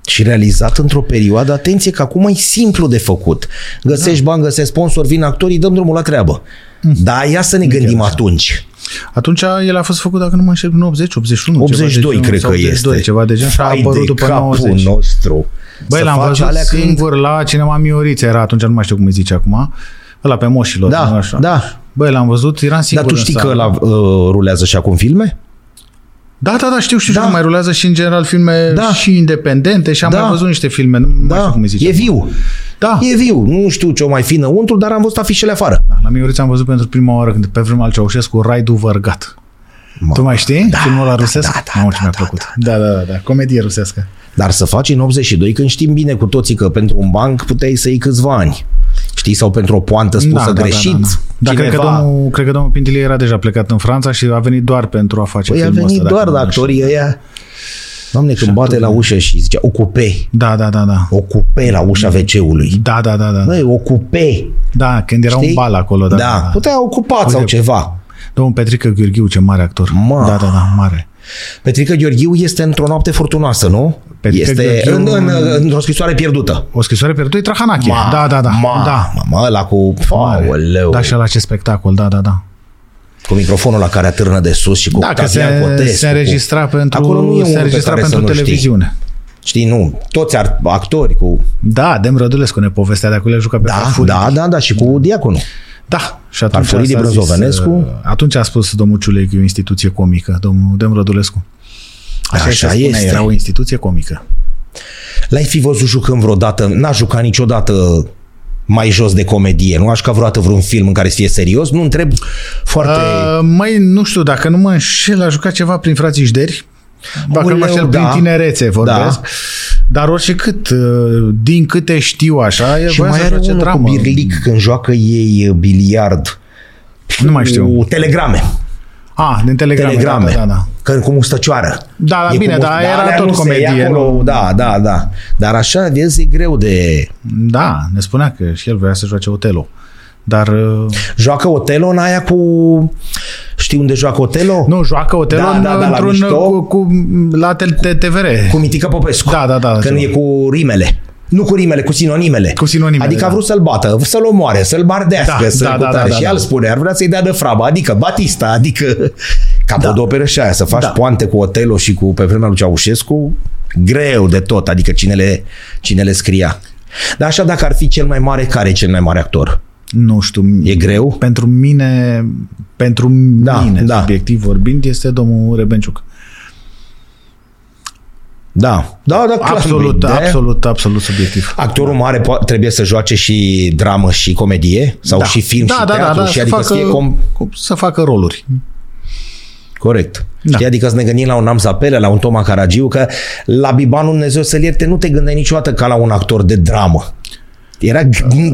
[SPEAKER 1] și realizat într-o perioadă, atenție că acum e simplu de făcut.
[SPEAKER 2] Mhm.
[SPEAKER 1] Da, Găsești da. bani, găsești sponsor, vin actorii, dăm drumul la treabă. Mm. Dar ia să ne gândim atunci.
[SPEAKER 2] Atunci el a fost făcut, dacă nu mă înșel, în 80, 81,
[SPEAKER 1] 82
[SPEAKER 2] ceva de
[SPEAKER 1] cred
[SPEAKER 2] genul,
[SPEAKER 1] că
[SPEAKER 2] sau 82,
[SPEAKER 1] este.
[SPEAKER 2] ceva de genul și a
[SPEAKER 1] Hai
[SPEAKER 2] apărut
[SPEAKER 1] de
[SPEAKER 2] după
[SPEAKER 1] capul
[SPEAKER 2] 90.
[SPEAKER 1] nostru.
[SPEAKER 2] Băi,
[SPEAKER 1] Să
[SPEAKER 2] l-am
[SPEAKER 1] faci
[SPEAKER 2] văzut
[SPEAKER 1] alea când-
[SPEAKER 2] singur la Cinema Miorița, era atunci, nu mai știu cum îi zice acum, ăla pe moșilor.
[SPEAKER 1] Da,
[SPEAKER 2] nu așa.
[SPEAKER 1] da.
[SPEAKER 2] Băi, l-am văzut, eram singur
[SPEAKER 1] Dar tu
[SPEAKER 2] în
[SPEAKER 1] știi
[SPEAKER 2] sală.
[SPEAKER 1] că la uh, rulează și acum filme?
[SPEAKER 2] Da, da, da, știu, știu,
[SPEAKER 1] Da.
[SPEAKER 2] da. mai rulează și în general filme
[SPEAKER 1] Da.
[SPEAKER 2] da. și independente și am
[SPEAKER 1] Da.
[SPEAKER 2] da. mai văzut niște filme, nu da. mai știu cum îi zice.
[SPEAKER 1] e viu.
[SPEAKER 2] Da.
[SPEAKER 1] E viu. Nu știu ce o mai fi înăuntru, dar am văzut afișele afară.
[SPEAKER 2] Da, La Miorița am văzut pentru prima oară când pe vremea al Ceaușescu Raidu Vărgat.
[SPEAKER 1] Mamă,
[SPEAKER 2] Tu mai știi?
[SPEAKER 1] da,
[SPEAKER 2] Da, Filmul ăla
[SPEAKER 1] da,
[SPEAKER 2] rusesc?
[SPEAKER 1] da, da,
[SPEAKER 2] Mamă, ce
[SPEAKER 1] da,
[SPEAKER 2] mi-a
[SPEAKER 1] da,
[SPEAKER 2] plăcut. Da, da, da, da, comedie rusească.
[SPEAKER 1] Dar să faci în 82 când știm bine cu toții că pentru un banc puteai să iei câțiva ani. Știi? Sau pentru o poantă spusă greșit.
[SPEAKER 2] Da, da. Dar cred că,
[SPEAKER 1] cineva-
[SPEAKER 2] domnul, cred că domnul Pintilie era deja plecat în Franța și a venit doar pentru a face
[SPEAKER 1] Păi a
[SPEAKER 2] filmul
[SPEAKER 1] venit
[SPEAKER 2] ăsta,
[SPEAKER 1] doar
[SPEAKER 2] dacă
[SPEAKER 1] de
[SPEAKER 2] nu mă înșel.
[SPEAKER 1] actorii ăia. Doamne, când bate la ușă și zice ocupe,
[SPEAKER 2] Da, da, da, da.
[SPEAKER 1] ocupe la ușa WC-ului.
[SPEAKER 2] Da, da, da, da.
[SPEAKER 1] Băi, ocupe.
[SPEAKER 2] Da, când era
[SPEAKER 1] Știi?
[SPEAKER 2] un bal acolo. Da, da. da.
[SPEAKER 1] Putea ocupat sau ceva.
[SPEAKER 2] Domnul Petrică Gheorghiu, ce mare actor.
[SPEAKER 1] Ma.
[SPEAKER 2] Da, da, da, mare.
[SPEAKER 1] Petrică Gheorghiu este într-o noapte furtunoasă, nu?
[SPEAKER 2] Petrică
[SPEAKER 1] este
[SPEAKER 2] Gheorghiu-
[SPEAKER 1] în, în, într-o scrisoare pierdută.
[SPEAKER 2] O scrisoare pierdută e Trahanache. da, da, da.
[SPEAKER 1] Ma,
[SPEAKER 2] da.
[SPEAKER 1] Mă, ăla cu...
[SPEAKER 2] Mare.
[SPEAKER 1] Aoleu,
[SPEAKER 2] Da, și la ce spectacol, da, da, da.
[SPEAKER 1] cu microfonul la care atârnă de sus și cu
[SPEAKER 2] Da, că
[SPEAKER 1] Octavian
[SPEAKER 2] se,
[SPEAKER 1] Cotescu,
[SPEAKER 2] se înregistra
[SPEAKER 1] cu...
[SPEAKER 2] pentru,
[SPEAKER 1] Acolo nu e
[SPEAKER 2] se
[SPEAKER 1] unul pe
[SPEAKER 2] înregistra
[SPEAKER 1] care să
[SPEAKER 2] pentru
[SPEAKER 1] nu televiziune.
[SPEAKER 2] televiziune.
[SPEAKER 1] Știi. știi, nu. Toți ar, actori cu...
[SPEAKER 2] Da, Dem Rădulescu ne povestea de acolo, el juca pe
[SPEAKER 1] Da,
[SPEAKER 2] Farfurii.
[SPEAKER 1] da, da, da, și cu Diaconul.
[SPEAKER 2] Da, și atunci
[SPEAKER 1] Farfurii
[SPEAKER 2] asta
[SPEAKER 1] din
[SPEAKER 2] a zis,
[SPEAKER 1] Brânzovenescu.
[SPEAKER 2] uh, atunci a spus domnul Ciulei că e o instituție comică, domnul Dem Rădulescu. Așa,
[SPEAKER 1] Așa
[SPEAKER 2] așa spune,
[SPEAKER 1] este.
[SPEAKER 2] era o instituție comică.
[SPEAKER 1] L-ai fi văzut jucând vreodată, n-a jucat niciodată mai jos de comedie, nu aș ca vreodată vreun film în care să fie serios, nu întreb foarte...
[SPEAKER 2] Uh, mai nu știu, dacă nu mă înșel, a jucat ceva prin frații Jderi, dacă nu mă
[SPEAKER 1] Uleu,
[SPEAKER 2] înșel,
[SPEAKER 1] da.
[SPEAKER 2] prin tinerețe vorbesc.
[SPEAKER 1] Da.
[SPEAKER 2] Dar orice cât, uh, din câte știu așa, el
[SPEAKER 1] și
[SPEAKER 2] voia
[SPEAKER 1] mai
[SPEAKER 2] să
[SPEAKER 1] are
[SPEAKER 2] joace
[SPEAKER 1] unul
[SPEAKER 2] dramă.
[SPEAKER 1] cu Birlic când joacă ei uh, biliard.
[SPEAKER 2] Nu mai știu.
[SPEAKER 1] Cu telegrame.
[SPEAKER 2] Ah, din telegrame.
[SPEAKER 1] Telegrame.
[SPEAKER 2] Da, da, da.
[SPEAKER 1] Că cu mustăcioară.
[SPEAKER 2] Da, da,
[SPEAKER 1] E cu
[SPEAKER 2] bine,
[SPEAKER 1] must-
[SPEAKER 2] dar era
[SPEAKER 1] alea
[SPEAKER 2] tot
[SPEAKER 1] nu se- e
[SPEAKER 2] comedie,
[SPEAKER 1] Acolo,
[SPEAKER 2] nu?
[SPEAKER 1] Da, da, da. Dar așa, vezi, e greu de...
[SPEAKER 2] da. da, ne spunea că și el voia să joace Otelo. Dar uh,
[SPEAKER 1] Joacă Otelo în aia cu... Știi unde joacă Otelo?
[SPEAKER 2] nu, joacă Otelo
[SPEAKER 1] Da, da, da, la
[SPEAKER 2] în, într-un
[SPEAKER 1] mișto.
[SPEAKER 2] cu, cu, la tel- te- TVR.
[SPEAKER 1] Cu Mitică Popescu.
[SPEAKER 2] Da, da, da,
[SPEAKER 1] Când
[SPEAKER 2] ceva.
[SPEAKER 1] e cu rimele. Nu cu rimele, cu sinonimele.
[SPEAKER 2] Cu sinonimele,
[SPEAKER 1] Adică a
[SPEAKER 2] da.
[SPEAKER 1] vrut să-l bată, să-l omoare, să-l bardească,
[SPEAKER 2] Da,
[SPEAKER 1] să-l
[SPEAKER 2] da, da,
[SPEAKER 1] cutare.
[SPEAKER 2] da, da,
[SPEAKER 1] și
[SPEAKER 2] da.
[SPEAKER 1] el spune, ar vrea să-i dea de frabă, adică Batista, adică capodoperă și aia, să faci
[SPEAKER 2] Da.
[SPEAKER 1] poante cu Otelo și cu pe vremea lui Ceaușescu, greu de tot, adică cine le, cine le scria. Dar așa dacă ar fi cel mai mare, care e cel mai mare actor?
[SPEAKER 2] Nu știu.
[SPEAKER 1] E greu?
[SPEAKER 2] Pentru mine, pentru
[SPEAKER 1] Da,
[SPEAKER 2] mine,
[SPEAKER 1] da.
[SPEAKER 2] subiectiv vorbind, este domnul Rebenciuc.
[SPEAKER 1] Da. Da, da, clar,
[SPEAKER 2] Absolut,
[SPEAKER 1] nu-i de-
[SPEAKER 2] absolut, absolut subiectiv.
[SPEAKER 1] Actorul mare po- trebuie să joace și dramă și comedie? Sau
[SPEAKER 2] da.
[SPEAKER 1] și film
[SPEAKER 2] da,
[SPEAKER 1] și
[SPEAKER 2] da,
[SPEAKER 1] teatru?
[SPEAKER 2] da, da,
[SPEAKER 1] și
[SPEAKER 2] să
[SPEAKER 1] adică să
[SPEAKER 2] facă,
[SPEAKER 1] fie com-
[SPEAKER 2] cum- să facă roluri.
[SPEAKER 1] Corect. Da.
[SPEAKER 2] Da.
[SPEAKER 1] Știi, adică să ne gândim la un Amza Pelea, la un Toma Caragiu, că la Bibanul Dumnezeu să-l ierte, nu te gândeai niciodată ca la un actor de dramă. Era,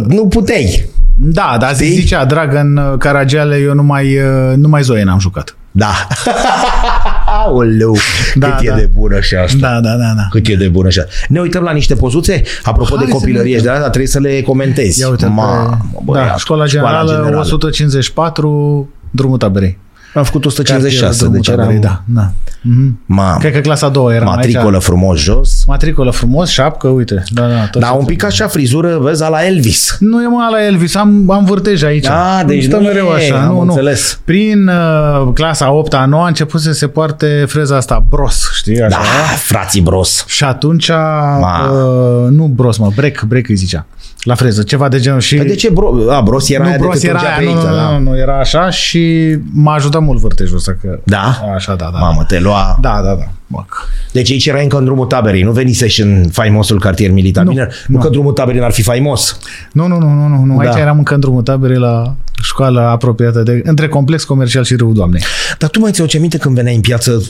[SPEAKER 1] nu puteai.
[SPEAKER 2] Da, dar se zicea, Dragan Caragiale, eu numai, uh, numai Zoe n-am jucat.
[SPEAKER 1] Da. [laughs] Aoleu, da,
[SPEAKER 2] Da,
[SPEAKER 1] cât da.
[SPEAKER 2] da.
[SPEAKER 1] e de bună și asta.
[SPEAKER 2] Da, da, da, da.
[SPEAKER 1] Cât e de bună și asta. Ne uităm la niște pozuțe? Apropo
[SPEAKER 2] Hai
[SPEAKER 1] de
[SPEAKER 2] să ne
[SPEAKER 1] copilărie și de
[SPEAKER 2] uităm.
[SPEAKER 1] asta, trebuie să le comentezi.
[SPEAKER 2] Ia uite,
[SPEAKER 1] Ma,
[SPEAKER 2] pe,
[SPEAKER 1] bă,
[SPEAKER 2] da, școala, generală, 154, drumul taberei.
[SPEAKER 1] Am făcut
[SPEAKER 2] Cartierul
[SPEAKER 1] 156,
[SPEAKER 2] Drumul
[SPEAKER 1] deci eram...
[SPEAKER 2] Taberei, Da, da. Mhm.
[SPEAKER 1] Ma,
[SPEAKER 2] Cred că clasa a doua era
[SPEAKER 1] matricolă
[SPEAKER 2] aici.
[SPEAKER 1] frumos jos.
[SPEAKER 2] Matricolă frumos, șapcă, uite. Da, da, tot
[SPEAKER 1] Dar
[SPEAKER 2] ce-
[SPEAKER 1] un pic așa frizură, vezi, a la Elvis.
[SPEAKER 2] Nu e mă la Elvis, am, am vârtej aici.
[SPEAKER 1] Ah, deci
[SPEAKER 2] Stă
[SPEAKER 1] nu
[SPEAKER 2] mereu
[SPEAKER 1] e,
[SPEAKER 2] așa.
[SPEAKER 1] am
[SPEAKER 2] nu, nu.
[SPEAKER 1] înțeles.
[SPEAKER 2] Prin uh, clasa 8 a 9 a început să se poarte freza asta bros, știi? Așa.
[SPEAKER 1] Da, frații bros.
[SPEAKER 2] Și atunci,
[SPEAKER 1] Ma.
[SPEAKER 2] uh, nu bros, mă, break, break îi zicea, la freză, ceva de genul. Și
[SPEAKER 1] Păi de ce bro? A, bros era
[SPEAKER 2] nu
[SPEAKER 1] aia
[SPEAKER 2] bros
[SPEAKER 1] de
[SPEAKER 2] era aia, nu,
[SPEAKER 1] aici,
[SPEAKER 2] nu,
[SPEAKER 1] da.
[SPEAKER 2] nu, nu, era așa și m-a ajutat mult vârtejul ăsta că...
[SPEAKER 1] Da?
[SPEAKER 2] Așa, da, da.
[SPEAKER 1] Mamă, te lua.
[SPEAKER 2] Da, da, da. Bac.
[SPEAKER 1] Deci aici erai încă în drumul taberei, nu venise și în faimosul cartier militar. Nu, Bine, nu. că drumul taberei n-ar fi faimos.
[SPEAKER 2] Nu, nu, nu, nu, nu, nu. Aici
[SPEAKER 1] Da.
[SPEAKER 2] eram încă în drumul taberei la școala apropiată de, între complex comercial și Râul Doamnei.
[SPEAKER 1] Dar tu mai ți-o ce minte când veneai în piață,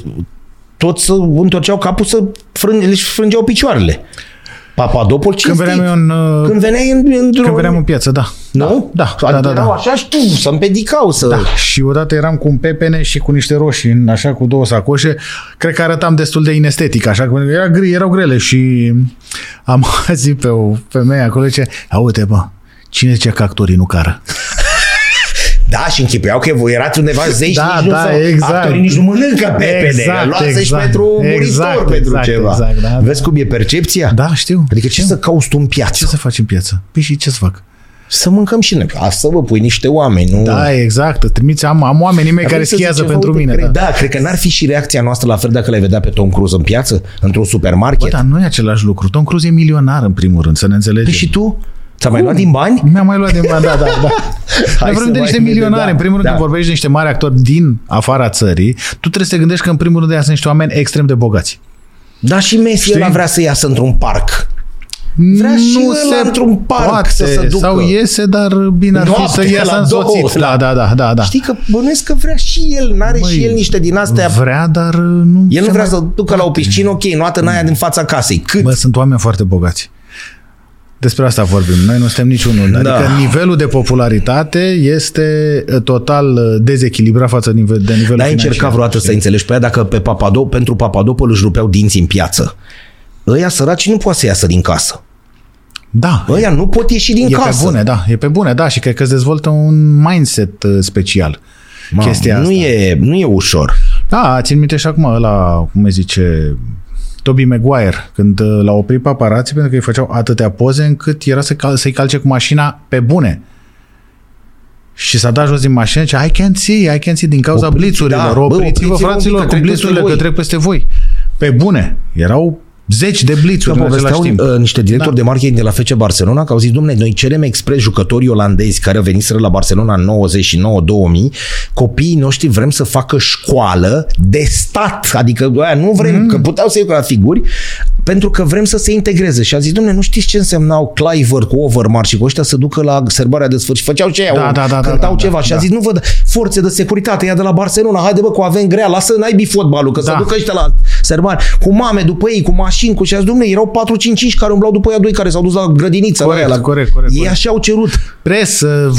[SPEAKER 1] toți să întorceau capul să frânge, își frângeau picioarele. Papadopol
[SPEAKER 2] Când
[SPEAKER 1] cinstit.
[SPEAKER 2] veneam eu în, uh,
[SPEAKER 1] când veneai în, în drum,
[SPEAKER 2] Când veneam în piață, da.
[SPEAKER 1] nu?
[SPEAKER 2] Da, da, da.
[SPEAKER 1] adică
[SPEAKER 2] da,
[SPEAKER 1] erau
[SPEAKER 2] da.
[SPEAKER 1] așa și tu, să împedicau să... Da.
[SPEAKER 2] Și odată eram cu un pepene și cu niște roșii, în- așa cu două sacoșe. Cred că arătam destul de inestetic, așa că era gri, erau grele și am [laughs] auzit pe o femeie acolo ce, uite bă, cine zice că actorii nu cară?
[SPEAKER 1] Da, și închipuiau că voi erați undeva zei
[SPEAKER 2] Da,
[SPEAKER 1] și nici
[SPEAKER 2] da,
[SPEAKER 1] nu s-au-
[SPEAKER 2] exact.
[SPEAKER 1] actorii nici nu mănâncă pepene.
[SPEAKER 2] Exact,
[SPEAKER 1] Luați-și
[SPEAKER 2] exact.
[SPEAKER 1] pentru muritor,
[SPEAKER 2] Exact,
[SPEAKER 1] pentru
[SPEAKER 2] exact,
[SPEAKER 1] ceva.
[SPEAKER 2] exact, da, da.
[SPEAKER 1] Vezi cum e percepția?
[SPEAKER 2] Da, știu.
[SPEAKER 1] Adică ce să cauți tu în piață?
[SPEAKER 2] Ce să faci în piață? Păi și ce să fac?
[SPEAKER 1] Să mâncăm și noi. Asta vă pui niște oameni, nu?
[SPEAKER 2] Da, exact. Îți Trimiți, am, am oamenii mei
[SPEAKER 1] Avem
[SPEAKER 2] care
[SPEAKER 1] să
[SPEAKER 2] schiază
[SPEAKER 1] zicem,
[SPEAKER 2] pentru
[SPEAKER 1] uite,
[SPEAKER 2] mine.
[SPEAKER 1] Cred,
[SPEAKER 2] da.
[SPEAKER 1] da. cred că n-ar fi și reacția noastră la fel dacă l-ai vedea pe Tom Cruise în piață, într-un
[SPEAKER 2] Bă, da.
[SPEAKER 1] supermarket.
[SPEAKER 2] dar nu e același lucru. Tom Cruise e milionar, în primul rând, să ne înțelegem.
[SPEAKER 1] Păi și tu? Ți-a mai luat din bani?
[SPEAKER 2] Mi-am mai luat de bani, da, da, da. Noi
[SPEAKER 1] să
[SPEAKER 2] vorbim de
[SPEAKER 1] mai
[SPEAKER 2] niște
[SPEAKER 1] vedem,
[SPEAKER 2] milionari.
[SPEAKER 1] da,
[SPEAKER 2] În primul rând,
[SPEAKER 1] da.
[SPEAKER 2] când vorbești de niște mari actori din afara țării, tu trebuie să te gândești că, în primul rând, ăia sunt niște oameni extrem de bogați.
[SPEAKER 1] Dar Da, și Messi ăla vrea să iasă într-un parc. Vrea și ăla într-un parc să se ducă.
[SPEAKER 2] Sau iese, dar bine ar fi
[SPEAKER 1] Noapte,
[SPEAKER 2] să
[SPEAKER 1] la
[SPEAKER 2] iasă
[SPEAKER 1] două,
[SPEAKER 2] însoțit.
[SPEAKER 1] la-
[SPEAKER 2] Da, da, da, da, da.
[SPEAKER 1] Știi că bănuiesc că vrea și el, n-are
[SPEAKER 2] Măi,
[SPEAKER 1] și el niște din astea.
[SPEAKER 2] Vrea, dar nu...
[SPEAKER 1] El nu
[SPEAKER 2] se
[SPEAKER 1] vrea
[SPEAKER 2] mai-
[SPEAKER 1] să ducă la o piscină, ok, nuată în aia din fața casei. Cât?
[SPEAKER 2] Bă, sunt oameni foarte bogați. Despre asta vorbim. Noi nu suntem niciunul. Adică
[SPEAKER 1] Da.
[SPEAKER 2] nivelul de popularitate este uh, total uh, dezechilibrat față de nivel- de nivelul
[SPEAKER 1] N-ai
[SPEAKER 2] financiar.
[SPEAKER 1] încercat vreodată să înțelegi pe aia dacă pe Papado, pentru Papadopol își rupeau dinții în piață. Ăia săraci nu poate să iasă din casă.
[SPEAKER 2] Da,
[SPEAKER 1] Ăia nu pot ieși din
[SPEAKER 2] E
[SPEAKER 1] casă.
[SPEAKER 2] pe bune, da, e pe bune, da, și cred că îți dezvoltă un mindset uh, special
[SPEAKER 1] Mamă,
[SPEAKER 2] chestia asta.
[SPEAKER 1] nu, e, nu e ușor.
[SPEAKER 2] Da, țin minte și acum ăla, cum îi zice, Toby Maguire, când uh, l-a oprit paparații pentru că îi făceau atâtea poze încât era să cal- să-i calce cu mașina pe bune. Și s-a dat jos din mașină și I can't see, I can't see din cauza
[SPEAKER 1] Opriți-
[SPEAKER 2] blițurilor.
[SPEAKER 1] da, bă,
[SPEAKER 2] Opriți-vă,
[SPEAKER 1] opriți-vă un pic,
[SPEAKER 2] fraților,
[SPEAKER 1] că
[SPEAKER 2] cu
[SPEAKER 1] trec
[SPEAKER 2] blițurile
[SPEAKER 1] peste
[SPEAKER 2] că
[SPEAKER 1] voi.
[SPEAKER 2] trec peste voi. Pe bune. Erau zeci de
[SPEAKER 1] Că
[SPEAKER 2] blițuri în același
[SPEAKER 1] povesteau
[SPEAKER 2] timp.
[SPEAKER 1] uh, niște directori
[SPEAKER 2] Da.
[SPEAKER 1] da. de marketing de la FC Barcelona că au zis, domne, noi cerem expres jucătorii olandezi care veniseră la Barcelona în 99-2000, copiii noștri vrem să facă școală de stat, adică aia nu vrem, mm. că puteau să iei la figuri, pentru că vrem să se integreze. Și a zis, domne, nu știți ce însemnau Cliver cu Overmars și cu ăștia să ducă la sărbarea de sfârșit. Făceau ce
[SPEAKER 2] Da, da, da, da,
[SPEAKER 1] cântau
[SPEAKER 2] da,
[SPEAKER 1] ceva
[SPEAKER 2] da,
[SPEAKER 1] și a
[SPEAKER 2] da.
[SPEAKER 1] zis, nu văd forțe de securitate, ea de la Barcelona, haide bă, cu avem grea, lasă naibii fotbalul, că da.
[SPEAKER 2] Da.
[SPEAKER 1] se ducă ăștia la sărbani, cu mame după ei, cu mașini, cu și azi, domne, erau 4-5-5 care umblau după ea doi care s-au dus la grădiniță.
[SPEAKER 2] Corect,
[SPEAKER 1] la aia, la...
[SPEAKER 2] corect, corect,
[SPEAKER 1] Ei
[SPEAKER 2] corect.
[SPEAKER 1] așa au cerut.
[SPEAKER 2] Pres să,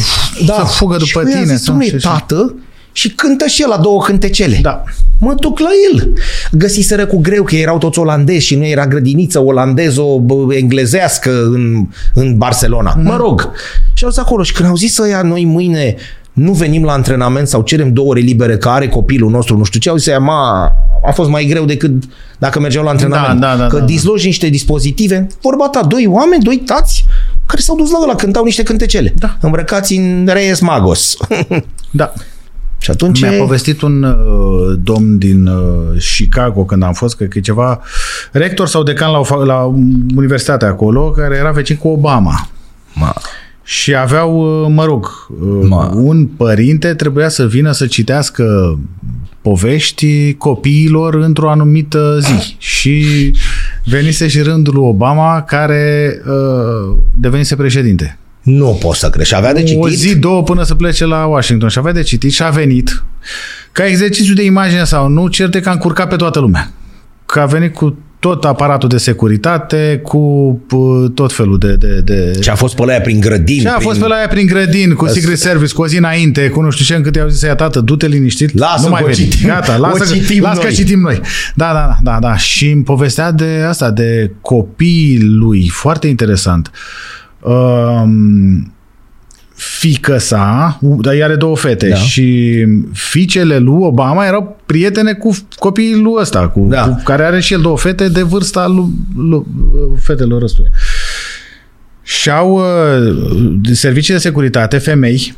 [SPEAKER 2] da. să fugă
[SPEAKER 1] Și
[SPEAKER 2] după
[SPEAKER 1] lui a
[SPEAKER 2] tine.
[SPEAKER 1] Zis,
[SPEAKER 2] sau
[SPEAKER 1] domne,
[SPEAKER 2] ce- ce-
[SPEAKER 1] tată, și cântă și el la două cântecele.
[SPEAKER 2] Da.
[SPEAKER 1] Mă duc la el. Găsiseră cu greu că erau toți olandezi și nu era grădiniță olandezo-englezească în, în Barcelona. Mă rog. Și au zis acolo. Și când au zis ăia noi mâine nu venim la antrenament sau cerem două ore libere că are copilul nostru, nu știu ce, au zis ăia, ma, a fost mai greu decât dacă mergeau la antrenament.
[SPEAKER 2] Da, da, da,
[SPEAKER 1] că
[SPEAKER 2] da, da.
[SPEAKER 1] disloci niște dispozitive. Vorba ta, doi oameni, doi tați care s-au dus la ăla, cântau niște cântecele.
[SPEAKER 2] Da.
[SPEAKER 1] Îmbrăcați în Reyes Magos. [laughs]
[SPEAKER 2] Da.
[SPEAKER 1] și atunci...
[SPEAKER 2] Mi-a povestit un uh, domn din uh, Chicago când am fost, cred că e ceva rector sau decan la, o, fa- la universitatea acolo, care era vecin cu Obama.
[SPEAKER 1] Ma.
[SPEAKER 2] Și aveau, uh, mă rog, uh,
[SPEAKER 1] Ma.
[SPEAKER 2] un părinte trebuia să vină să citească povești copiilor într-o anumită zi. Și venise și rândul lui Obama care uh, devenise președinte.
[SPEAKER 1] Nu pot să crezi. Și avea de citit.
[SPEAKER 2] O zi, două până să plece la Washington și avea de citit și a venit. Ca exercițiu de imagine sau nu, certe că a încurcat pe toată lumea. Că a venit cu tot aparatul de securitate, cu p- tot felul de... de, de...
[SPEAKER 1] Și a fost pe la aia prin grădini.
[SPEAKER 2] Și a
[SPEAKER 1] prin...
[SPEAKER 2] fost pe la aia prin grădin, cu Secret Service, cu o zi înainte, cu nu știu ce, încât i-au zis, ia tată, du-te liniștit,
[SPEAKER 1] Lasă-l
[SPEAKER 2] nu mai
[SPEAKER 1] că o
[SPEAKER 2] veni.
[SPEAKER 1] citim.
[SPEAKER 2] Gata,
[SPEAKER 1] O
[SPEAKER 2] lasă,
[SPEAKER 1] citim
[SPEAKER 2] lasă că
[SPEAKER 1] noi.
[SPEAKER 2] citim noi. Da, da, da, da, da. Și îmi povestea de asta, de copiii lui, foarte interesant. Um, fică sa, dar ea are două fete da.
[SPEAKER 1] Da.
[SPEAKER 2] și fiicele lui Obama erau prietene cu copiii lui ăsta, cu, da.
[SPEAKER 1] Da.
[SPEAKER 2] cu care are și el două fete de vârsta lui, lui, uh, fetelor ăstuia. Și au uh, servicii de securitate, femei,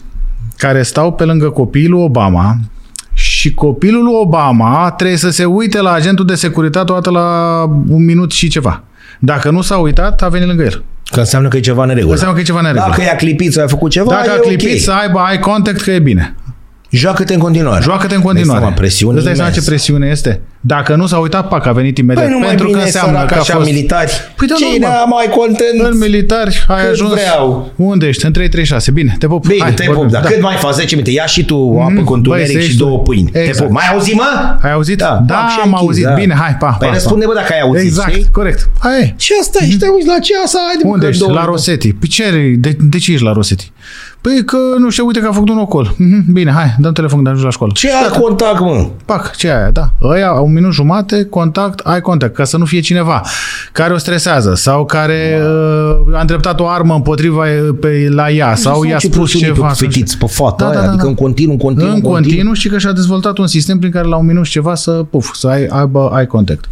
[SPEAKER 2] care stau pe lângă copiii lui Obama și copilul lui Obama trebuie să se uite la agentul de securitate toată la un minut și ceva. Dacă nu s-a uitat, a venit lângă el.
[SPEAKER 1] Că înseamnă că e ceva în regulă.
[SPEAKER 2] Înseamnă că e ceva în regulă.
[SPEAKER 1] Dacă
[SPEAKER 2] Dacă,
[SPEAKER 1] i-a clipit sau a făcut ceva,
[SPEAKER 2] Dacă
[SPEAKER 1] e
[SPEAKER 2] a clipit
[SPEAKER 1] ok.
[SPEAKER 2] să aibă eye contact, că e bine.
[SPEAKER 1] Joacă-te în continuare.
[SPEAKER 2] Joacă-te în
[SPEAKER 1] Dai
[SPEAKER 2] continuare.
[SPEAKER 1] seama, presiune
[SPEAKER 2] Îți dai seama ce
[SPEAKER 1] imensă.
[SPEAKER 2] presiune este? Dacă nu s-a uitat, pac, a venit imediat.
[SPEAKER 1] Păi nu mai
[SPEAKER 2] pentru
[SPEAKER 1] bine
[SPEAKER 2] că înseamnă că a
[SPEAKER 1] așa
[SPEAKER 2] fost...
[SPEAKER 1] militari.
[SPEAKER 2] Păi da,
[SPEAKER 1] Cine
[SPEAKER 2] normal.
[SPEAKER 1] mai content?
[SPEAKER 2] În militari ai
[SPEAKER 1] Cât
[SPEAKER 2] ajuns...
[SPEAKER 1] vreau.
[SPEAKER 2] Unde ești? În 336. Bine, te pup.
[SPEAKER 1] Bine,
[SPEAKER 2] Hai,
[SPEAKER 1] te
[SPEAKER 2] vorbim.
[SPEAKER 1] pup, da. Cât mai faci 10 minute? Ia și tu o apă
[SPEAKER 2] Mhm,
[SPEAKER 1] cu un
[SPEAKER 2] băi, să
[SPEAKER 1] tuneric
[SPEAKER 2] ieși
[SPEAKER 1] și
[SPEAKER 2] tu.
[SPEAKER 1] două pâini.
[SPEAKER 2] Exact.
[SPEAKER 1] Te pup. Mai auzi, mă?
[SPEAKER 2] Ai auzit?
[SPEAKER 1] Da,
[SPEAKER 2] da
[SPEAKER 1] pac și
[SPEAKER 2] am
[SPEAKER 1] închid,
[SPEAKER 2] auzit.
[SPEAKER 1] da.
[SPEAKER 2] Bine, hai, pa,
[SPEAKER 1] Păi
[SPEAKER 2] pa,
[SPEAKER 1] răspunde,
[SPEAKER 2] pa.
[SPEAKER 1] bă, dacă ai auzit,
[SPEAKER 2] Exact,
[SPEAKER 1] știi?
[SPEAKER 2] corect. Hai, e.
[SPEAKER 1] Și asta ești, te uiți la ceas, haide mă,
[SPEAKER 2] Unde
[SPEAKER 1] că
[SPEAKER 2] ești?
[SPEAKER 1] două-
[SPEAKER 2] La Rosetti. Păi ce are- de, de ce ești la Rosetti? Păi că, nu știu, uite că a făcut un ocol. Mhm, Bine, hai, dăm telefon de ajungi la școală.
[SPEAKER 1] Ce ai contact, mă?
[SPEAKER 2] Pac, ce e aia, da. Ăia, un minut jumate, contact, ai contact, ca să nu fie cineva care o stresează sau care uh, a îndreptat o armă împotriva uh, pe, la ea sau i-a
[SPEAKER 1] ce
[SPEAKER 2] spus
[SPEAKER 1] presiuni
[SPEAKER 2] ceva.
[SPEAKER 1] Pe
[SPEAKER 2] sau nu știu.
[SPEAKER 1] fetiți, pe fata
[SPEAKER 2] Da,
[SPEAKER 1] aia,
[SPEAKER 2] da, da,
[SPEAKER 1] adică
[SPEAKER 2] da.
[SPEAKER 1] în continuu, în continuu,
[SPEAKER 2] În continuu și că și-a dezvoltat un sistem prin care la un minut și ceva să, puf, să ai, aibă ai contact.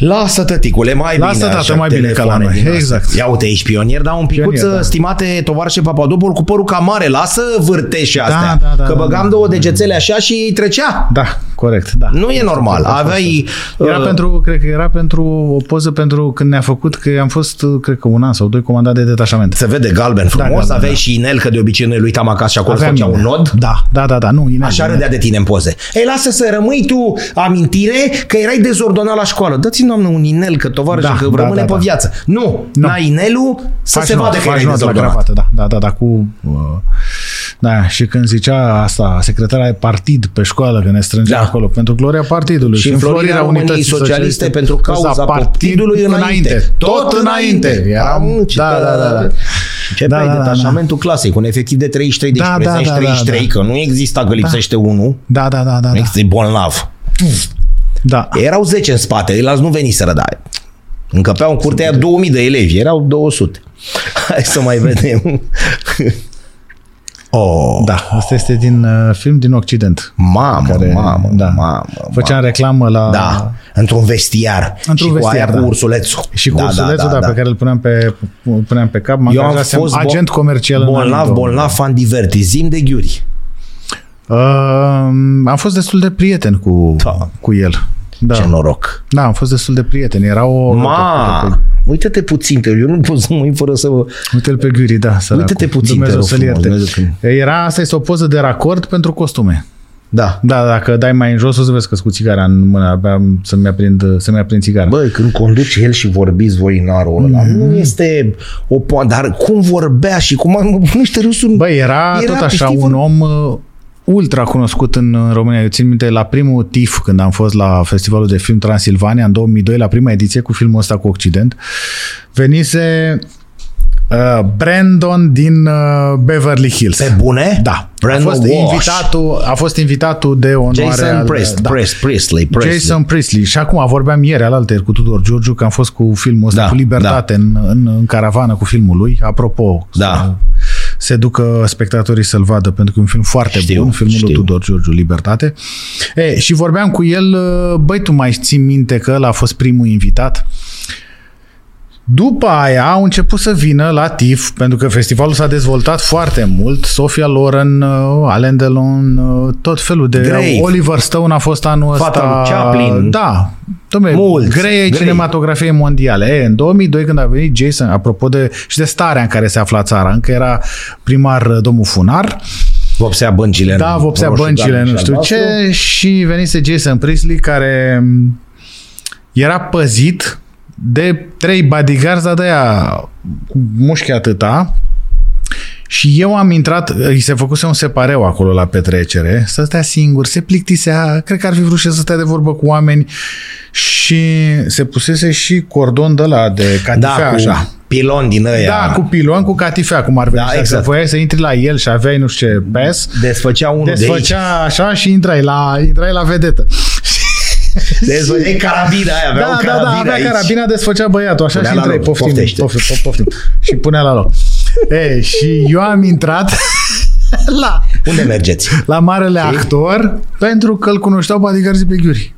[SPEAKER 1] Lasă tăticule, mai
[SPEAKER 2] Lasă,
[SPEAKER 1] bine
[SPEAKER 2] tată,
[SPEAKER 1] așa,
[SPEAKER 2] mai bine
[SPEAKER 1] telefoane
[SPEAKER 2] ca la noi.
[SPEAKER 1] din astea.
[SPEAKER 2] Exact.
[SPEAKER 1] Ia uite, ești pionier, dar un picuț,
[SPEAKER 2] Pionier, da.
[SPEAKER 1] stimate tovarășe Papadopol, cu părul cam mare, lasă vârteșe astea,
[SPEAKER 2] da, da,
[SPEAKER 1] că
[SPEAKER 2] da,
[SPEAKER 1] băgam
[SPEAKER 2] da.
[SPEAKER 1] două degețele așa și trecea.
[SPEAKER 2] Da, corect, da.
[SPEAKER 1] Nu e normal, aveai...
[SPEAKER 2] Era
[SPEAKER 1] uh,
[SPEAKER 2] pentru, cred că era pentru o poză pentru când ne-a făcut, că am fost, cred că un an sau doi comandat de detașament.
[SPEAKER 1] Se vede galben frumos,
[SPEAKER 2] galben,
[SPEAKER 1] da, aveai
[SPEAKER 2] da.
[SPEAKER 1] și inel, că de obicei noi lui uitam acasă și acolo
[SPEAKER 2] Aveam
[SPEAKER 1] făcea un
[SPEAKER 2] mine.
[SPEAKER 1] nod.
[SPEAKER 2] Da, da, da, da, nu, inel,
[SPEAKER 1] Așa
[SPEAKER 2] inel.
[SPEAKER 1] râdea de tine în poze. Ei, lasă să rămâi tu amintire că erai dezordonat la școală. Dă-ți, doamnă, un inel, că tovarășe,
[SPEAKER 2] Da,
[SPEAKER 1] că
[SPEAKER 2] da,
[SPEAKER 1] rămâne
[SPEAKER 2] da,
[SPEAKER 1] pe
[SPEAKER 2] da.
[SPEAKER 1] viață. Nu, n-ai inelul să
[SPEAKER 2] Faci
[SPEAKER 1] se
[SPEAKER 2] not,
[SPEAKER 1] vadă că
[SPEAKER 2] faci
[SPEAKER 1] erai
[SPEAKER 2] not la
[SPEAKER 1] dezordonat.
[SPEAKER 2] cravată, da, da, da, da, cu... Uh, da, și când zicea asta, secretara de partid pe școală, că ne strângea
[SPEAKER 1] Da.
[SPEAKER 2] da. acolo, pentru gloria partidului
[SPEAKER 1] și înflorirea României socialiste pentru cauza partidului înainte.
[SPEAKER 2] Tot înainte. Eram, da, da, da, da.
[SPEAKER 1] Ce
[SPEAKER 2] Da,
[SPEAKER 1] da,
[SPEAKER 2] da, da,
[SPEAKER 1] detașamentul clasic, un efectiv de 33, deci
[SPEAKER 2] Da,
[SPEAKER 1] da,
[SPEAKER 2] da,
[SPEAKER 1] prezenți
[SPEAKER 2] da, da,
[SPEAKER 1] 33,
[SPEAKER 2] da.
[SPEAKER 1] că nu exista că lipsește unul,
[SPEAKER 2] Da, da, da, da, da.
[SPEAKER 1] e bolnav.
[SPEAKER 2] da.
[SPEAKER 1] Erau 10 în spate, eilalți nu veniseră, dar încăpeau în curtea 2000 de elevi, erau 200. Hai să mai
[SPEAKER 2] [laughs]
[SPEAKER 1] vedem. oh,
[SPEAKER 2] Da, asta este din uh, film din Occident.
[SPEAKER 1] mamă,
[SPEAKER 2] Care-
[SPEAKER 1] mamă,
[SPEAKER 2] da.
[SPEAKER 1] mamă,
[SPEAKER 2] Făceam reclamă la...
[SPEAKER 1] Da, într-un vestiar.
[SPEAKER 2] Într-un
[SPEAKER 1] și cu
[SPEAKER 2] vestiar,
[SPEAKER 1] aia
[SPEAKER 2] da.
[SPEAKER 1] cu ursulețul.
[SPEAKER 2] Și cu da, ursulețul, da, da, pe care îl puneam pe, îl puneam pe cap, m-am
[SPEAKER 1] Eu am
[SPEAKER 2] angajat,
[SPEAKER 1] fost bo-
[SPEAKER 2] agent comercial în anii
[SPEAKER 1] bolnav,
[SPEAKER 2] 2000.
[SPEAKER 1] bolnav, fan divertizim de ghiuri.
[SPEAKER 2] Uh, am fost destul de prieten cu,
[SPEAKER 1] Da.
[SPEAKER 2] cu el. Da.
[SPEAKER 1] Ce noroc.
[SPEAKER 2] da, am fost destul de prieten. Era o... păi,
[SPEAKER 1] Ma, uite-te puțin, că eu nu pot să mă uit fără să vă...
[SPEAKER 2] Uite-l pe Guri, da, săracu.
[SPEAKER 1] Uite-te puțin, te
[SPEAKER 2] Dumnezeu
[SPEAKER 1] rog
[SPEAKER 2] să-l
[SPEAKER 1] frumos,
[SPEAKER 2] ierte.
[SPEAKER 1] Dumnezeu
[SPEAKER 2] Era, asta este o poză de racord pentru costume.
[SPEAKER 1] Da.
[SPEAKER 2] Da, dacă dai mai în jos, o să vezi că cu țigara în mână, abia să-mi aprind, să-mi aprind țigara.
[SPEAKER 1] Băi, când conduce el și vorbiți voi în arul ăla,
[SPEAKER 2] Mhm.
[SPEAKER 1] mm-hmm. nu este o po- dar cum vorbea și cum nu știu, râsul...
[SPEAKER 2] Băi, era,
[SPEAKER 1] Era
[SPEAKER 2] era tot așa
[SPEAKER 1] peste
[SPEAKER 2] un
[SPEAKER 1] vor-
[SPEAKER 2] om uh, ultra cunoscut în în România. Eu țin minte la primul TIF, când am fost la Festivalul de Film Transilvania, în 2002, la prima ediție cu filmul ăsta cu Occident, venise uh, Brandon din uh, Beverly Hills.
[SPEAKER 1] Pe bune?
[SPEAKER 2] Da.
[SPEAKER 1] Brandon
[SPEAKER 2] a fost
[SPEAKER 1] Walsh.
[SPEAKER 2] invitatul, a fost invitatul de onoare
[SPEAKER 1] Jason
[SPEAKER 2] al,
[SPEAKER 1] Priest,
[SPEAKER 2] da,
[SPEAKER 1] Priest, Priestley, Priestley.
[SPEAKER 2] Jason Priestley. Și acum vorbeam ieri alaltă cu Tudor Giurgiu că am fost cu filmul ăsta,
[SPEAKER 1] Da,
[SPEAKER 2] da, cu Libertate, da. în, în, în caravană cu filmul lui. Apropo,
[SPEAKER 1] Da.
[SPEAKER 2] să- se ducă spectatorii să-l vadă, pentru că e un film foarte
[SPEAKER 1] Știu,
[SPEAKER 2] bun, filmul
[SPEAKER 1] știu.
[SPEAKER 2] lui Tudor Giurgiu, Libertate. E, și vorbeam cu el, uh, băi, tu mai ții minte că ăla a fost primul invitat? După aia au început să vină la TIF, pentru că festivalul s-a dezvoltat foarte mult. Sofia Loren, uh, Alain Delon, uh, tot felul de...
[SPEAKER 1] Grave.
[SPEAKER 2] Oliver Stone a fost anul
[SPEAKER 1] Fata
[SPEAKER 2] ăsta...
[SPEAKER 1] lui Chaplin.
[SPEAKER 2] Da. Dom'le,
[SPEAKER 1] Mulți.
[SPEAKER 2] greie
[SPEAKER 1] Grei.
[SPEAKER 2] cinematografiei mondiale. E, în 2002, când a venit Jason, apropo de, și de starea în care se afla țara, încă era primar uh, domnul Funar,
[SPEAKER 1] Vopsea băncile. în
[SPEAKER 2] da, vopsea
[SPEAKER 1] roșu, Da,
[SPEAKER 2] băncile,
[SPEAKER 1] galben
[SPEAKER 2] nu
[SPEAKER 1] și
[SPEAKER 2] știu
[SPEAKER 1] albastru.
[SPEAKER 2] ce, și venise Jason Priestley, care m, era păzit de trei bodyguards de aia cu mușchi atâta, și eu am intrat, îi se făcuse un separeu acolo la petrecere, să stea singur, se plictisea, cred că ar fi vrut și să stea de vorbă cu oameni și se pusese și cordon de la de
[SPEAKER 1] Da,
[SPEAKER 2] catifea
[SPEAKER 1] cu
[SPEAKER 2] așa.
[SPEAKER 1] pilon din ăia.
[SPEAKER 2] Da, cu pilon, cu catifea, cum ar veni. Da,
[SPEAKER 1] exact.
[SPEAKER 2] exact. Voiai să intri la el și aveai nu știu ce pass.
[SPEAKER 1] Desfăcea unul de
[SPEAKER 2] Desfăcea așa și intrai la, intrai la vedetă.
[SPEAKER 1] aici. Desfăcea carabina aia, avea o
[SPEAKER 2] Da, da,
[SPEAKER 1] carabină
[SPEAKER 2] da, avea
[SPEAKER 1] aici.
[SPEAKER 2] carabina, desfăcea băiatul așa
[SPEAKER 1] Punea
[SPEAKER 2] și
[SPEAKER 1] la
[SPEAKER 2] intrai,
[SPEAKER 1] loc,
[SPEAKER 2] poftim,
[SPEAKER 1] poftește.
[SPEAKER 2] poftim, poftim, poftim, și punea la loc. E, și eu am intrat la,
[SPEAKER 1] Unde mergeți?
[SPEAKER 2] la marele actor pentru că îl cunoșteau bodyguards pe Ghiuri.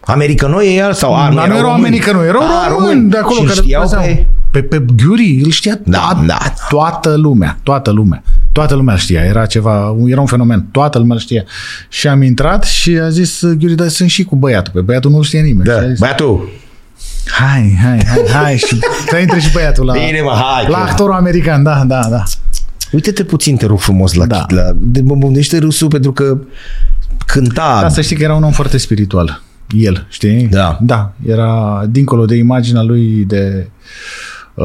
[SPEAKER 1] Americanoi ei sau a,
[SPEAKER 2] Dar nu erau
[SPEAKER 1] Ah, români.
[SPEAKER 2] oamenii că nu, erau
[SPEAKER 1] A,
[SPEAKER 2] români de acolo.
[SPEAKER 1] Și
[SPEAKER 2] care
[SPEAKER 1] știau pe...
[SPEAKER 2] pe, pe Ghiuri îl știa
[SPEAKER 1] Da,
[SPEAKER 2] da,
[SPEAKER 1] da.
[SPEAKER 2] da. toată lumea, toată lumea. Toată lumea îl știa, era ceva, era un fenomen, toată lumea îl știa. Și am intrat și a zis, Ghiuri, dar sunt și cu băiatul, pe băiatul nu știe nimeni.
[SPEAKER 1] Da,
[SPEAKER 2] Și a zis,
[SPEAKER 1] băiatul,
[SPEAKER 2] hai, hai, hai, hai,
[SPEAKER 1] [laughs]
[SPEAKER 2] și să intre și băiatul la,
[SPEAKER 1] bine mă, hai.
[SPEAKER 2] la
[SPEAKER 1] că-
[SPEAKER 2] actorul american, da, da, da.
[SPEAKER 1] Uite-te puțin, te rog frumos, la, da.
[SPEAKER 2] Da.
[SPEAKER 1] la de, mă gândește râsul pentru că cânta.
[SPEAKER 2] Dar să știi că era un om foarte spiritual, el, știi?
[SPEAKER 1] Da.
[SPEAKER 2] Da, era dincolo de imaginea lui de uh,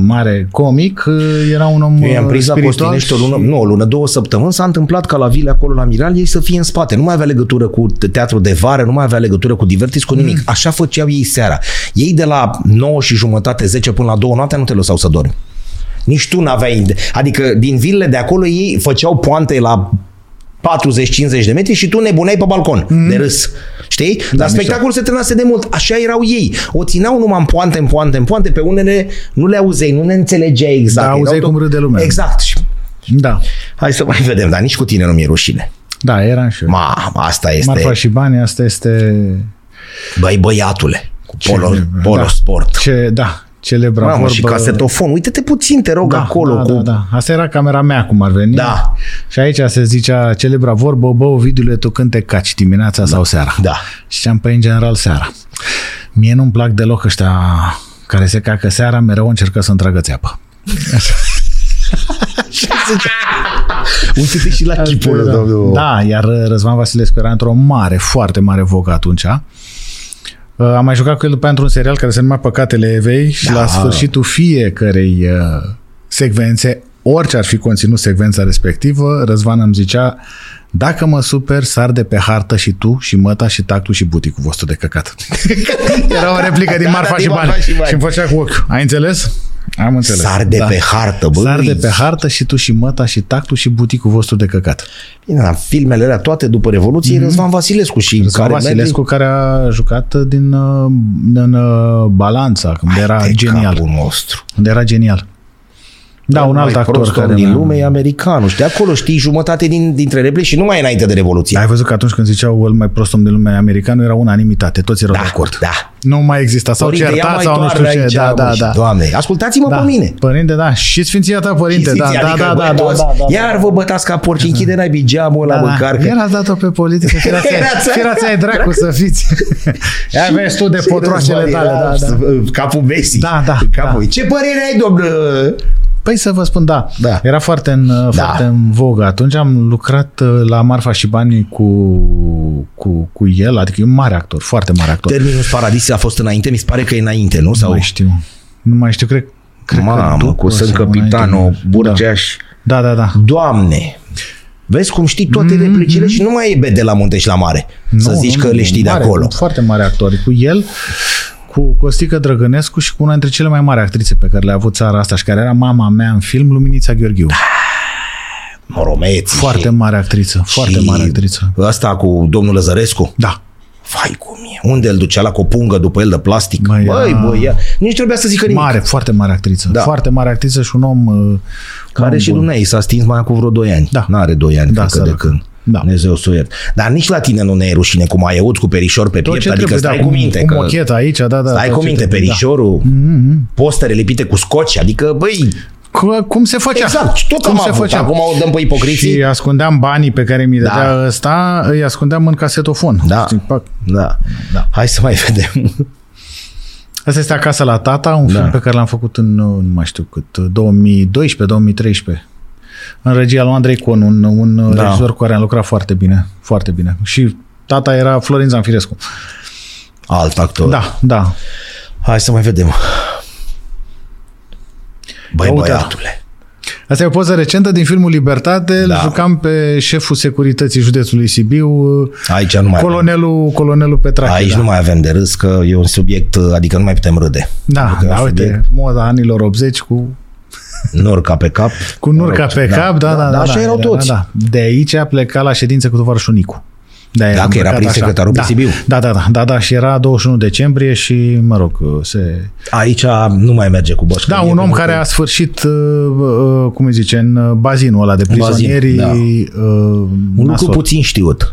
[SPEAKER 2] mare comic, uh, era un om
[SPEAKER 1] Eu i-am
[SPEAKER 2] uh,
[SPEAKER 1] prins la
[SPEAKER 2] spiritual
[SPEAKER 1] Costinești o lună,
[SPEAKER 2] și-
[SPEAKER 1] nu, o lună, două săptămâni, s-a întâmplat ca la vile acolo la Miral ei să fie în spate. Nu mai avea legătură cu te- teatru de vară, nu mai avea legătură cu divertis, cu nimic. Așa făceau ei seara. Ei de la 9 și jumătate, 10 până la 2 noaptea nu te lăsau să dormi. Nici tu n-aveai... ide- Adică din vilele de acolo ei făceau poante la 40-50 de metri și tu nebuneai pe balcon
[SPEAKER 2] Mhm.
[SPEAKER 1] mm. de râs.
[SPEAKER 2] Da,
[SPEAKER 1] Știi? Dar spectacolul se terminase de mult. Așa erau ei. O țineau numai în poante, în poante, în poante. Pe unele nu le auzeai, nu ne înțelegeai exact.
[SPEAKER 2] Da,
[SPEAKER 1] Erau
[SPEAKER 2] auzeai
[SPEAKER 1] tot-
[SPEAKER 2] cum râde lumea.
[SPEAKER 1] Exact. Și
[SPEAKER 2] Da,
[SPEAKER 1] Hai să mai vedem, dar nici cu tine nu mi-e rușine.
[SPEAKER 2] da, era și eu.
[SPEAKER 1] Ma, asta este.
[SPEAKER 2] Marfa și banii, asta este...
[SPEAKER 1] Băi, băiatule. Polo,
[SPEAKER 2] Celebra,
[SPEAKER 1] polo
[SPEAKER 2] da.
[SPEAKER 1] Sport.
[SPEAKER 2] Ce, da, celebra
[SPEAKER 1] Mamă,
[SPEAKER 2] vorbă.
[SPEAKER 1] și casetofon. Uite-te puțin, te rog,
[SPEAKER 2] da,
[SPEAKER 1] acolo.
[SPEAKER 2] da,
[SPEAKER 1] cu...
[SPEAKER 2] da, da. Asta era camera mea, cum ar veni.
[SPEAKER 1] Da.
[SPEAKER 2] Și aici se zicea celebra vorbă, bă, Ovidiule, tu când te caci, dimineața da. sau seara?
[SPEAKER 1] Da.
[SPEAKER 2] Și am pe în general seara. Mie nu-mi plac deloc ăștia care se cacă seara, mereu încercă să-mi tragă țeapă.
[SPEAKER 1] Uite-te și la chipul ăla, domnul.
[SPEAKER 2] Da, iar Răzvan Vasilescu era într-o mare, foarte mare vogă atunci. Uh, Am mai jucat cu el după aia într-un serial care se numea Păcatele Evei și
[SPEAKER 1] Da.
[SPEAKER 2] la sfârșitul fiecarei uh, secvențe, orice ar fi conținut secvența respectivă, Răzvan îmi zicea dacă mă super, sar de pe hartă și tu, și măta, și tactul, și buticul vostru de căcat. [laughs] Era o replică din
[SPEAKER 1] Da,
[SPEAKER 2] Marfa
[SPEAKER 1] da,
[SPEAKER 2] și
[SPEAKER 1] din
[SPEAKER 2] Bani.
[SPEAKER 1] Marfa și Bani.
[SPEAKER 2] Și îmi făcea cu ochiul. Ai înțeles? Am înțeles.
[SPEAKER 1] Sar de
[SPEAKER 2] da.
[SPEAKER 1] pe hartă, bă.
[SPEAKER 2] Sar de
[SPEAKER 1] lui.
[SPEAKER 2] pe hartă și tu și măta și tactul și buticul vostru de căcat.
[SPEAKER 1] Bine, dar filmele alea toate după Revoluție, mm-hmm. Răzvan Vasilescu și în
[SPEAKER 2] Care
[SPEAKER 1] care merge-
[SPEAKER 2] Mhm. Vasilescu care a jucat din, uh, din uh, Balanța, când
[SPEAKER 1] Hai
[SPEAKER 2] era
[SPEAKER 1] de
[SPEAKER 2] da, genial.
[SPEAKER 1] Capul nostru.
[SPEAKER 2] Când era genial. Da, un alt
[SPEAKER 1] Mai
[SPEAKER 2] actor
[SPEAKER 1] prost
[SPEAKER 2] care...
[SPEAKER 1] om din
[SPEAKER 2] mi-a-
[SPEAKER 1] lume e americanul. Și de acolo știi jumătate din, dintre replici și nu mai e înainte de Revoluție.
[SPEAKER 2] Ai văzut că atunci când ziceau el mai prost om din lume americanul era unanimitate, toți erau de
[SPEAKER 1] da,
[SPEAKER 2] acord.
[SPEAKER 1] da.
[SPEAKER 2] Nu mai exista, sau
[SPEAKER 1] Părinte, ia
[SPEAKER 2] certat
[SPEAKER 1] mai
[SPEAKER 2] sau nu știu
[SPEAKER 1] toarnă
[SPEAKER 2] ce.
[SPEAKER 1] aici,
[SPEAKER 2] Da,
[SPEAKER 1] mă,
[SPEAKER 2] da,
[SPEAKER 1] și-
[SPEAKER 2] da.
[SPEAKER 1] Doamne, ascultați-mă
[SPEAKER 2] Da.
[SPEAKER 1] pe mine.
[SPEAKER 2] Părinte, da, și sfinția ta, părinte, da,
[SPEAKER 1] Chisiți,
[SPEAKER 2] da,
[SPEAKER 1] adică,
[SPEAKER 2] da,
[SPEAKER 1] bă,
[SPEAKER 2] da, da,
[SPEAKER 1] toți,
[SPEAKER 2] da, da.
[SPEAKER 1] Iar vă bătați ca porci, închide n-ai geamul la
[SPEAKER 2] Da, da.
[SPEAKER 1] măcar. că-
[SPEAKER 2] Erați dat-o pe
[SPEAKER 1] [laughs]
[SPEAKER 2] politică, firați ai-
[SPEAKER 1] Erați-
[SPEAKER 2] firați ai dracu să
[SPEAKER 1] [laughs]
[SPEAKER 2] fiți. Ia vezi tu de
[SPEAKER 1] Și
[SPEAKER 2] potroacele
[SPEAKER 1] Răzvan
[SPEAKER 2] tale.
[SPEAKER 1] era
[SPEAKER 2] Da, da.
[SPEAKER 1] în Capul Messi.
[SPEAKER 2] Da, da,
[SPEAKER 1] În Capul.
[SPEAKER 2] da.
[SPEAKER 1] Ce părere ai, domnule?
[SPEAKER 2] Păi să vă spun, da.
[SPEAKER 1] Da.
[SPEAKER 2] Era foarte în, foarte în vogă. Atunci am lucrat uh, la Marfa și Banii cu, cu, cu el, adică e un mare actor, foarte mare actor.
[SPEAKER 1] Terminul paradis a fost înainte? Mi se pare că e înainte, nu?
[SPEAKER 2] Nu
[SPEAKER 1] Sau...
[SPEAKER 2] mai știu. Nu mai știu, cred, cred că
[SPEAKER 1] Mamă,
[SPEAKER 2] după
[SPEAKER 1] cu sunt
[SPEAKER 2] sau înainte.
[SPEAKER 1] capitanul, Burgeaș.
[SPEAKER 2] Da, da, da.
[SPEAKER 1] Doamne! Vezi cum știi toate replicile și nu mai e de la munte și la mare. să
[SPEAKER 2] Mhm, Nu,
[SPEAKER 1] zici
[SPEAKER 2] nu,
[SPEAKER 1] că
[SPEAKER 2] nu,
[SPEAKER 1] le știi de
[SPEAKER 2] mare,
[SPEAKER 1] acolo.
[SPEAKER 2] Foarte mare actor. Cu el, cu Costică Drăgănescu și cu una dintre cele mai mari actrițe pe care le-a avut țara asta și care era mama mea în film, Luminița
[SPEAKER 1] Da,
[SPEAKER 2] Gheorghiu.
[SPEAKER 1] Moromeți.
[SPEAKER 2] Foarte mare actriță, foarte mare actriță.
[SPEAKER 1] Asta cu domnul Lăzărescu.
[SPEAKER 2] Da.
[SPEAKER 1] Vai cum e. Unde îl ducea la cu o pungă după el de plastic?
[SPEAKER 2] Băi,
[SPEAKER 1] Băi,
[SPEAKER 2] da.
[SPEAKER 1] băi, ea- nici trebuia să zică nimic.
[SPEAKER 2] Mare, foarte mare actriță.
[SPEAKER 1] Da.
[SPEAKER 2] Da. Foarte mare actriță și un om uh, un
[SPEAKER 1] Care
[SPEAKER 2] om
[SPEAKER 1] și
[SPEAKER 2] bun.
[SPEAKER 1] dumneavoastră s-a stins mai acum vreo 2 ani.
[SPEAKER 2] Da.
[SPEAKER 1] N-are 2 ani,
[SPEAKER 2] Da,
[SPEAKER 1] cred că de
[SPEAKER 2] sărac.
[SPEAKER 1] când.
[SPEAKER 2] Da.
[SPEAKER 1] Dumnezeu să o iert. Dar nici la tine nu ne e rușine cum ai euți cu perișor pe
[SPEAKER 2] Tot
[SPEAKER 1] piept,
[SPEAKER 2] ce
[SPEAKER 1] adică
[SPEAKER 2] trebuie,
[SPEAKER 1] stai
[SPEAKER 2] da,
[SPEAKER 1] cu minte.
[SPEAKER 2] Cu
[SPEAKER 1] că-
[SPEAKER 2] mocheta aici, da, da. Mm-hmm.
[SPEAKER 1] Stai
[SPEAKER 2] tot
[SPEAKER 1] cu
[SPEAKER 2] ce
[SPEAKER 1] minte,
[SPEAKER 2] trebuie,
[SPEAKER 1] perișorul, postere lipite cu scoci, adică, băi,
[SPEAKER 2] Da. Cu- Cum se făcea?
[SPEAKER 1] Exact, și tot
[SPEAKER 2] cum
[SPEAKER 1] am avut. Acum o dăm pe ipocriții.
[SPEAKER 2] Și ascundeam banii pe care mi-i dădea
[SPEAKER 1] Da.
[SPEAKER 2] ăsta, îi ascundeam în casetofon.
[SPEAKER 1] Da.
[SPEAKER 2] Știi, pac.
[SPEAKER 1] da.
[SPEAKER 2] Da.
[SPEAKER 1] Hai să mai
[SPEAKER 2] [laughs]
[SPEAKER 1] vedem.
[SPEAKER 2] Asta este Acasă la Tata, un film
[SPEAKER 1] Da.
[SPEAKER 2] pe care l-am făcut în, nu mai știu cât, 2012-2013. În regia lui Andrei Con, un, un
[SPEAKER 1] Da.
[SPEAKER 2] da. regizor cu care am lucrat foarte bine, foarte bine. Și tata era Florin Zanfirescu.
[SPEAKER 1] Alt actor.
[SPEAKER 2] Da, da.
[SPEAKER 1] Hai să mai vedem. Băi,
[SPEAKER 2] Ia uite.
[SPEAKER 1] băiatule.
[SPEAKER 2] Asta e o poză recentă din filmul Libertate.
[SPEAKER 1] Da.
[SPEAKER 2] Da. Jucam pe șeful securității județului Sibiu,
[SPEAKER 1] Aici nu mai avem.
[SPEAKER 2] colonelul, colonelul Petrache.
[SPEAKER 1] Aici
[SPEAKER 2] da.
[SPEAKER 1] nu mai avem de râs, că e un subiect, adică nu mai putem
[SPEAKER 2] [laughs]
[SPEAKER 1] râde.
[SPEAKER 2] Da,
[SPEAKER 1] Adică
[SPEAKER 2] da,
[SPEAKER 1] un
[SPEAKER 2] uite,
[SPEAKER 1] subiect.
[SPEAKER 2] moda anilor 80 cu,
[SPEAKER 1] Nurca pe cap.
[SPEAKER 2] cu nurca pe cap, da, da, da.
[SPEAKER 1] da,
[SPEAKER 2] da,
[SPEAKER 1] așa erau
[SPEAKER 2] da,
[SPEAKER 1] toți.
[SPEAKER 2] Da, da. De aici a plecat la ședință cu tovarășul Nicu. Da,
[SPEAKER 1] Da, că era prim secretarul pe
[SPEAKER 2] da,
[SPEAKER 1] Sibiu.
[SPEAKER 2] Da, da, da, da, da, și era 21 decembrie și, mă rog, se...
[SPEAKER 1] Aici nu mai merge cu bășcă.
[SPEAKER 2] Da, un om care a sfârșit, uh, uh, cum îi zice, în uh, bazinul ăla de
[SPEAKER 1] bazin,
[SPEAKER 2] prizonierii.
[SPEAKER 1] da.
[SPEAKER 2] uh,
[SPEAKER 1] Un lucru
[SPEAKER 2] nasol.
[SPEAKER 1] puțin știut.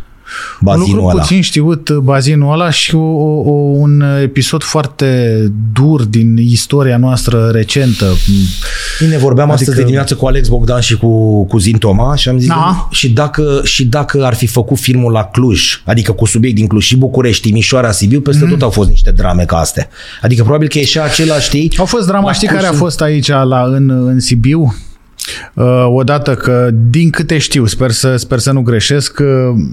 [SPEAKER 2] Un
[SPEAKER 1] Bazinul
[SPEAKER 2] lucru
[SPEAKER 1] ăla.
[SPEAKER 2] puțin știut, uh, bazinul ăla și o, o, o, un episod foarte dur din istoria noastră recentă.
[SPEAKER 1] Bine, vorbeam adică...
[SPEAKER 2] Adică-
[SPEAKER 1] astăzi de dimineață cu Alex Bogdan și cu, cu Zin Toma și am zis,
[SPEAKER 2] Da.
[SPEAKER 1] și, dacă, și dacă ar fi făcut filmul la Cluj, adică cu subiect din Cluj și București, Timișoara, Sibiu,
[SPEAKER 2] Mhm.
[SPEAKER 1] peste mm. tot au fost niște drame ca astea. Adică probabil că ieșea același, știi?
[SPEAKER 2] Au fost drama,
[SPEAKER 1] La
[SPEAKER 2] știi care a
[SPEAKER 1] cursul-
[SPEAKER 2] fost aici la, în, în Sibiu? Uh, Odată că, din câte știu, sper să, sper să nu greșesc, uh,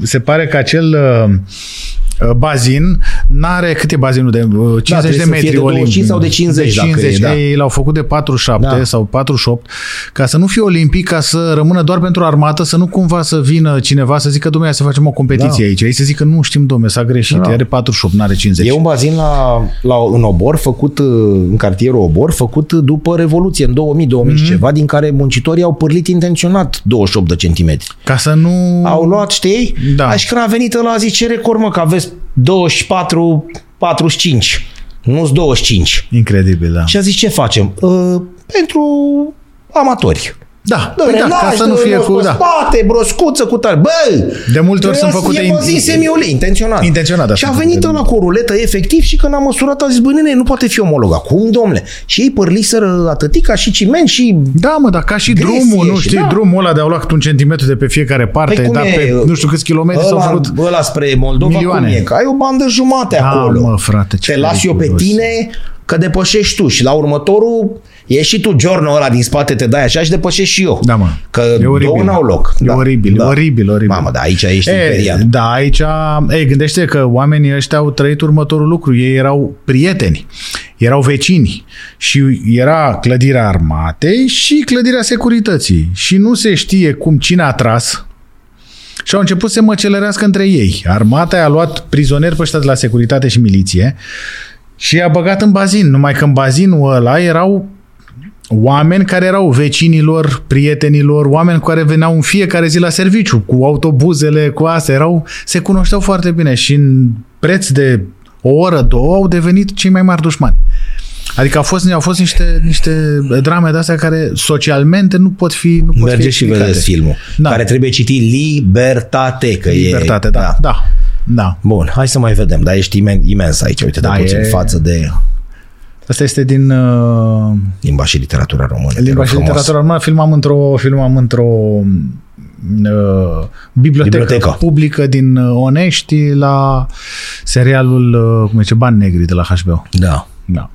[SPEAKER 2] se pare că acel uh, uh, bazin n-are, cât e bazinul de uh, 50 de
[SPEAKER 1] Da, trebuie să fie
[SPEAKER 2] metri
[SPEAKER 1] de 25
[SPEAKER 2] olimpic.
[SPEAKER 1] sau de 50 dacă e, da.
[SPEAKER 2] Ei l-au făcut de 47
[SPEAKER 1] Da.
[SPEAKER 2] da. sau 48 ca să nu fie olimpic, ca să rămână doar pentru armată, să nu cumva să vină cineva să zică, domnule, hai să facem o competiție
[SPEAKER 1] Da.
[SPEAKER 2] da. aici. Ei să zică, nu știm, domnule, s-a greșit,
[SPEAKER 1] Da.
[SPEAKER 2] da. are 48, n-are 50.
[SPEAKER 1] E un bazin la, la, în Obor, făcut uh, în cartierul Obor, făcut uh, după Revoluție, în 2000-2000
[SPEAKER 2] Mhm.
[SPEAKER 1] mm-hmm. ceva, din care muncitorii au pârlit intenționat 28 de centimetri.
[SPEAKER 2] Ca să nu...
[SPEAKER 1] Au luat, știi?
[SPEAKER 2] Da.
[SPEAKER 1] Și când a venit ăla, zice, record, mă, că aveți 24, 45, nu-s 25.
[SPEAKER 2] Incredibil, da.
[SPEAKER 1] Și a zis, ce facem? "Ă, Pentru amatori.
[SPEAKER 2] Da,
[SPEAKER 1] Dom'le,
[SPEAKER 2] păi da, ca
[SPEAKER 1] lași,
[SPEAKER 2] să nu
[SPEAKER 1] dom'le,
[SPEAKER 2] fie
[SPEAKER 1] mos
[SPEAKER 2] cu...
[SPEAKER 1] pe
[SPEAKER 2] Da.
[SPEAKER 1] spate, broscuță, cu tare. Bă!
[SPEAKER 2] De multe ori sunt făcute
[SPEAKER 1] in...
[SPEAKER 2] in-
[SPEAKER 1] zis semiul intenționat.
[SPEAKER 2] Intenționat, da,
[SPEAKER 1] Și a
[SPEAKER 2] sunt
[SPEAKER 1] venit
[SPEAKER 2] făcute.
[SPEAKER 1] ăla cu o ruletă efectiv și când a măsurat a zis, bă, nene, nu poate fi omolog. Acum, domnule? Și ei părliseră atâtica și ciment și...
[SPEAKER 2] Da, mă, dar ca și
[SPEAKER 1] Gresie
[SPEAKER 2] drumul, nu
[SPEAKER 1] și-
[SPEAKER 2] știi,
[SPEAKER 1] da.
[SPEAKER 2] drumul ăla de-au luat un centimetru de pe fiecare parte,
[SPEAKER 1] Păi cum
[SPEAKER 2] dar
[SPEAKER 1] e,
[SPEAKER 2] pe nu știu câți kilometri s-au
[SPEAKER 1] ăla,
[SPEAKER 2] făcut.
[SPEAKER 1] ăla spre Moldova
[SPEAKER 2] milioane.
[SPEAKER 1] cum e? Că ai o bandă jumate
[SPEAKER 2] Da,
[SPEAKER 1] acolo.
[SPEAKER 2] mă, frate, ce
[SPEAKER 1] Te las eu pe
[SPEAKER 2] periculos.
[SPEAKER 1] tine că depășești tu și la următorul e și tu giorno ăla din spate, te dai așa și depășești și eu.
[SPEAKER 2] Da, mă.
[SPEAKER 1] Că
[SPEAKER 2] E oribil.
[SPEAKER 1] două n-au loc.
[SPEAKER 2] E
[SPEAKER 1] da.
[SPEAKER 2] oribil,
[SPEAKER 1] da.
[SPEAKER 2] oribil, oribil.
[SPEAKER 1] Mamă, da, aici ești
[SPEAKER 2] E,
[SPEAKER 1] imperial.
[SPEAKER 2] da, aici, e, gândește că oamenii ăștia au trăit următorul lucru. Ei erau prieteni, erau vecini și era clădirea armatei și clădirea securității. Și nu se știe cum cine a tras și au început să se măcelărească între ei. Armata i-a luat prizonieri pe ăștia de la securitate și miliție și i-a băgat în bazin. Numai că în bazinul ăla erau oameni care erau vecinilor, prietenilor, oameni cu care veneau în fiecare zi la serviciu, cu autobuzele, cu astea, erau, se cunoșteau foarte bine și în preț de o oră, două, au devenit cei mai mari dușmani. Adică au fost, au fost niște, niște drame de astea care socialmente nu pot fi nu pot fi
[SPEAKER 1] Mergeți și
[SPEAKER 2] explicate.
[SPEAKER 1] vedeți filmul,
[SPEAKER 2] Da.
[SPEAKER 1] care trebuie citit Libertate, că
[SPEAKER 2] Libertate,
[SPEAKER 1] e...
[SPEAKER 2] da, da, da. da.
[SPEAKER 1] Bun, hai să mai vedem, dar ești imen- imens aici, uite,
[SPEAKER 2] Da,
[SPEAKER 1] de puțin
[SPEAKER 2] e-
[SPEAKER 1] față de
[SPEAKER 2] Asta este din uh,
[SPEAKER 1] limba și literatura română. te
[SPEAKER 2] limba
[SPEAKER 1] rog
[SPEAKER 2] și
[SPEAKER 1] frumos.
[SPEAKER 2] literatura română. Filmam într-o, filmam într-o uh, bibliotecă,
[SPEAKER 1] Bibliotecă.
[SPEAKER 2] publică din uh, Onești la serialul, uh, cum zice, Bani Negri de la HBO.
[SPEAKER 1] Da,
[SPEAKER 2] Da,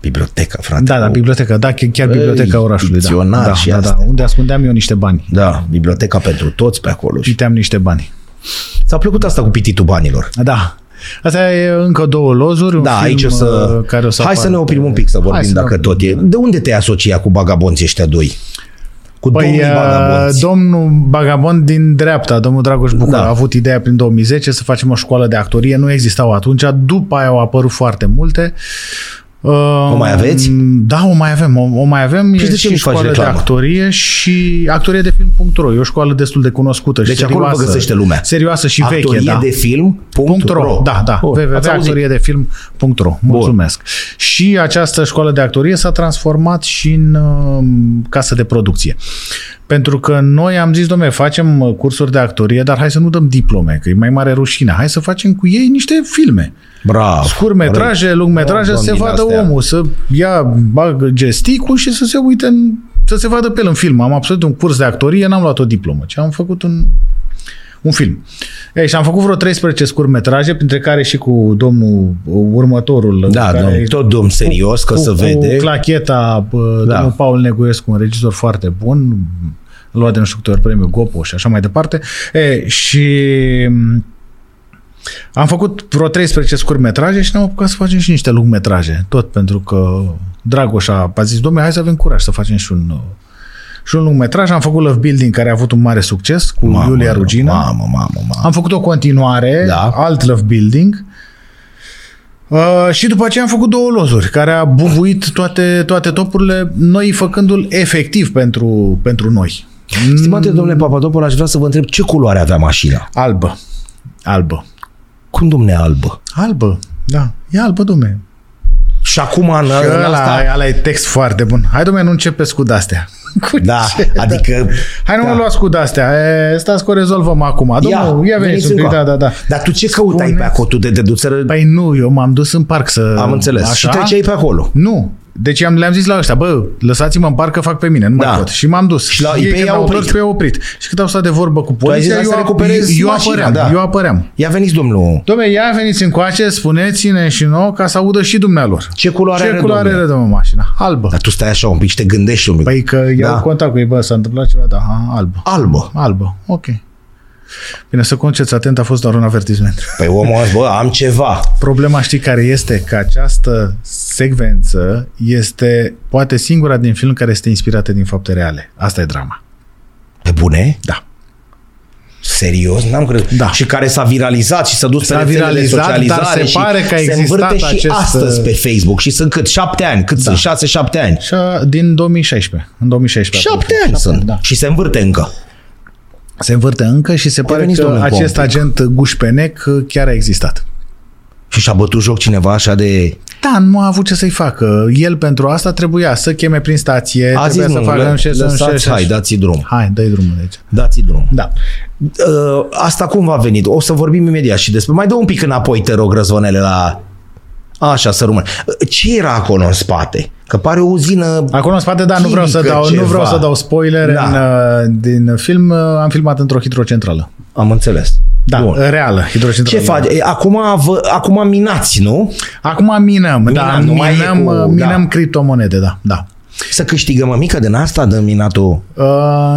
[SPEAKER 1] biblioteca, frate.
[SPEAKER 2] da, da
[SPEAKER 1] Oh.
[SPEAKER 2] biblioteca, da, chi- chiar
[SPEAKER 1] Ei,
[SPEAKER 2] biblioteca orașului. Da,
[SPEAKER 1] dicționar
[SPEAKER 2] da,
[SPEAKER 1] și
[SPEAKER 2] da, da,
[SPEAKER 1] astea.
[SPEAKER 2] unde ascundeam eu niște bani.
[SPEAKER 1] da, biblioteca pentru toți pe acolo. Și...
[SPEAKER 2] Citeam niște bani.
[SPEAKER 1] Ți-a plăcut asta cu pititul banilor?
[SPEAKER 2] Da. Asta e încă două lozuri, un
[SPEAKER 1] Da,
[SPEAKER 2] film
[SPEAKER 1] aici o să...
[SPEAKER 2] uh, care o să
[SPEAKER 1] Hai
[SPEAKER 2] apară
[SPEAKER 1] să ne oprim un pic să
[SPEAKER 2] Hai
[SPEAKER 1] vorbim
[SPEAKER 2] să ne
[SPEAKER 1] dacă
[SPEAKER 2] oprim. da.
[SPEAKER 1] tot e. De unde te-ai asocia cu bagabonții ăștia doi? Cu
[SPEAKER 2] Păi,
[SPEAKER 1] domnii
[SPEAKER 2] uh,
[SPEAKER 1] bagabonți.
[SPEAKER 2] domnul Bagabond din dreapta, domnul Dragoș Bucur,
[SPEAKER 1] Da.
[SPEAKER 2] da. a avut ideea prin 2010 să facem o școală de actorie. Nu existau atunci, după aia au apărut foarte multe. O
[SPEAKER 1] mai aveți?
[SPEAKER 2] Da, o mai avem. O, o mai avem.
[SPEAKER 1] Și
[SPEAKER 2] E
[SPEAKER 1] de ce nu faci
[SPEAKER 2] școală de
[SPEAKER 1] reclamă?
[SPEAKER 2] actorie și actorie de film.ro. E o școală destul de cunoscută și
[SPEAKER 1] Deci acolo
[SPEAKER 2] serioasă.
[SPEAKER 1] vă găsește lumea.
[SPEAKER 2] Serioasă și
[SPEAKER 1] Actorie
[SPEAKER 2] veche, da.
[SPEAKER 1] de film.
[SPEAKER 2] Punct ro. Da, da.
[SPEAKER 1] Oh, ați auzit?
[SPEAKER 2] www.actoriedefilm.ro Mulțumesc. Și această școală de actorie s-a transformat și în uh, casă de producție. Pentru că noi am zis, domne, facem uh, cursuri de actorie, dar hai să nu dăm diplome, că e mai mare rușine. Hai să facem cu ei niște filme.
[SPEAKER 1] Bravo.
[SPEAKER 2] Scurmetraje, lungmetraje,
[SPEAKER 1] Da,
[SPEAKER 2] să se
[SPEAKER 1] domnii
[SPEAKER 2] vadă
[SPEAKER 1] astea.
[SPEAKER 2] omul, să ia, bagă gesticul și să se uite în, să se vadă pe el în film. Am absolvit un curs de actorie, n-am luat o diplomă, ci am făcut un, un film. Ei, și am făcut vreo 13 scurmetraje, printre care și cu domnul uh, următorul.
[SPEAKER 1] Da,
[SPEAKER 2] care
[SPEAKER 1] domn, tot domn serios, că
[SPEAKER 2] cu,
[SPEAKER 1] se vede.
[SPEAKER 2] Cu clacheta, bă,
[SPEAKER 1] Da.
[SPEAKER 2] domnul Paul Neguescu, un regizor foarte bun, a luat de nu știu câte ori premiu Gopo și așa mai departe. E, și m, am făcut vreo 13 scurtmetraje și ne-am apucat să facem și niște lungmetraje. Tot pentru că Dragoș a, a zis, domnule, hai să avem curaj să facem și un, uh, și un lungmetraj. Am făcut Love Building, care a avut un mare succes cu
[SPEAKER 1] Mamă,
[SPEAKER 2] Iulia Rugina.
[SPEAKER 1] Mamă, mamă, mamă.
[SPEAKER 2] Am făcut o continuare,
[SPEAKER 1] Da.
[SPEAKER 2] da. alt love building. Uh, și după aceea am făcut două lozuri care a bubuit toate, toate topurile, noi făcându-l efectiv pentru, pentru noi.
[SPEAKER 1] Stimate
[SPEAKER 2] Mm.
[SPEAKER 1] domnule Papadopoulos, aș vrea să vă întreb ce culoare avea mașina?
[SPEAKER 2] Albă. Albă.
[SPEAKER 1] Cum domne albă?
[SPEAKER 2] Albă, da. E albă, domne.
[SPEAKER 1] Și acum în,
[SPEAKER 2] Și
[SPEAKER 1] în
[SPEAKER 2] ăla,
[SPEAKER 1] asta...
[SPEAKER 2] ăla e text foarte bun. Hai, domne, nu începeți cu de-astea. Cu
[SPEAKER 1] Da,
[SPEAKER 2] [laughs] ce?
[SPEAKER 1] adică...
[SPEAKER 2] Hai, nu
[SPEAKER 1] da.
[SPEAKER 2] mă luați cu de-astea. E, stați că o rezolvăm acum. Domnul, ia, ia veniți un pic.
[SPEAKER 1] încoa.
[SPEAKER 2] Da, da, da.
[SPEAKER 1] Dar tu ce căutai pe
[SPEAKER 2] Spuneți.
[SPEAKER 1] acolo? Tu de deduțeră...
[SPEAKER 2] Păi nu, eu m-am dus în parc să...
[SPEAKER 1] Am înțeles.
[SPEAKER 2] Așa?
[SPEAKER 1] Și treceai pe acolo.
[SPEAKER 2] Nu. Deci am, le-am zis la ăștia, bă, lăsați-mă în parcă fac pe mine, nu da.
[SPEAKER 1] Da.
[SPEAKER 2] mai pot. Și m-am dus.
[SPEAKER 1] Și la-
[SPEAKER 2] Ei,
[SPEAKER 1] pe ei
[SPEAKER 2] când
[SPEAKER 1] au
[SPEAKER 2] au
[SPEAKER 1] oprit.
[SPEAKER 2] oprit. Pe ei au oprit. Și cât au stat de vorbă cu
[SPEAKER 1] ai zis,
[SPEAKER 2] poliția,
[SPEAKER 1] hai să
[SPEAKER 2] eu,
[SPEAKER 1] recuperezi
[SPEAKER 2] eu,
[SPEAKER 1] mașina,
[SPEAKER 2] apăream,
[SPEAKER 1] da.
[SPEAKER 2] eu apăream.
[SPEAKER 1] Ia veniți, domnul.
[SPEAKER 2] Dom'le, ia veniți încoace, spuneți-ne și nouă ca să audă și dumnealor.
[SPEAKER 1] Ce culoare
[SPEAKER 2] Ce
[SPEAKER 1] are,
[SPEAKER 2] culoare
[SPEAKER 1] domnule?
[SPEAKER 2] are, domnule, mașina? Albă.
[SPEAKER 1] Dar tu stai așa un pic și te gândești un pic.
[SPEAKER 2] Păi că iau
[SPEAKER 1] Da.
[SPEAKER 2] da. contact cu ei, bă, s-a întâmplat ceva, da, ha, albă.
[SPEAKER 1] Albă.
[SPEAKER 2] Albă, ok. Bine, să conceți atent, a fost doar un avertisment.
[SPEAKER 1] Păi omul ăsta, bă, am ceva.
[SPEAKER 2] Problema știi care este? Că această secvență este poate singura din film care este inspirată din fapte reale. Asta e drama.
[SPEAKER 1] Pe bune?
[SPEAKER 2] Da.
[SPEAKER 1] Serios? N-am crezut.
[SPEAKER 2] Da.
[SPEAKER 1] Și care s-a viralizat și s-a dus
[SPEAKER 2] S-a
[SPEAKER 1] pe rețelele
[SPEAKER 2] viralizat,
[SPEAKER 1] de socializare
[SPEAKER 2] dar se
[SPEAKER 1] și
[SPEAKER 2] pare că a
[SPEAKER 1] se
[SPEAKER 2] existat
[SPEAKER 1] învârte și
[SPEAKER 2] acest- uh, Da.
[SPEAKER 1] astăzi pe Facebook. Și sunt cât? Șapte ani. Cât sunt? Șase, șapte ani.
[SPEAKER 2] Și a, din 2016. În 2016. a
[SPEAKER 1] Șapte
[SPEAKER 2] apărut.
[SPEAKER 1] ani sunt.
[SPEAKER 2] Da.
[SPEAKER 1] Și se învârte încă.
[SPEAKER 2] Se învârte încă și se pare
[SPEAKER 1] veniți,
[SPEAKER 2] că
[SPEAKER 1] domnule, cu
[SPEAKER 2] acest
[SPEAKER 1] un
[SPEAKER 2] agent Gușpenec chiar a existat.
[SPEAKER 1] Și și-a bătut joc cineva așa de...
[SPEAKER 2] Da, nu a avut ce să-i facă. El pentru asta trebuia să cheme prin stație,
[SPEAKER 1] A zis,
[SPEAKER 2] trebuia
[SPEAKER 1] nu,
[SPEAKER 2] să facă
[SPEAKER 1] lă-
[SPEAKER 2] nu știu, ce, să nu știu,
[SPEAKER 1] lăsați,
[SPEAKER 2] ce,
[SPEAKER 1] hai, da.
[SPEAKER 2] să-
[SPEAKER 1] dați drum.
[SPEAKER 2] Hai, dai drumul de aici.
[SPEAKER 1] Dați drum.
[SPEAKER 2] Da.
[SPEAKER 1] Uh, Asta cum va veni? O să vorbim imediat și despre... Mai dă un pic înapoi, te rog, răzvonele la... Așa, să rămân. Uh, Ce era acolo în spate? Că pare o uzină...
[SPEAKER 2] Acolo în spate, da, nu vreau să
[SPEAKER 1] Chimică
[SPEAKER 2] dau, nu vreau
[SPEAKER 1] ceva.
[SPEAKER 2] să dau spoiler
[SPEAKER 1] Da.
[SPEAKER 2] da. în, uh, din film. uh, Am filmat într-o hidrocentrală.
[SPEAKER 1] Am înțeles.
[SPEAKER 2] Da,
[SPEAKER 1] Bun.
[SPEAKER 2] reală,
[SPEAKER 1] Ce
[SPEAKER 2] hidrocentrală.
[SPEAKER 1] faci? E, Acum, vă, acum minați, nu?
[SPEAKER 2] Acum minăm, da,
[SPEAKER 1] nu mai e
[SPEAKER 2] minăm,
[SPEAKER 1] cu-
[SPEAKER 2] uh, minăm
[SPEAKER 1] da.
[SPEAKER 2] criptomonede, da, da.
[SPEAKER 1] Să câștigăm o mică din asta, de minatul.
[SPEAKER 2] Uh,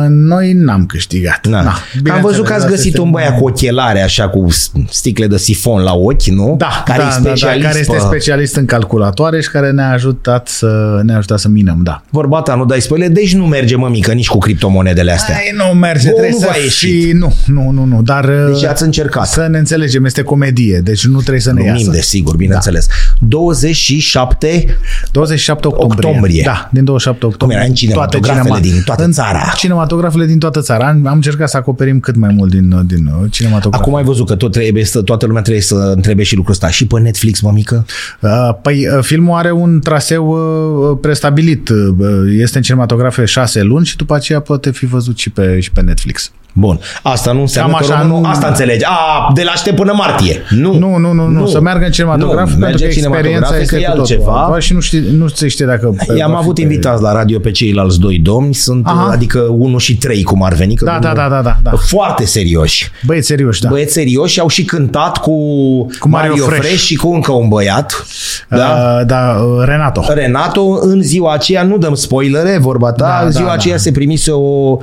[SPEAKER 2] noi n-am câștigat.
[SPEAKER 1] Na.
[SPEAKER 2] Na.
[SPEAKER 1] Că Am văzut că ați
[SPEAKER 2] Da, bineînțeles,
[SPEAKER 1] găsit
[SPEAKER 2] asta
[SPEAKER 1] un
[SPEAKER 2] este-
[SPEAKER 1] băiat cu ochelare, așa, cu sticle de sifon la ochi, nu?
[SPEAKER 2] Da,
[SPEAKER 1] care
[SPEAKER 2] da,
[SPEAKER 1] e
[SPEAKER 2] da, da,
[SPEAKER 1] specialist
[SPEAKER 2] care este
[SPEAKER 1] pe-
[SPEAKER 2] specialist în calculatoare și care ne-a ajutat să, ne-a ajutat să minăm, da.
[SPEAKER 1] Vorba ta, nu dai spoile, deci nu merge, mă, mică, nici cu criptomonedele astea.
[SPEAKER 2] Ei, nu merge,
[SPEAKER 1] Bă,
[SPEAKER 2] trebuie
[SPEAKER 1] nu
[SPEAKER 2] să
[SPEAKER 1] v-a
[SPEAKER 2] fii... Nu, nu, nu, nu, dar... uh,
[SPEAKER 1] Deci ați încercat.
[SPEAKER 2] Să ne înțelegem, este comedie, deci nu trebuie să ne
[SPEAKER 1] Glumim,
[SPEAKER 2] iasă. Da.
[SPEAKER 1] desigur, bineînțeles. 27,
[SPEAKER 2] 27 octombrie.
[SPEAKER 1] Octombrie.
[SPEAKER 2] Da, din 27 octombrie.
[SPEAKER 1] Cum era, în cinematografele din toată
[SPEAKER 2] în
[SPEAKER 1] țara.
[SPEAKER 2] Cinematografele din toată țara. Am, am încercat să acoperim cât mai mult din, din uh, cinematograf.
[SPEAKER 1] acum ai văzut că tot trebuie să, toată lumea trebuie să întrebe și lucrul ăsta. Și pe Netflix, mă, mică?
[SPEAKER 2] Uh, Păi uh, filmul are un traseu uh, prestabilit. Uh, Este în cinematografe șase luni și după aceea poate fi văzut și pe, și pe Netflix.
[SPEAKER 1] Bun. Asta nu înseamnă
[SPEAKER 2] Cam
[SPEAKER 1] că
[SPEAKER 2] așa,
[SPEAKER 1] românul,
[SPEAKER 2] nu-
[SPEAKER 1] asta înțelegi. A, de la aștept până martie. Nu.
[SPEAKER 2] Nu, nu, nu, nu, nu. să meargă în cinematograf
[SPEAKER 1] Nu,
[SPEAKER 2] pentru
[SPEAKER 1] merge
[SPEAKER 2] că experiența
[SPEAKER 1] cinematografe,
[SPEAKER 2] este
[SPEAKER 1] că e
[SPEAKER 2] cu totul
[SPEAKER 1] altceva.
[SPEAKER 2] altceva și nu, știi, nu se știe dacă...
[SPEAKER 1] I-am
[SPEAKER 2] va fi
[SPEAKER 1] avut
[SPEAKER 2] pe-
[SPEAKER 1] invitați la radio pe ceilalți doi domni, sunt,
[SPEAKER 2] Aha.
[SPEAKER 1] adică 1 și 3 cum ar veni. Că
[SPEAKER 2] Da, da,
[SPEAKER 1] unul-
[SPEAKER 2] da, da, da, da.
[SPEAKER 1] Foarte serioși.
[SPEAKER 2] Băieți, serios, da.
[SPEAKER 1] Băieți serioși au și cântat cu, cu
[SPEAKER 2] Mario
[SPEAKER 1] Mario Fresh.
[SPEAKER 2] Fresh.
[SPEAKER 1] și cu încă un băiat. Da?
[SPEAKER 2] Uh, da, uh, Renato.
[SPEAKER 1] Renato, în ziua aceea, nu dăm spoilere, vorba ta,
[SPEAKER 2] Da,
[SPEAKER 1] da, în
[SPEAKER 2] da,
[SPEAKER 1] ziua da,
[SPEAKER 2] da.
[SPEAKER 1] aceea da. se primise o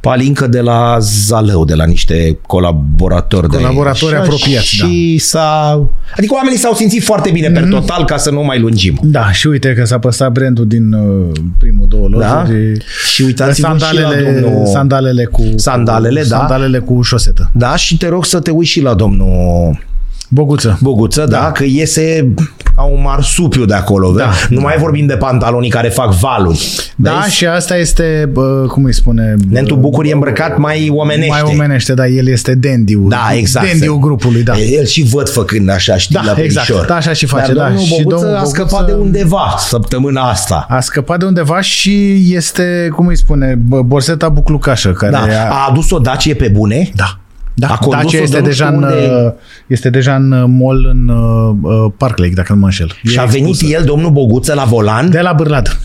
[SPEAKER 1] palincă de la Zalău, de la niște colaboratori.
[SPEAKER 2] Colaboratori
[SPEAKER 1] de aici.
[SPEAKER 2] apropiați, da.
[SPEAKER 1] și s-a... Adică oamenii s-au simțit foarte bine,
[SPEAKER 2] Mm.
[SPEAKER 1] mm-hmm. per total, ca să nu mai lungim.
[SPEAKER 2] Da, și uite că s-a păstrat brandul din uh, primul două
[SPEAKER 1] Da?
[SPEAKER 2] locuri.
[SPEAKER 1] Și uitați-vă și la
[SPEAKER 2] sandalele,
[SPEAKER 1] domnul...
[SPEAKER 2] sandalele cu
[SPEAKER 1] Sandalele, da.
[SPEAKER 2] sandalele cu șosetă.
[SPEAKER 1] Da, și te rog să te uiți și la domnul
[SPEAKER 2] Boguță.
[SPEAKER 1] Boguță, da, da că iese ca un marsupiu de acolo. Da. Nu mai vorbim de pantalonii care fac valuri.
[SPEAKER 2] Da,
[SPEAKER 1] Vezi?
[SPEAKER 2] și asta este, bă, cum îi spune... bă,
[SPEAKER 1] Nentu Bucur e îmbrăcat mai omenește.
[SPEAKER 2] Mai omenește, da, el este dandiul.
[SPEAKER 1] Da, exact.
[SPEAKER 2] Dandiul grupului, da.
[SPEAKER 1] El și văd făcând așa, știi,
[SPEAKER 2] Da,
[SPEAKER 1] la
[SPEAKER 2] exact.
[SPEAKER 1] verișor.
[SPEAKER 2] Da, așa și face,
[SPEAKER 1] Dar
[SPEAKER 2] da.
[SPEAKER 1] domnul
[SPEAKER 2] Și
[SPEAKER 1] Boguță
[SPEAKER 2] domnul
[SPEAKER 1] a
[SPEAKER 2] Boguță-
[SPEAKER 1] scăpat de undeva săptămâna asta.
[SPEAKER 2] A scăpat de undeva și este, cum îi spune, bă, borseta buclucașă, care
[SPEAKER 1] Da.
[SPEAKER 2] a...
[SPEAKER 1] A adus o Dacie pe bune?
[SPEAKER 2] da. Da,
[SPEAKER 1] A condus-o
[SPEAKER 2] Dacia este
[SPEAKER 1] de nu
[SPEAKER 2] deja,
[SPEAKER 1] știu
[SPEAKER 2] în,
[SPEAKER 1] unde-
[SPEAKER 2] este deja în uh, mall în uh, uh, Park Lake, dacă nu mă înșel.
[SPEAKER 1] Și
[SPEAKER 2] E
[SPEAKER 1] a venit
[SPEAKER 2] expusă. Da.
[SPEAKER 1] el, domnul Boguță, la volan?
[SPEAKER 2] De la Bârlad.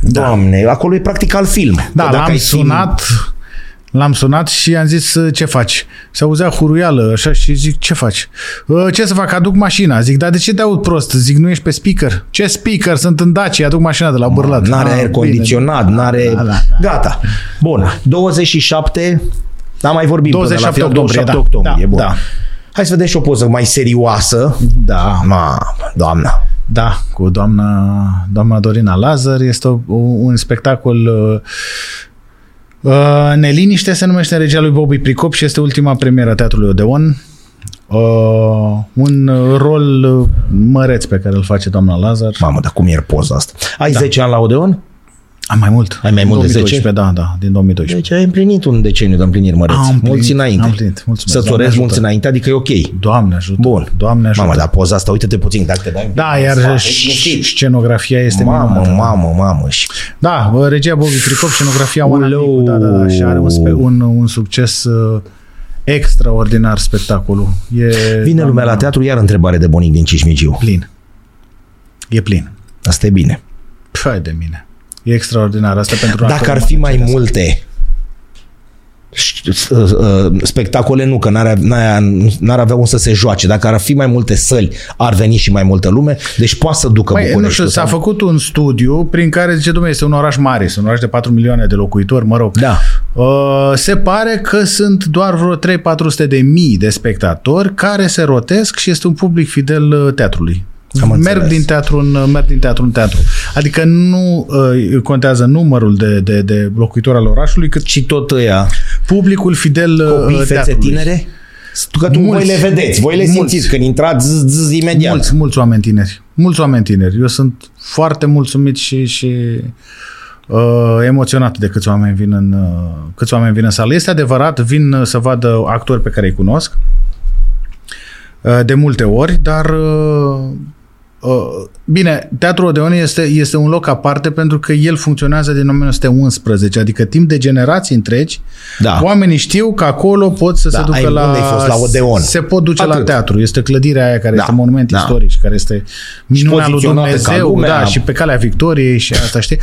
[SPEAKER 1] Doamne, acolo e practic al film.
[SPEAKER 2] Da,
[SPEAKER 1] Că dacă
[SPEAKER 2] l-am
[SPEAKER 1] ai fi-
[SPEAKER 2] sunat, l-am sunat și am zis "Ă, ce faci. Se auzea huruială așa și zic ce faci. "Ă, Ce să fac, aduc mașina. Zic, dar de ce te aud prost? Zic, nu ești pe speaker. Ce speaker? Sunt în Dacia, aduc mașina de la Bârlat.
[SPEAKER 1] N-are
[SPEAKER 2] "Ah,
[SPEAKER 1] aer
[SPEAKER 2] bine."
[SPEAKER 1] condiționat, n-are...
[SPEAKER 2] Da, da,
[SPEAKER 1] Gata. Bun. 27... Am mai vorbit până
[SPEAKER 2] 27
[SPEAKER 1] la final,
[SPEAKER 2] octombrie,
[SPEAKER 1] 27
[SPEAKER 2] da.
[SPEAKER 1] octombrie.
[SPEAKER 2] Da,
[SPEAKER 1] Bun.
[SPEAKER 2] da.
[SPEAKER 1] Hai să vedem și o poză mai serioasă.
[SPEAKER 2] Da,
[SPEAKER 1] Ma, doamna.
[SPEAKER 2] da, cu doamna, doamna Dorina Lazar. Este o, un spectacol uh, Uh, Neliniște se numește în regia lui Bobby Pricop și este ultima premieră a Teatrului Odeon. Uh, un uh, rol uh, măreț pe care îl face doamna Lazar.
[SPEAKER 1] Mamă, dar cum e poza asta? Ai da. 10 ani la Odeon?
[SPEAKER 2] Am mai mult.
[SPEAKER 1] Ai mai mult de
[SPEAKER 2] 2012, de 10? Da, da, din 2012.
[SPEAKER 1] Deci ai împlinit un deceniu de împliniri măreți.
[SPEAKER 2] Am împlinit,
[SPEAKER 1] Deci, mulți înainte.
[SPEAKER 2] am împlinit, mulțumesc,
[SPEAKER 1] Să-ți
[SPEAKER 2] Doamne
[SPEAKER 1] urez
[SPEAKER 2] ajută.
[SPEAKER 1] mulți înainte, adică e ok.
[SPEAKER 2] Doamne ajută.
[SPEAKER 1] Bun.
[SPEAKER 2] Doamne ajută.
[SPEAKER 1] Mamă, dar poza asta, uite-te puțin, dacă te dai...
[SPEAKER 2] da, iar
[SPEAKER 1] și- da.
[SPEAKER 2] și- scenografia este
[SPEAKER 1] Mamă,
[SPEAKER 2] minunată.
[SPEAKER 1] mamă, mamă. Și
[SPEAKER 2] Da, bă, regia Bobby Tricop, scenografia Oana
[SPEAKER 1] Uleu.
[SPEAKER 2] Micu, da, da, da, și are un, spe- un, un succes uh, extraordinar spectacolul. E
[SPEAKER 1] Vine
[SPEAKER 2] da,
[SPEAKER 1] lumea la teatru, iar întrebare de bunic din Cismigiu.
[SPEAKER 2] plin. E plin.
[SPEAKER 1] Asta e bine.
[SPEAKER 2] Păi de mine. E extraordinar. Asta pentru un
[SPEAKER 1] Dacă ar
[SPEAKER 2] actor uman.
[SPEAKER 1] fi mai multe ș- s- uh, uh, spectacole nu, că n-ar, n-ar, n-ar avea unde să se joace. Dacă ar fi mai multe săli, ar veni și mai multă lume, deci poate să ducă
[SPEAKER 2] Păi,
[SPEAKER 1] Bucureștiul.
[SPEAKER 2] nu știu, s-a
[SPEAKER 1] sau-
[SPEAKER 2] făcut un studiu prin care zice, domnule, este un oraș mare, este un oraș de 4 milioane de locuitori, mă rog.
[SPEAKER 1] Da.
[SPEAKER 2] Uh, se pare că sunt doar vreo 3-400 de mii de spectatori care se rotesc și este un public fidel uh, teatrului.
[SPEAKER 1] Am
[SPEAKER 2] merg
[SPEAKER 1] înțeles.
[SPEAKER 2] din, teatru în, uh, merg din teatru în teatru. Adică nu uh, contează numărul de, de, de locuitori al orașului, cât
[SPEAKER 1] Și tot ăia.
[SPEAKER 2] publicul fidel uh,
[SPEAKER 1] Copii, fețe
[SPEAKER 2] teatrului.
[SPEAKER 1] tinere? Că tu voi
[SPEAKER 2] Mulți.
[SPEAKER 1] le vedeți, voi le
[SPEAKER 2] Mulți.
[SPEAKER 1] simțiți când intrați zzz, zzz, imediat.
[SPEAKER 2] Mulți, mulți oameni tineri. Mulți oameni tineri. Eu sunt foarte mulțumit și, și uh, emoționat de câți oameni vin în uh, câți oameni vin în sală. Este adevărat, vin uh, să vadă actori pe care îi cunosc uh, de multe ori, dar uh, uh, bine, Teatrul Odeon este, este un loc aparte pentru că el funcționează din 1911, adică timp de generații întregi,
[SPEAKER 1] Da.
[SPEAKER 2] oamenii știu că acolo pot să
[SPEAKER 1] Da,
[SPEAKER 2] se ducă
[SPEAKER 1] ai-
[SPEAKER 2] la...
[SPEAKER 1] unde ai fost? La Odeon.
[SPEAKER 2] Se pot duce la
[SPEAKER 1] Atât.
[SPEAKER 2] teatru. Este clădirea aia care
[SPEAKER 1] Da,
[SPEAKER 2] este monument
[SPEAKER 1] da.
[SPEAKER 2] istoric și care este minunea lui
[SPEAKER 1] poziționată ca
[SPEAKER 2] Dumnezeu.
[SPEAKER 1] lumea.
[SPEAKER 2] Da, și pe calea victoriei și asta, știi?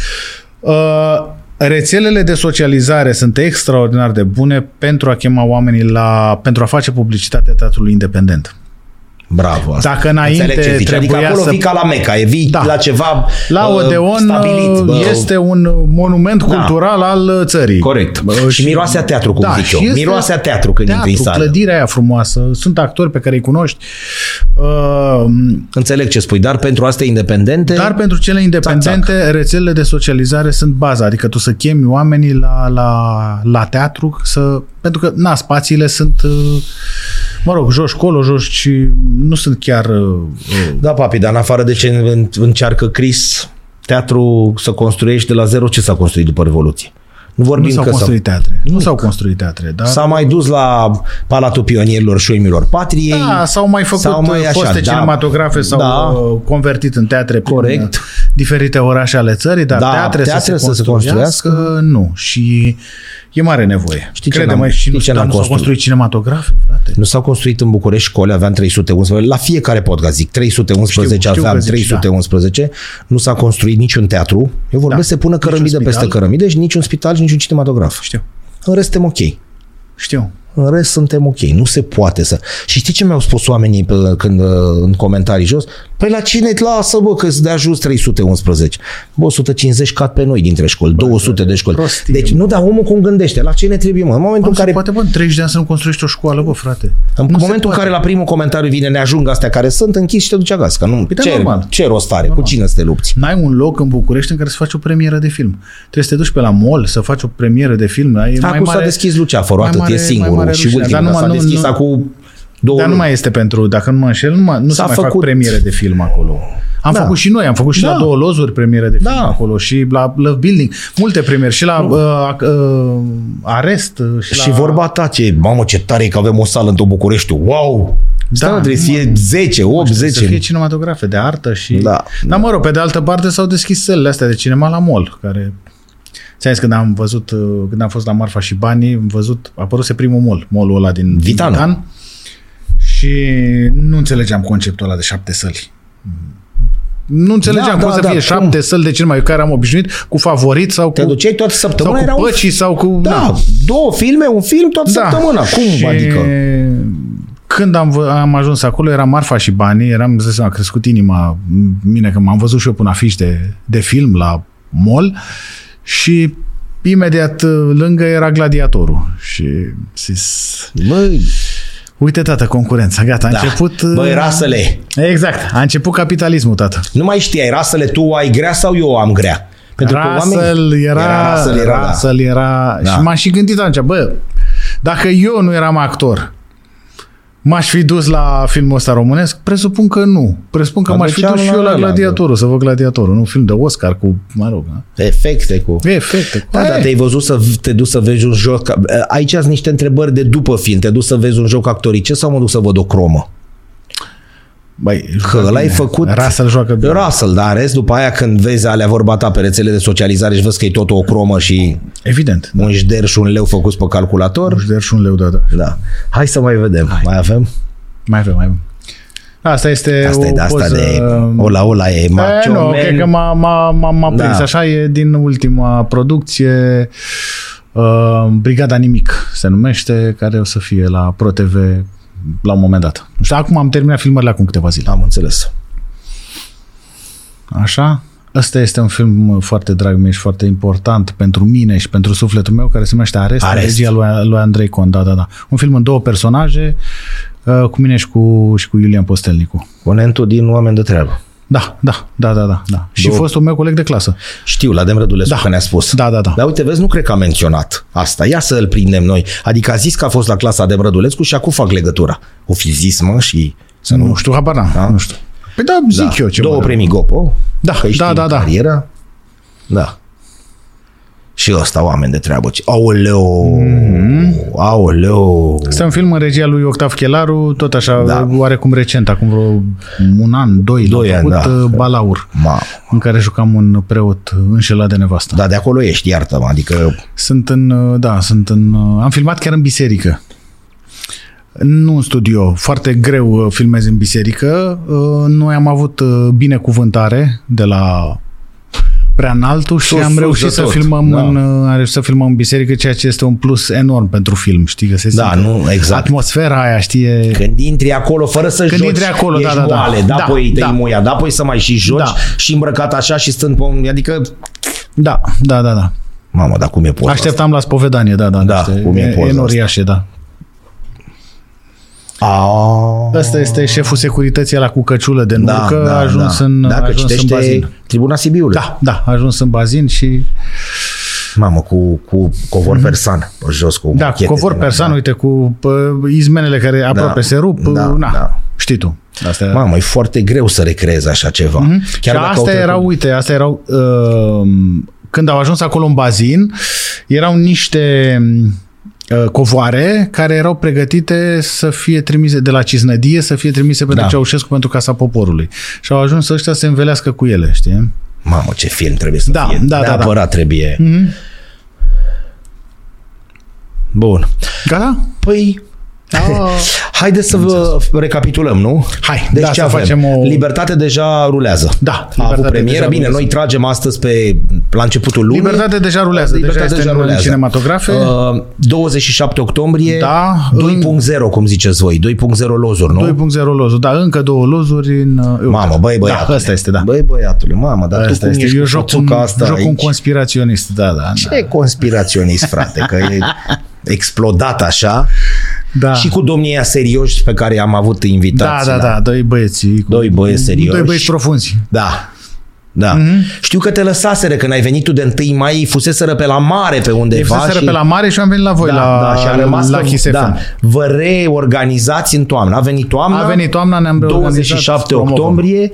[SPEAKER 2] Uh, rețelele de socializare sunt extraordinar de bune pentru a chema oamenii la... pentru a face publicitatea teatrului independent.
[SPEAKER 1] Bravo. Asta.
[SPEAKER 2] Dacă
[SPEAKER 1] Înțeleg ce
[SPEAKER 2] înainte
[SPEAKER 1] zici. Adică
[SPEAKER 2] trebuia
[SPEAKER 1] acolo
[SPEAKER 2] să
[SPEAKER 1] vii ca la Meca, e vii da.
[SPEAKER 2] Da.
[SPEAKER 1] la ceva
[SPEAKER 2] la
[SPEAKER 1] uh,
[SPEAKER 2] Odeon
[SPEAKER 1] stabilit.
[SPEAKER 2] uh,
[SPEAKER 1] bă. Da.
[SPEAKER 2] este un monument cultural al uh, țării.
[SPEAKER 1] Corect.
[SPEAKER 2] Bă,
[SPEAKER 1] și miroase a teatru, cum
[SPEAKER 2] da,
[SPEAKER 1] zic eu.
[SPEAKER 2] și este
[SPEAKER 1] Miroase a teatru când
[SPEAKER 2] teatru,
[SPEAKER 1] intri în sală.
[SPEAKER 2] clădirea aia frumoasă, sunt actori pe care îi cunoști. Uh,
[SPEAKER 1] Înțeleg ce spui, dar pentru astea independente...
[SPEAKER 2] Dar pentru cele independente, rețelele de socializare sunt baza, adică tu să chemi oamenii la, la, la teatru, să, pentru că, na, spațiile sunt, uh, mă rog, joși colo, joși, nu sunt chiar... uh, uh,
[SPEAKER 1] Da, papi, dar în afară de ce în- încearcă Chris, teatru să construiești de la zero, ce s-a construit după Revoluție? Nu
[SPEAKER 2] Nu
[SPEAKER 1] vorbim
[SPEAKER 2] s-au
[SPEAKER 1] că s-a,
[SPEAKER 2] construit da. teatre. Nu s-au construit teatre, dar...
[SPEAKER 1] s-a mai dus la Palatul Pionierilor și Oimilor Patriei.
[SPEAKER 2] Da, s-au mai făcut
[SPEAKER 1] s-au mai
[SPEAKER 2] uh,
[SPEAKER 1] așa,
[SPEAKER 2] foste
[SPEAKER 1] da.
[SPEAKER 2] cinematografe, s-au
[SPEAKER 1] Da.
[SPEAKER 2] uh, convertit în teatre
[SPEAKER 1] Corect.
[SPEAKER 2] prin uh, diferite orașe ale țării, dar
[SPEAKER 1] Da,
[SPEAKER 2] teatre,
[SPEAKER 1] teatre
[SPEAKER 2] să, se construiască, nu. Și e mare nevoie.
[SPEAKER 1] Știi ce
[SPEAKER 2] Crede-mă,
[SPEAKER 1] n-am-
[SPEAKER 2] și nu,
[SPEAKER 1] știi ce n-am
[SPEAKER 2] dar nu s-au
[SPEAKER 1] construit?
[SPEAKER 2] construit cinematografe, frate.
[SPEAKER 1] Nu s-au construit în București școli, aveam 311, la fiecare podcast zic, 311
[SPEAKER 2] Știu, știu
[SPEAKER 1] aveam,
[SPEAKER 2] că zici, da.
[SPEAKER 1] 311, nu s-a construit niciun teatru, eu vorbesc
[SPEAKER 2] Da.
[SPEAKER 1] să pună
[SPEAKER 2] Niciun
[SPEAKER 1] cărămidă peste
[SPEAKER 2] spital.
[SPEAKER 1] cărămidă și niciun spital și niciun cinematograf.
[SPEAKER 2] Știu,
[SPEAKER 1] În rest suntem ok.
[SPEAKER 2] știu.
[SPEAKER 1] În rest suntem ok, nu se poate să... Și știi ce mi-au spus oamenii pe, când, uh, în comentarii jos? Păi la cine îți lasă, bă, că îți dea jos 311? Bă, 150 cad pe noi dintre școli, 200 de școli.
[SPEAKER 2] prostie,
[SPEAKER 1] deci,
[SPEAKER 2] mă.
[SPEAKER 1] nu, dar omul cum gândește? La ce ne trebuie, mă? În momentul în
[SPEAKER 2] Care...
[SPEAKER 1] care
[SPEAKER 2] Poate, bă, în 30 de ani să nu construiești o școală, bă, frate.
[SPEAKER 1] în
[SPEAKER 2] Nu se
[SPEAKER 1] momentul în
[SPEAKER 2] poate.
[SPEAKER 1] care la primul comentariu vine ne ajung astea care sunt, închizi și te duci acasă. Că nu,
[SPEAKER 2] da,
[SPEAKER 1] ce,
[SPEAKER 2] normal.
[SPEAKER 1] ce rost are? Cu cine să te lupți?
[SPEAKER 2] N-ai un loc în București în care să faci o premieră de film. Trebuie să te duci pe la mall să faci o premieră de film. Da? E mai
[SPEAKER 1] Acum s-a
[SPEAKER 2] mare,
[SPEAKER 1] deschis Luceafărul,
[SPEAKER 2] mai
[SPEAKER 1] atât
[SPEAKER 2] mare-
[SPEAKER 1] e
[SPEAKER 2] mai
[SPEAKER 1] singurul
[SPEAKER 2] mare
[SPEAKER 1] și
[SPEAKER 2] rușine,
[SPEAKER 1] ultimul,
[SPEAKER 2] dar
[SPEAKER 1] dar s-a
[SPEAKER 2] numai- nu-
[SPEAKER 1] deschis
[SPEAKER 2] nu-
[SPEAKER 1] acum două
[SPEAKER 2] Dar nu
[SPEAKER 1] luni.
[SPEAKER 2] mai este pentru, dacă nu mă înșel, nu, mai- nu se
[SPEAKER 1] S-a
[SPEAKER 2] mai
[SPEAKER 1] făcut.
[SPEAKER 2] fac premiere de film acolo. Am
[SPEAKER 1] Da.
[SPEAKER 2] da. făcut și noi, am făcut și
[SPEAKER 1] Da.
[SPEAKER 2] da. la două lozuri premiere de film
[SPEAKER 1] Da.
[SPEAKER 2] da. acolo și la Love Building, multe premiere și la uh, uh, Arest uh, și,
[SPEAKER 1] Și
[SPEAKER 2] la...
[SPEAKER 1] vorba ta ce, mamă ce tare e că avem o sală în tot Bucureștiul, wow! Da,
[SPEAKER 2] Da,
[SPEAKER 1] trebuie să
[SPEAKER 2] nu
[SPEAKER 1] fie 10, 8,
[SPEAKER 2] Să fie
[SPEAKER 1] 10.
[SPEAKER 2] cinematografe de artă și...
[SPEAKER 1] Da.
[SPEAKER 2] Dar mă rog, pe de altă parte s-au deschis sălile astea de cinema la mall, care... Ți-am zis, când am văzut, uh, când am fost la Marfa și Banii, am văzut, a apăruse primul mall, mallul ăla din
[SPEAKER 1] Vitan.
[SPEAKER 2] Vitan și nu înțelegeam conceptul ăla de șapte săli. Nu înțelegeam
[SPEAKER 1] Da,
[SPEAKER 2] cum
[SPEAKER 1] da,
[SPEAKER 2] să
[SPEAKER 1] da,
[SPEAKER 2] fie
[SPEAKER 1] cum?
[SPEAKER 2] șapte săli de cinema, eu care am obișnuit cu favorit sau
[SPEAKER 1] Te
[SPEAKER 2] cu,
[SPEAKER 1] duceai toată
[SPEAKER 2] sau
[SPEAKER 1] săptămâna,
[SPEAKER 2] cu
[SPEAKER 1] erau...
[SPEAKER 2] păcii sau cu...
[SPEAKER 1] Da, două filme, un film toată săptămâna. Cum,
[SPEAKER 2] Da. și
[SPEAKER 1] adică?
[SPEAKER 2] Când am, v- am ajuns acolo, era Marfa și banii, eram, îți dai seama, a crescut inima în mine, că m-am văzut și eu până afiș de, de film la mall și imediat uh, lângă era gladiatorul și zis,
[SPEAKER 1] Băi,
[SPEAKER 2] uite tată, concurența, gata, a
[SPEAKER 1] da.
[SPEAKER 2] început... uh,
[SPEAKER 1] Băi, rasele,
[SPEAKER 2] Exact, a început capitalismul, tată.
[SPEAKER 1] nu mai știai, rasele tu ai grea sau eu am grea?
[SPEAKER 2] Russell era,
[SPEAKER 1] era, Russell era, da.
[SPEAKER 2] Russell era
[SPEAKER 1] Da.
[SPEAKER 2] da. și m-am și gândit atunci, bă, dacă eu nu eram actor, m-aș fi dus la filmul ăsta românesc? Presupun că nu. Presupun că
[SPEAKER 1] Dar
[SPEAKER 2] m-aș
[SPEAKER 1] de
[SPEAKER 2] fi
[SPEAKER 1] ce
[SPEAKER 2] dus
[SPEAKER 1] nu
[SPEAKER 2] și eu
[SPEAKER 1] la
[SPEAKER 2] la
[SPEAKER 1] ăla,
[SPEAKER 2] Gladiatorul, să văd Gladiatorul, nu film de Oscar cu, mă rog, na.
[SPEAKER 1] Efecte cu...
[SPEAKER 2] E efecte. cu-
[SPEAKER 1] Da,
[SPEAKER 2] e.
[SPEAKER 1] da, te-ai văzut să te duci să vezi un joc. Aici sunt niște întrebări de după film. Te duci să vezi un joc actorice sau mă duc să văd o cromă?
[SPEAKER 2] Băi,
[SPEAKER 1] Că
[SPEAKER 2] joacă
[SPEAKER 1] l-ai
[SPEAKER 2] bine.
[SPEAKER 1] făcut...
[SPEAKER 2] Russell joacă bine.
[SPEAKER 1] Russell, dar în rest, după aia când vezi alea vorba ta pe rețele de socializare și vezi că e tot o cromă și
[SPEAKER 2] Evident.
[SPEAKER 1] un jder și un leu făcut pe calculator,
[SPEAKER 2] Își dea și un leu, da, da.
[SPEAKER 1] da. Hai să mai vedem. Hai. Mai avem?
[SPEAKER 2] Mai avem, mai avem. Asta este
[SPEAKER 1] Asta
[SPEAKER 2] o
[SPEAKER 1] e de asta
[SPEAKER 2] poză...
[SPEAKER 1] de... Ola, ola, e
[SPEAKER 2] E,
[SPEAKER 1] macho
[SPEAKER 2] Eh, nu,
[SPEAKER 1] man.
[SPEAKER 2] cred că m-a, m-a, m-a, m-a
[SPEAKER 1] Da.
[SPEAKER 2] prins. Așa e din ultima producție. Uh, Brigada Nimic se numește, care o să fie la ProTV la un moment dat. Nu știu, acum am terminat filmările acum câteva zile.
[SPEAKER 1] Am înțeles.
[SPEAKER 2] Așa? Ăsta este un film foarte drag mie și foarte important pentru mine și pentru sufletul meu, care se numește Arest,
[SPEAKER 1] Arest.
[SPEAKER 2] Arest. regia lui, lui Andrei Con, da, da, da. Un film în două personaje, uh, cu mine și cu, și cu Iulian Postelnicu.
[SPEAKER 1] Conentul din oameni de treabă.
[SPEAKER 2] Da, da, da, da, da. da. Și
[SPEAKER 1] Două-
[SPEAKER 2] fostul meu coleg de clasă.
[SPEAKER 1] Știu, la Demrădulescu da. că ne-a spus.
[SPEAKER 2] Da, da, da.
[SPEAKER 1] Dar uite, vezi, nu cred că a menționat asta. Ia să îl prindem noi. Adică a zis că a fost la clasa de Brădulescu și acum fac legătura. O fi zis, mă, și să nu...
[SPEAKER 2] Nu știu, habar n-am.
[SPEAKER 1] Da?
[SPEAKER 2] Nu știu. Păi da, zic eu ceva.
[SPEAKER 1] oh? Două premii Gopo.
[SPEAKER 2] Da,
[SPEAKER 1] că ești
[SPEAKER 2] da,
[SPEAKER 1] în
[SPEAKER 2] da, da.
[SPEAKER 1] Cariera. Da. Și ăsta, oameni de treabă. Ce- Aoleu!
[SPEAKER 2] Mhm.
[SPEAKER 1] Mm-hmm. Aoleu!
[SPEAKER 2] Este un film în regia lui Octav Chelaru, tot așa,
[SPEAKER 1] Da.
[SPEAKER 2] da. oarecum recent, acum vreo un an, doi,
[SPEAKER 1] Doi
[SPEAKER 2] l-a
[SPEAKER 1] ani,
[SPEAKER 2] făcut,
[SPEAKER 1] da.
[SPEAKER 2] uh, Balaur,
[SPEAKER 1] Ma,
[SPEAKER 2] în care jucam un preot înșelat de nevastă.
[SPEAKER 1] dar Da, de acolo ești, iartă-mă, adică
[SPEAKER 2] Sunt în, uh, da, sunt în, uh, am filmat chiar în biserică. Nu în studio, foarte greu uh, filmez în biserică. Uh, Noi am avut uh, binecuvântare de la prea înaltul și
[SPEAKER 1] Sus,
[SPEAKER 2] am
[SPEAKER 1] sus
[SPEAKER 2] reușit
[SPEAKER 1] de
[SPEAKER 2] să
[SPEAKER 1] tot,
[SPEAKER 2] filmăm,
[SPEAKER 1] da.
[SPEAKER 2] în, uh, am reușit să filmăm în biserică, ceea ce este un plus enorm pentru film, știi? Că se
[SPEAKER 1] Da,
[SPEAKER 2] simte
[SPEAKER 1] nu, exact.
[SPEAKER 2] Atmosfera aia, știi? e-
[SPEAKER 1] Când intri acolo fără să
[SPEAKER 2] Când
[SPEAKER 1] joci,
[SPEAKER 2] intri acolo,
[SPEAKER 1] ești
[SPEAKER 2] da, da, da.
[SPEAKER 1] moale, da,
[SPEAKER 2] Da,
[SPEAKER 1] apoi
[SPEAKER 2] da.
[SPEAKER 1] te muia, da, apoi să mai și joci
[SPEAKER 2] Da.
[SPEAKER 1] și îmbrăcat așa și stând pe adică,
[SPEAKER 2] Da, da, da, da.
[SPEAKER 1] mamă, dar cum e poza asta?
[SPEAKER 2] Așteptam la spovedanie, da, da.
[SPEAKER 1] Da,
[SPEAKER 2] niște-
[SPEAKER 1] cum e poza
[SPEAKER 2] e,
[SPEAKER 1] asta.
[SPEAKER 2] noriașe, da.
[SPEAKER 1] A,
[SPEAKER 2] Ăsta este șeful securității la cu căciulă de nurcă, da, da, a ajuns da. în,
[SPEAKER 1] Dacă
[SPEAKER 2] a ajuns în
[SPEAKER 1] citește
[SPEAKER 2] bazin.
[SPEAKER 1] Tribuna Sibiului.
[SPEAKER 2] Da, da, a ajuns în bazin și...
[SPEAKER 1] Mamă, cu, cu covor persan pe jos, cu
[SPEAKER 2] Mhm. Da,
[SPEAKER 1] machete
[SPEAKER 2] cu covor
[SPEAKER 1] din-
[SPEAKER 2] persan, uite, cu pă, izmenele care aproape se rup,
[SPEAKER 1] da,
[SPEAKER 2] da, na,
[SPEAKER 1] da.
[SPEAKER 2] da. știi tu. Asta
[SPEAKER 1] Da.
[SPEAKER 2] era.
[SPEAKER 1] Mamă, e foarte greu să recreezi așa ceva. Mm-hmm.
[SPEAKER 2] Chiar Mhm. și astea erau, uite, astea erau... Uh, când au ajuns acolo în bazin, erau niște uh, covoare care erau pregătite să fie trimise de la Cisnădie, să fie trimise pentru
[SPEAKER 1] Da.
[SPEAKER 2] da. Ceaușescu pentru Casa Poporului. Și au ajuns ăștia să se învelească cu ele, știi?
[SPEAKER 1] Mamă, ce film trebuie să
[SPEAKER 2] Da,
[SPEAKER 1] fie.
[SPEAKER 2] da, da, da. Mhm.
[SPEAKER 1] Neapărat trebuie. Mm-hmm. Bun.
[SPEAKER 2] Gata?
[SPEAKER 1] Păi, haideți să vă recapitulăm, nu?
[SPEAKER 2] [laughs] Hai,
[SPEAKER 1] Deci
[SPEAKER 2] da,
[SPEAKER 1] ce
[SPEAKER 2] să
[SPEAKER 1] avem?
[SPEAKER 2] facem o-
[SPEAKER 1] Libertate deja rulează.
[SPEAKER 2] Da,
[SPEAKER 1] A avut
[SPEAKER 2] Libertate
[SPEAKER 1] premieră.
[SPEAKER 2] deja
[SPEAKER 1] Bine,
[SPEAKER 2] rulează.
[SPEAKER 1] noi tragem astăzi pe la începutul lumii.
[SPEAKER 2] Libertate deja rulează, deja
[SPEAKER 1] Libertate
[SPEAKER 2] este în- în cinematografe.
[SPEAKER 1] Uh, 27 octombrie,
[SPEAKER 2] Da,
[SPEAKER 1] 2.0, cum ziceți voi, 2.0 lozuri, nu?
[SPEAKER 2] 2.0 lozul, da, încă două lozuri în... uh, eu-
[SPEAKER 1] Mamă, băi, băiatule.
[SPEAKER 2] Da, ăsta este, da.
[SPEAKER 1] Băi, băiatule, mamă, dar tu
[SPEAKER 2] Asta
[SPEAKER 1] cum
[SPEAKER 2] este,
[SPEAKER 1] ești
[SPEAKER 2] eu
[SPEAKER 1] cu
[SPEAKER 2] joc un,
[SPEAKER 1] țuțuca asta
[SPEAKER 2] joc un
[SPEAKER 1] aici?
[SPEAKER 2] conspiraționist, da, da. da.
[SPEAKER 1] Ce conspiraționist, frate, că
[SPEAKER 2] [laughs]
[SPEAKER 1] e explodat așa
[SPEAKER 2] da.
[SPEAKER 1] și cu domnia serioși pe care am avut
[SPEAKER 2] da,
[SPEAKER 1] invitați.
[SPEAKER 2] da, da, doi băieți. Cu,
[SPEAKER 1] Doi băieți serioși.
[SPEAKER 2] Doi băieți profunzi.
[SPEAKER 1] Da. Da.
[SPEAKER 2] Mhm.
[SPEAKER 1] Mm-hmm. Știu că te lăsaseră când ai venit tu de 1 mai, fuseseră pe la mare pe
[SPEAKER 2] Ei
[SPEAKER 1] undeva
[SPEAKER 2] fuseseră
[SPEAKER 1] și...
[SPEAKER 2] pe la mare și am venit la voi,
[SPEAKER 1] da,
[SPEAKER 2] la,
[SPEAKER 1] da, și a rămas
[SPEAKER 2] la
[SPEAKER 1] pe-
[SPEAKER 2] Kiss
[SPEAKER 1] da.
[SPEAKER 2] FM.
[SPEAKER 1] Vă reorganizați în toamnă. A venit toamna.
[SPEAKER 2] A venit toamna, ne-am reorganizat,
[SPEAKER 1] 27
[SPEAKER 2] promovăm.
[SPEAKER 1] octombrie.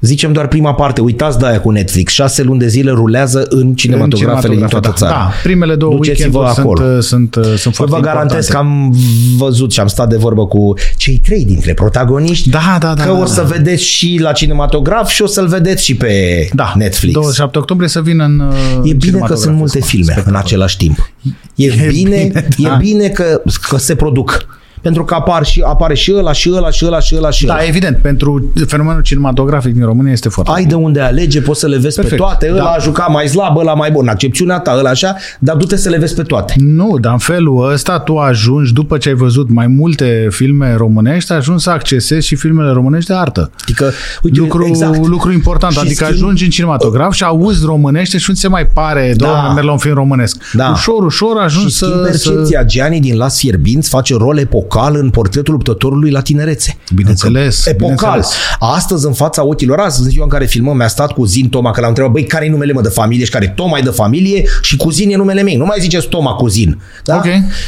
[SPEAKER 1] Zicem doar prima parte. Uitați de aia cu Netflix. Șase luni de zile rulează în cinematografele din toată
[SPEAKER 2] da.
[SPEAKER 1] țara.
[SPEAKER 2] Da, primele două
[SPEAKER 1] Duceți-vă
[SPEAKER 2] weekend-uri
[SPEAKER 1] acolo.
[SPEAKER 2] sunt, uh, sunt, uh, sunt
[SPEAKER 1] Păi
[SPEAKER 2] foarte
[SPEAKER 1] vă garantez că am văzut și am stat de vorbă cu cei trei dintre protagoniști
[SPEAKER 2] Da, da, da.
[SPEAKER 1] că
[SPEAKER 2] da,
[SPEAKER 1] o
[SPEAKER 2] da.
[SPEAKER 1] să vedeți și la cinematograf și o să-l vedeți și pe
[SPEAKER 2] da.
[SPEAKER 1] Netflix.
[SPEAKER 2] 27 octombrie să vină în uh,
[SPEAKER 1] E bine că sunt multe filme în același timp. E, e bine, bine, da. e bine că, că se produc. Pentru că apar și, apare și ăla, și ăla, și ăla, și ăla, și ăla.
[SPEAKER 2] Da, evident, pentru fenomenul cinematografic din România este foarte
[SPEAKER 1] Ai de unde alege, poți să le vezi Perfect.
[SPEAKER 2] Perfect,
[SPEAKER 1] pe toate. Ăla
[SPEAKER 2] da.
[SPEAKER 1] a jucat mai slab, ăla mai bun. Accepțiunea ta, ăla așa, dar du-te să le vezi pe toate.
[SPEAKER 2] Nu, dar în felul ăsta tu ajungi, după ce ai văzut mai multe filme românești, ajungi să accesezi și filmele românești de artă.
[SPEAKER 1] Adică, uite,
[SPEAKER 2] lucru,
[SPEAKER 1] exact.
[SPEAKER 2] lucru important,
[SPEAKER 1] Și
[SPEAKER 2] și adică
[SPEAKER 1] schimb-
[SPEAKER 2] ajungi în cinematograf și auzi românește și nu ți se mai pare,
[SPEAKER 1] Da.
[SPEAKER 2] da. doamne, merg la un film românesc.
[SPEAKER 1] Da.
[SPEAKER 2] Ușor, ușor ajungi
[SPEAKER 1] Și schimb
[SPEAKER 2] să... să...
[SPEAKER 1] percepția. Gianni din Las Fierbinți face rol epocal în portretul luptătorului la tinerețe.
[SPEAKER 2] Bineînțeles,
[SPEAKER 1] Încă Epocal.
[SPEAKER 2] bineînțeles.
[SPEAKER 1] Astăzi, în fața ochilor, azi, în ziua în care filmăm, mi-a stat cu Zin Toma, că l-am întrebat, băi, care e numele mă de familie și care Toma e de familie și Cuzin e numele meu. Nu mai ziceți Toma Cuzin. Da?
[SPEAKER 2] Ok.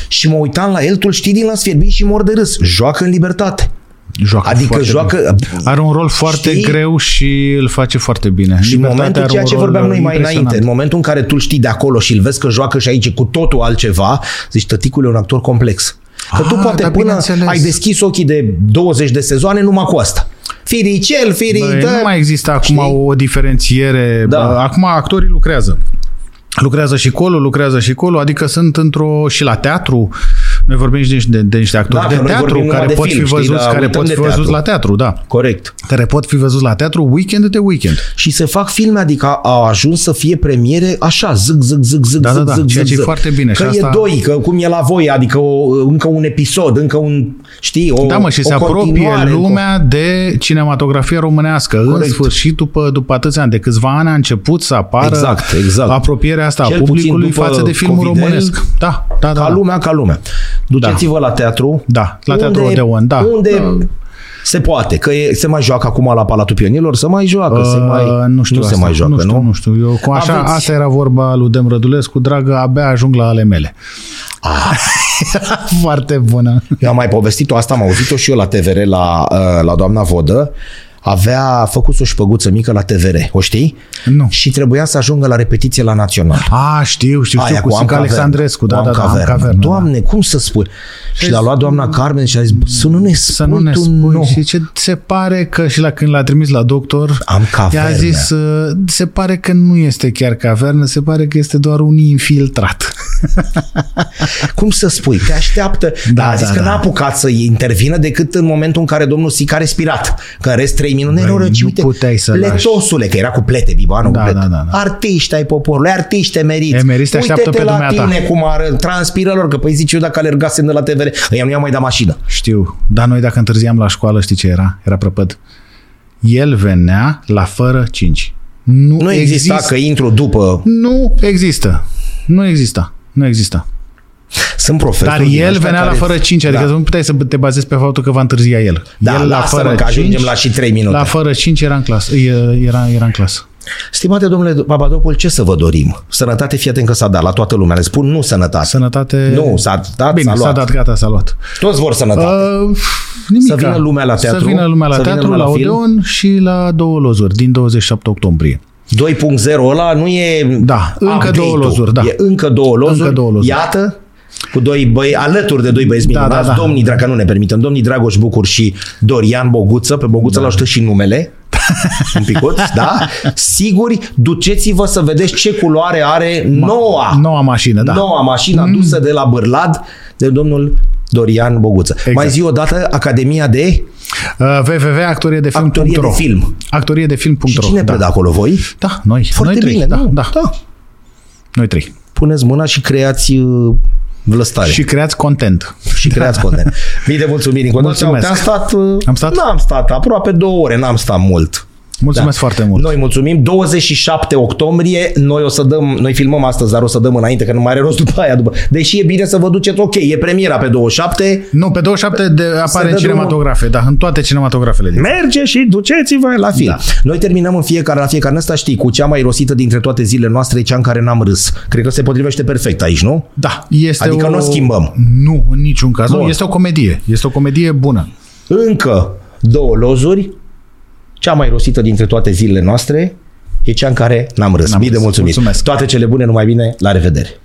[SPEAKER 1] Și mă uitam la el, tu știi din Las Fierbinți și mor de râs. Joacă în libertate.
[SPEAKER 2] Joacă
[SPEAKER 1] Adică
[SPEAKER 2] foarte
[SPEAKER 1] joacă...
[SPEAKER 2] bine. Are un rol foarte
[SPEAKER 1] Știi?
[SPEAKER 2] Știi? greu și îl face foarte bine.
[SPEAKER 1] Și în
[SPEAKER 2] Libertatea
[SPEAKER 1] momentul
[SPEAKER 2] are
[SPEAKER 1] ceea
[SPEAKER 2] un
[SPEAKER 1] ce
[SPEAKER 2] rol
[SPEAKER 1] vorbeam noi mai
[SPEAKER 2] impresionant.
[SPEAKER 1] înainte, în momentul în care tu îl știi de acolo și îl vezi că joacă și aici e cu totul altceva, zici, tăticul e un actor complex. Că tu
[SPEAKER 2] Ah,
[SPEAKER 1] poate
[SPEAKER 2] dar
[SPEAKER 1] până
[SPEAKER 2] bineînțeles.
[SPEAKER 1] ai deschis ochii de 20 de sezoane numai cu asta. Firicel, firi,
[SPEAKER 2] Băi,
[SPEAKER 1] dă-
[SPEAKER 2] nu mai există acum
[SPEAKER 1] Păi, da, știi?
[SPEAKER 2] o diferențiere.
[SPEAKER 1] Da.
[SPEAKER 2] Bă, Acum actorii lucrează. Lucrează și colo, lucrează și colo, adică sunt într-o și la teatru. Noi vorbim și de, niște- de niște actori
[SPEAKER 1] Da,
[SPEAKER 2] de
[SPEAKER 1] că noi
[SPEAKER 2] teatru
[SPEAKER 1] vorbim
[SPEAKER 2] care
[SPEAKER 1] numai de
[SPEAKER 2] pot
[SPEAKER 1] film,
[SPEAKER 2] fi
[SPEAKER 1] știi,
[SPEAKER 2] văzuți,
[SPEAKER 1] dar
[SPEAKER 2] care
[SPEAKER 1] uităm
[SPEAKER 2] pot
[SPEAKER 1] de
[SPEAKER 2] fi văzuți
[SPEAKER 1] teatru.
[SPEAKER 2] la teatru, da.
[SPEAKER 1] Corect.
[SPEAKER 2] Care pot fi văzuți la teatru weekend de weekend.
[SPEAKER 1] Și se fac filme, adică au ajuns să fie premiere așa, zic, zic, zic, zic,
[SPEAKER 2] Da,
[SPEAKER 1] zic,
[SPEAKER 2] da, da,
[SPEAKER 1] zic,
[SPEAKER 2] ceea
[SPEAKER 1] zic,
[SPEAKER 2] ce e
[SPEAKER 1] zic.
[SPEAKER 2] foarte bine
[SPEAKER 1] Că e
[SPEAKER 2] și asta-
[SPEAKER 1] doi, că cum e la voi, adică o, încă un episod, încă un, știi, o
[SPEAKER 2] Da, mă, și
[SPEAKER 1] o
[SPEAKER 2] se apropie
[SPEAKER 1] continuare, încă o-
[SPEAKER 2] lumea de cinematografie românească. Corect.
[SPEAKER 1] Corect.
[SPEAKER 2] În sfârșit, după, după atâția ani, de câțiva ani a început să apară
[SPEAKER 1] Exact, exact.
[SPEAKER 2] apropierea asta
[SPEAKER 1] Cel
[SPEAKER 2] a
[SPEAKER 1] puțin
[SPEAKER 2] publicului
[SPEAKER 1] după
[SPEAKER 2] față de filmul
[SPEAKER 1] Covidel,
[SPEAKER 2] românesc. Da, da, da.
[SPEAKER 1] Ca
[SPEAKER 2] da.
[SPEAKER 1] lumea, ca lumea. Duceți-vă la teatru.
[SPEAKER 2] Da, la Teatrul Odeon, da.
[SPEAKER 1] Unde se poate, că e, se mai joacă acum la Palatul Pionilor, se mai joacă, se mai,
[SPEAKER 2] Uh, nu știu
[SPEAKER 1] nu
[SPEAKER 2] asta.
[SPEAKER 1] se mai joacă,
[SPEAKER 2] nu? Știu, nu știu, eu cu așa,
[SPEAKER 1] Aveți.
[SPEAKER 2] asta era vorba lui Dem Rădulescu, dragă, abia ajung la ale mele.
[SPEAKER 1] Ah.
[SPEAKER 2] [laughs] Foarte bună.
[SPEAKER 1] Eu am mai povestit-o, asta am auzit-o și eu la TVR, la, uh, la doamna Vodă. avea făcut o șpăguță mică la TVR, o știi?
[SPEAKER 2] Nu.
[SPEAKER 1] Și trebuia să ajungă la repetiție la Național.
[SPEAKER 2] A, Ah, știu, știu, știu, cu Sica
[SPEAKER 1] Anca
[SPEAKER 2] Alexandrescu, da, da,
[SPEAKER 1] Verne,
[SPEAKER 2] da,
[SPEAKER 1] cu Anca
[SPEAKER 2] am
[SPEAKER 1] Verne.
[SPEAKER 2] cavernă.
[SPEAKER 1] Doamne, cum să spui? Și l-a luat doamna Carmen și a zis, "Bă, să nu ne spui
[SPEAKER 2] să nu ne
[SPEAKER 1] tu
[SPEAKER 2] spui.
[SPEAKER 1] nou."
[SPEAKER 2] Nu. Și ce se pare că și la când l-a trimis la doctor,
[SPEAKER 1] Am
[SPEAKER 2] i-a
[SPEAKER 1] caverne.
[SPEAKER 2] zis, uh, se pare că nu este chiar cavernă, se pare că este doar un infiltrat.
[SPEAKER 1] Cum să spui? Te așteaptă.
[SPEAKER 2] Da,
[SPEAKER 1] Da, a zis
[SPEAKER 2] da,
[SPEAKER 1] că
[SPEAKER 2] da.
[SPEAKER 1] n-a apucat să intervină decât în momentul în care domnul Sica a respirat. Că în rest 3 minute erau
[SPEAKER 2] nu
[SPEAKER 1] răci. Uite,
[SPEAKER 2] puteai să lași.
[SPEAKER 1] pletosule, că era cu plete, bibanul
[SPEAKER 2] Da,
[SPEAKER 1] cu plete.
[SPEAKER 2] da, da, da.
[SPEAKER 1] Artiști ai poporului, artiști emeriți.
[SPEAKER 2] Emeriți te
[SPEAKER 1] Uite-te
[SPEAKER 2] așteaptă pe
[SPEAKER 1] la
[SPEAKER 2] dumneata.
[SPEAKER 1] tine cum arăt, transpiră lor, că păi zici eu dacă alergasem de la TVR, îi nu i-am mai dat mașină.
[SPEAKER 2] Știu, dar noi dacă întârziam la școală, știi ce era? Era prăpăd. El venea la fără 5. Nu,
[SPEAKER 1] Nu exista
[SPEAKER 2] există.
[SPEAKER 1] că intru după.
[SPEAKER 2] Nu există. Nu exista. Nu exista.
[SPEAKER 1] Sunt profesori.
[SPEAKER 2] Dar
[SPEAKER 1] din
[SPEAKER 2] el
[SPEAKER 1] ăștia
[SPEAKER 2] venea la
[SPEAKER 1] care-
[SPEAKER 2] fără 5, adică
[SPEAKER 1] Da.
[SPEAKER 2] nu puteai să te bazezi pe faptul că va întârzia el.
[SPEAKER 1] Da,
[SPEAKER 2] el la
[SPEAKER 1] lasă-mă
[SPEAKER 2] fără
[SPEAKER 1] că ajungem
[SPEAKER 2] 5,
[SPEAKER 1] la și trei minute.
[SPEAKER 2] La fără 5 era în clasă. E- Era, era în clasă.
[SPEAKER 1] Stimate domnule Papadopol, ce să vă dorim? Sănătate, fii atent că s-a dat la toată lumea. Le spun nu sănătate.
[SPEAKER 2] Sănătate...
[SPEAKER 1] Nu, s-a dat,
[SPEAKER 2] Bine,
[SPEAKER 1] s-a luat.
[SPEAKER 2] dat, gata, s-a luat.
[SPEAKER 1] Toți vor sănătate.
[SPEAKER 2] Uh, nimic.
[SPEAKER 1] Să vină lumea la
[SPEAKER 2] Să
[SPEAKER 1] teatru,
[SPEAKER 2] vină lumea la
[SPEAKER 1] să vină
[SPEAKER 2] teatru,
[SPEAKER 1] lumea
[SPEAKER 2] la,
[SPEAKER 1] la film.
[SPEAKER 2] Odeon și la două lozuri din 27 octombrie.
[SPEAKER 1] 2.0 ăla nu e...
[SPEAKER 2] Da, încă
[SPEAKER 1] update-ul.
[SPEAKER 2] două lozuri, da.
[SPEAKER 1] E încă două lozuri.
[SPEAKER 2] Încă două lozuri.
[SPEAKER 1] Iată, cu doi băi, alături de doi băieți
[SPEAKER 2] Da,
[SPEAKER 1] minunați,
[SPEAKER 2] da, da.
[SPEAKER 1] domnii, dacă nu ne permitem, domnii Dragoș Bucur și Dorian Boguță, pe Boguță da. l-au știut și
[SPEAKER 2] [laughs]
[SPEAKER 1] numele, un picuț, da? Siguri, duceți-vă să vedeți ce culoare are noua,
[SPEAKER 2] Noua mașină, da.
[SPEAKER 1] Ah. noua mașină adusă de la Bârlad de domnul Dorian Boguță.
[SPEAKER 2] Exact.
[SPEAKER 1] Mai zi o dată Academia de...
[SPEAKER 2] Uh, www.actoriedefilm.ro
[SPEAKER 1] Actorie de film.
[SPEAKER 2] Actoriedefilm.ro
[SPEAKER 1] Și cine
[SPEAKER 2] da.
[SPEAKER 1] predă acolo? Voi?
[SPEAKER 2] Da, noi.
[SPEAKER 1] Foarte
[SPEAKER 2] noi trei,
[SPEAKER 1] bine,
[SPEAKER 2] da,
[SPEAKER 1] nu?
[SPEAKER 2] da,
[SPEAKER 1] da.
[SPEAKER 2] Noi trei.
[SPEAKER 1] puneți mâna și creați uh, vlăstare și,
[SPEAKER 2] Și creați content.
[SPEAKER 1] și
[SPEAKER 2] [laughs]
[SPEAKER 1] creați content. Mii de mulțumiri încă o dată. Uite,
[SPEAKER 2] Mulțumesc.
[SPEAKER 1] Am stat, uh,
[SPEAKER 2] Am stat?
[SPEAKER 1] N-am stat, aproape două ore, n-am stat mult.
[SPEAKER 2] Mulțumesc foarte mult.
[SPEAKER 1] Da. Noi mulțumim. 27 octombrie, noi o să dăm, noi filmăm astăzi, dar o să dăm înainte, că nu mai are rost după aia. După. Deși e bine să vă duceți, ok, e premiera pe 27,
[SPEAKER 2] Nu, pe 27 de apare
[SPEAKER 1] dă
[SPEAKER 2] în cinematografe, da, în toate cinematografele. Din.
[SPEAKER 1] merge și duceți-vă la film. Da. Noi terminăm în fiecare, la fiecare în ăsta, știi, cu cea mai rosită dintre toate zilele noastre, e cea în care n-am râs. Cred că se potrivește perfect aici, nu?
[SPEAKER 2] Da, este
[SPEAKER 1] Adică
[SPEAKER 2] o...
[SPEAKER 1] nu o schimbăm.
[SPEAKER 2] Nu, în niciun caz.
[SPEAKER 1] Bun.
[SPEAKER 2] Nu, este o comedie. Este o comedie bună.
[SPEAKER 1] încă două lozuri, cea mai rosită dintre toate zilele noastre, e cea în care n-am râs.
[SPEAKER 2] N-am
[SPEAKER 1] Mii de
[SPEAKER 2] râs.
[SPEAKER 1] mulțumiri.
[SPEAKER 2] Mulțumesc.
[SPEAKER 1] Toate cele bune, numai bine, la revedere!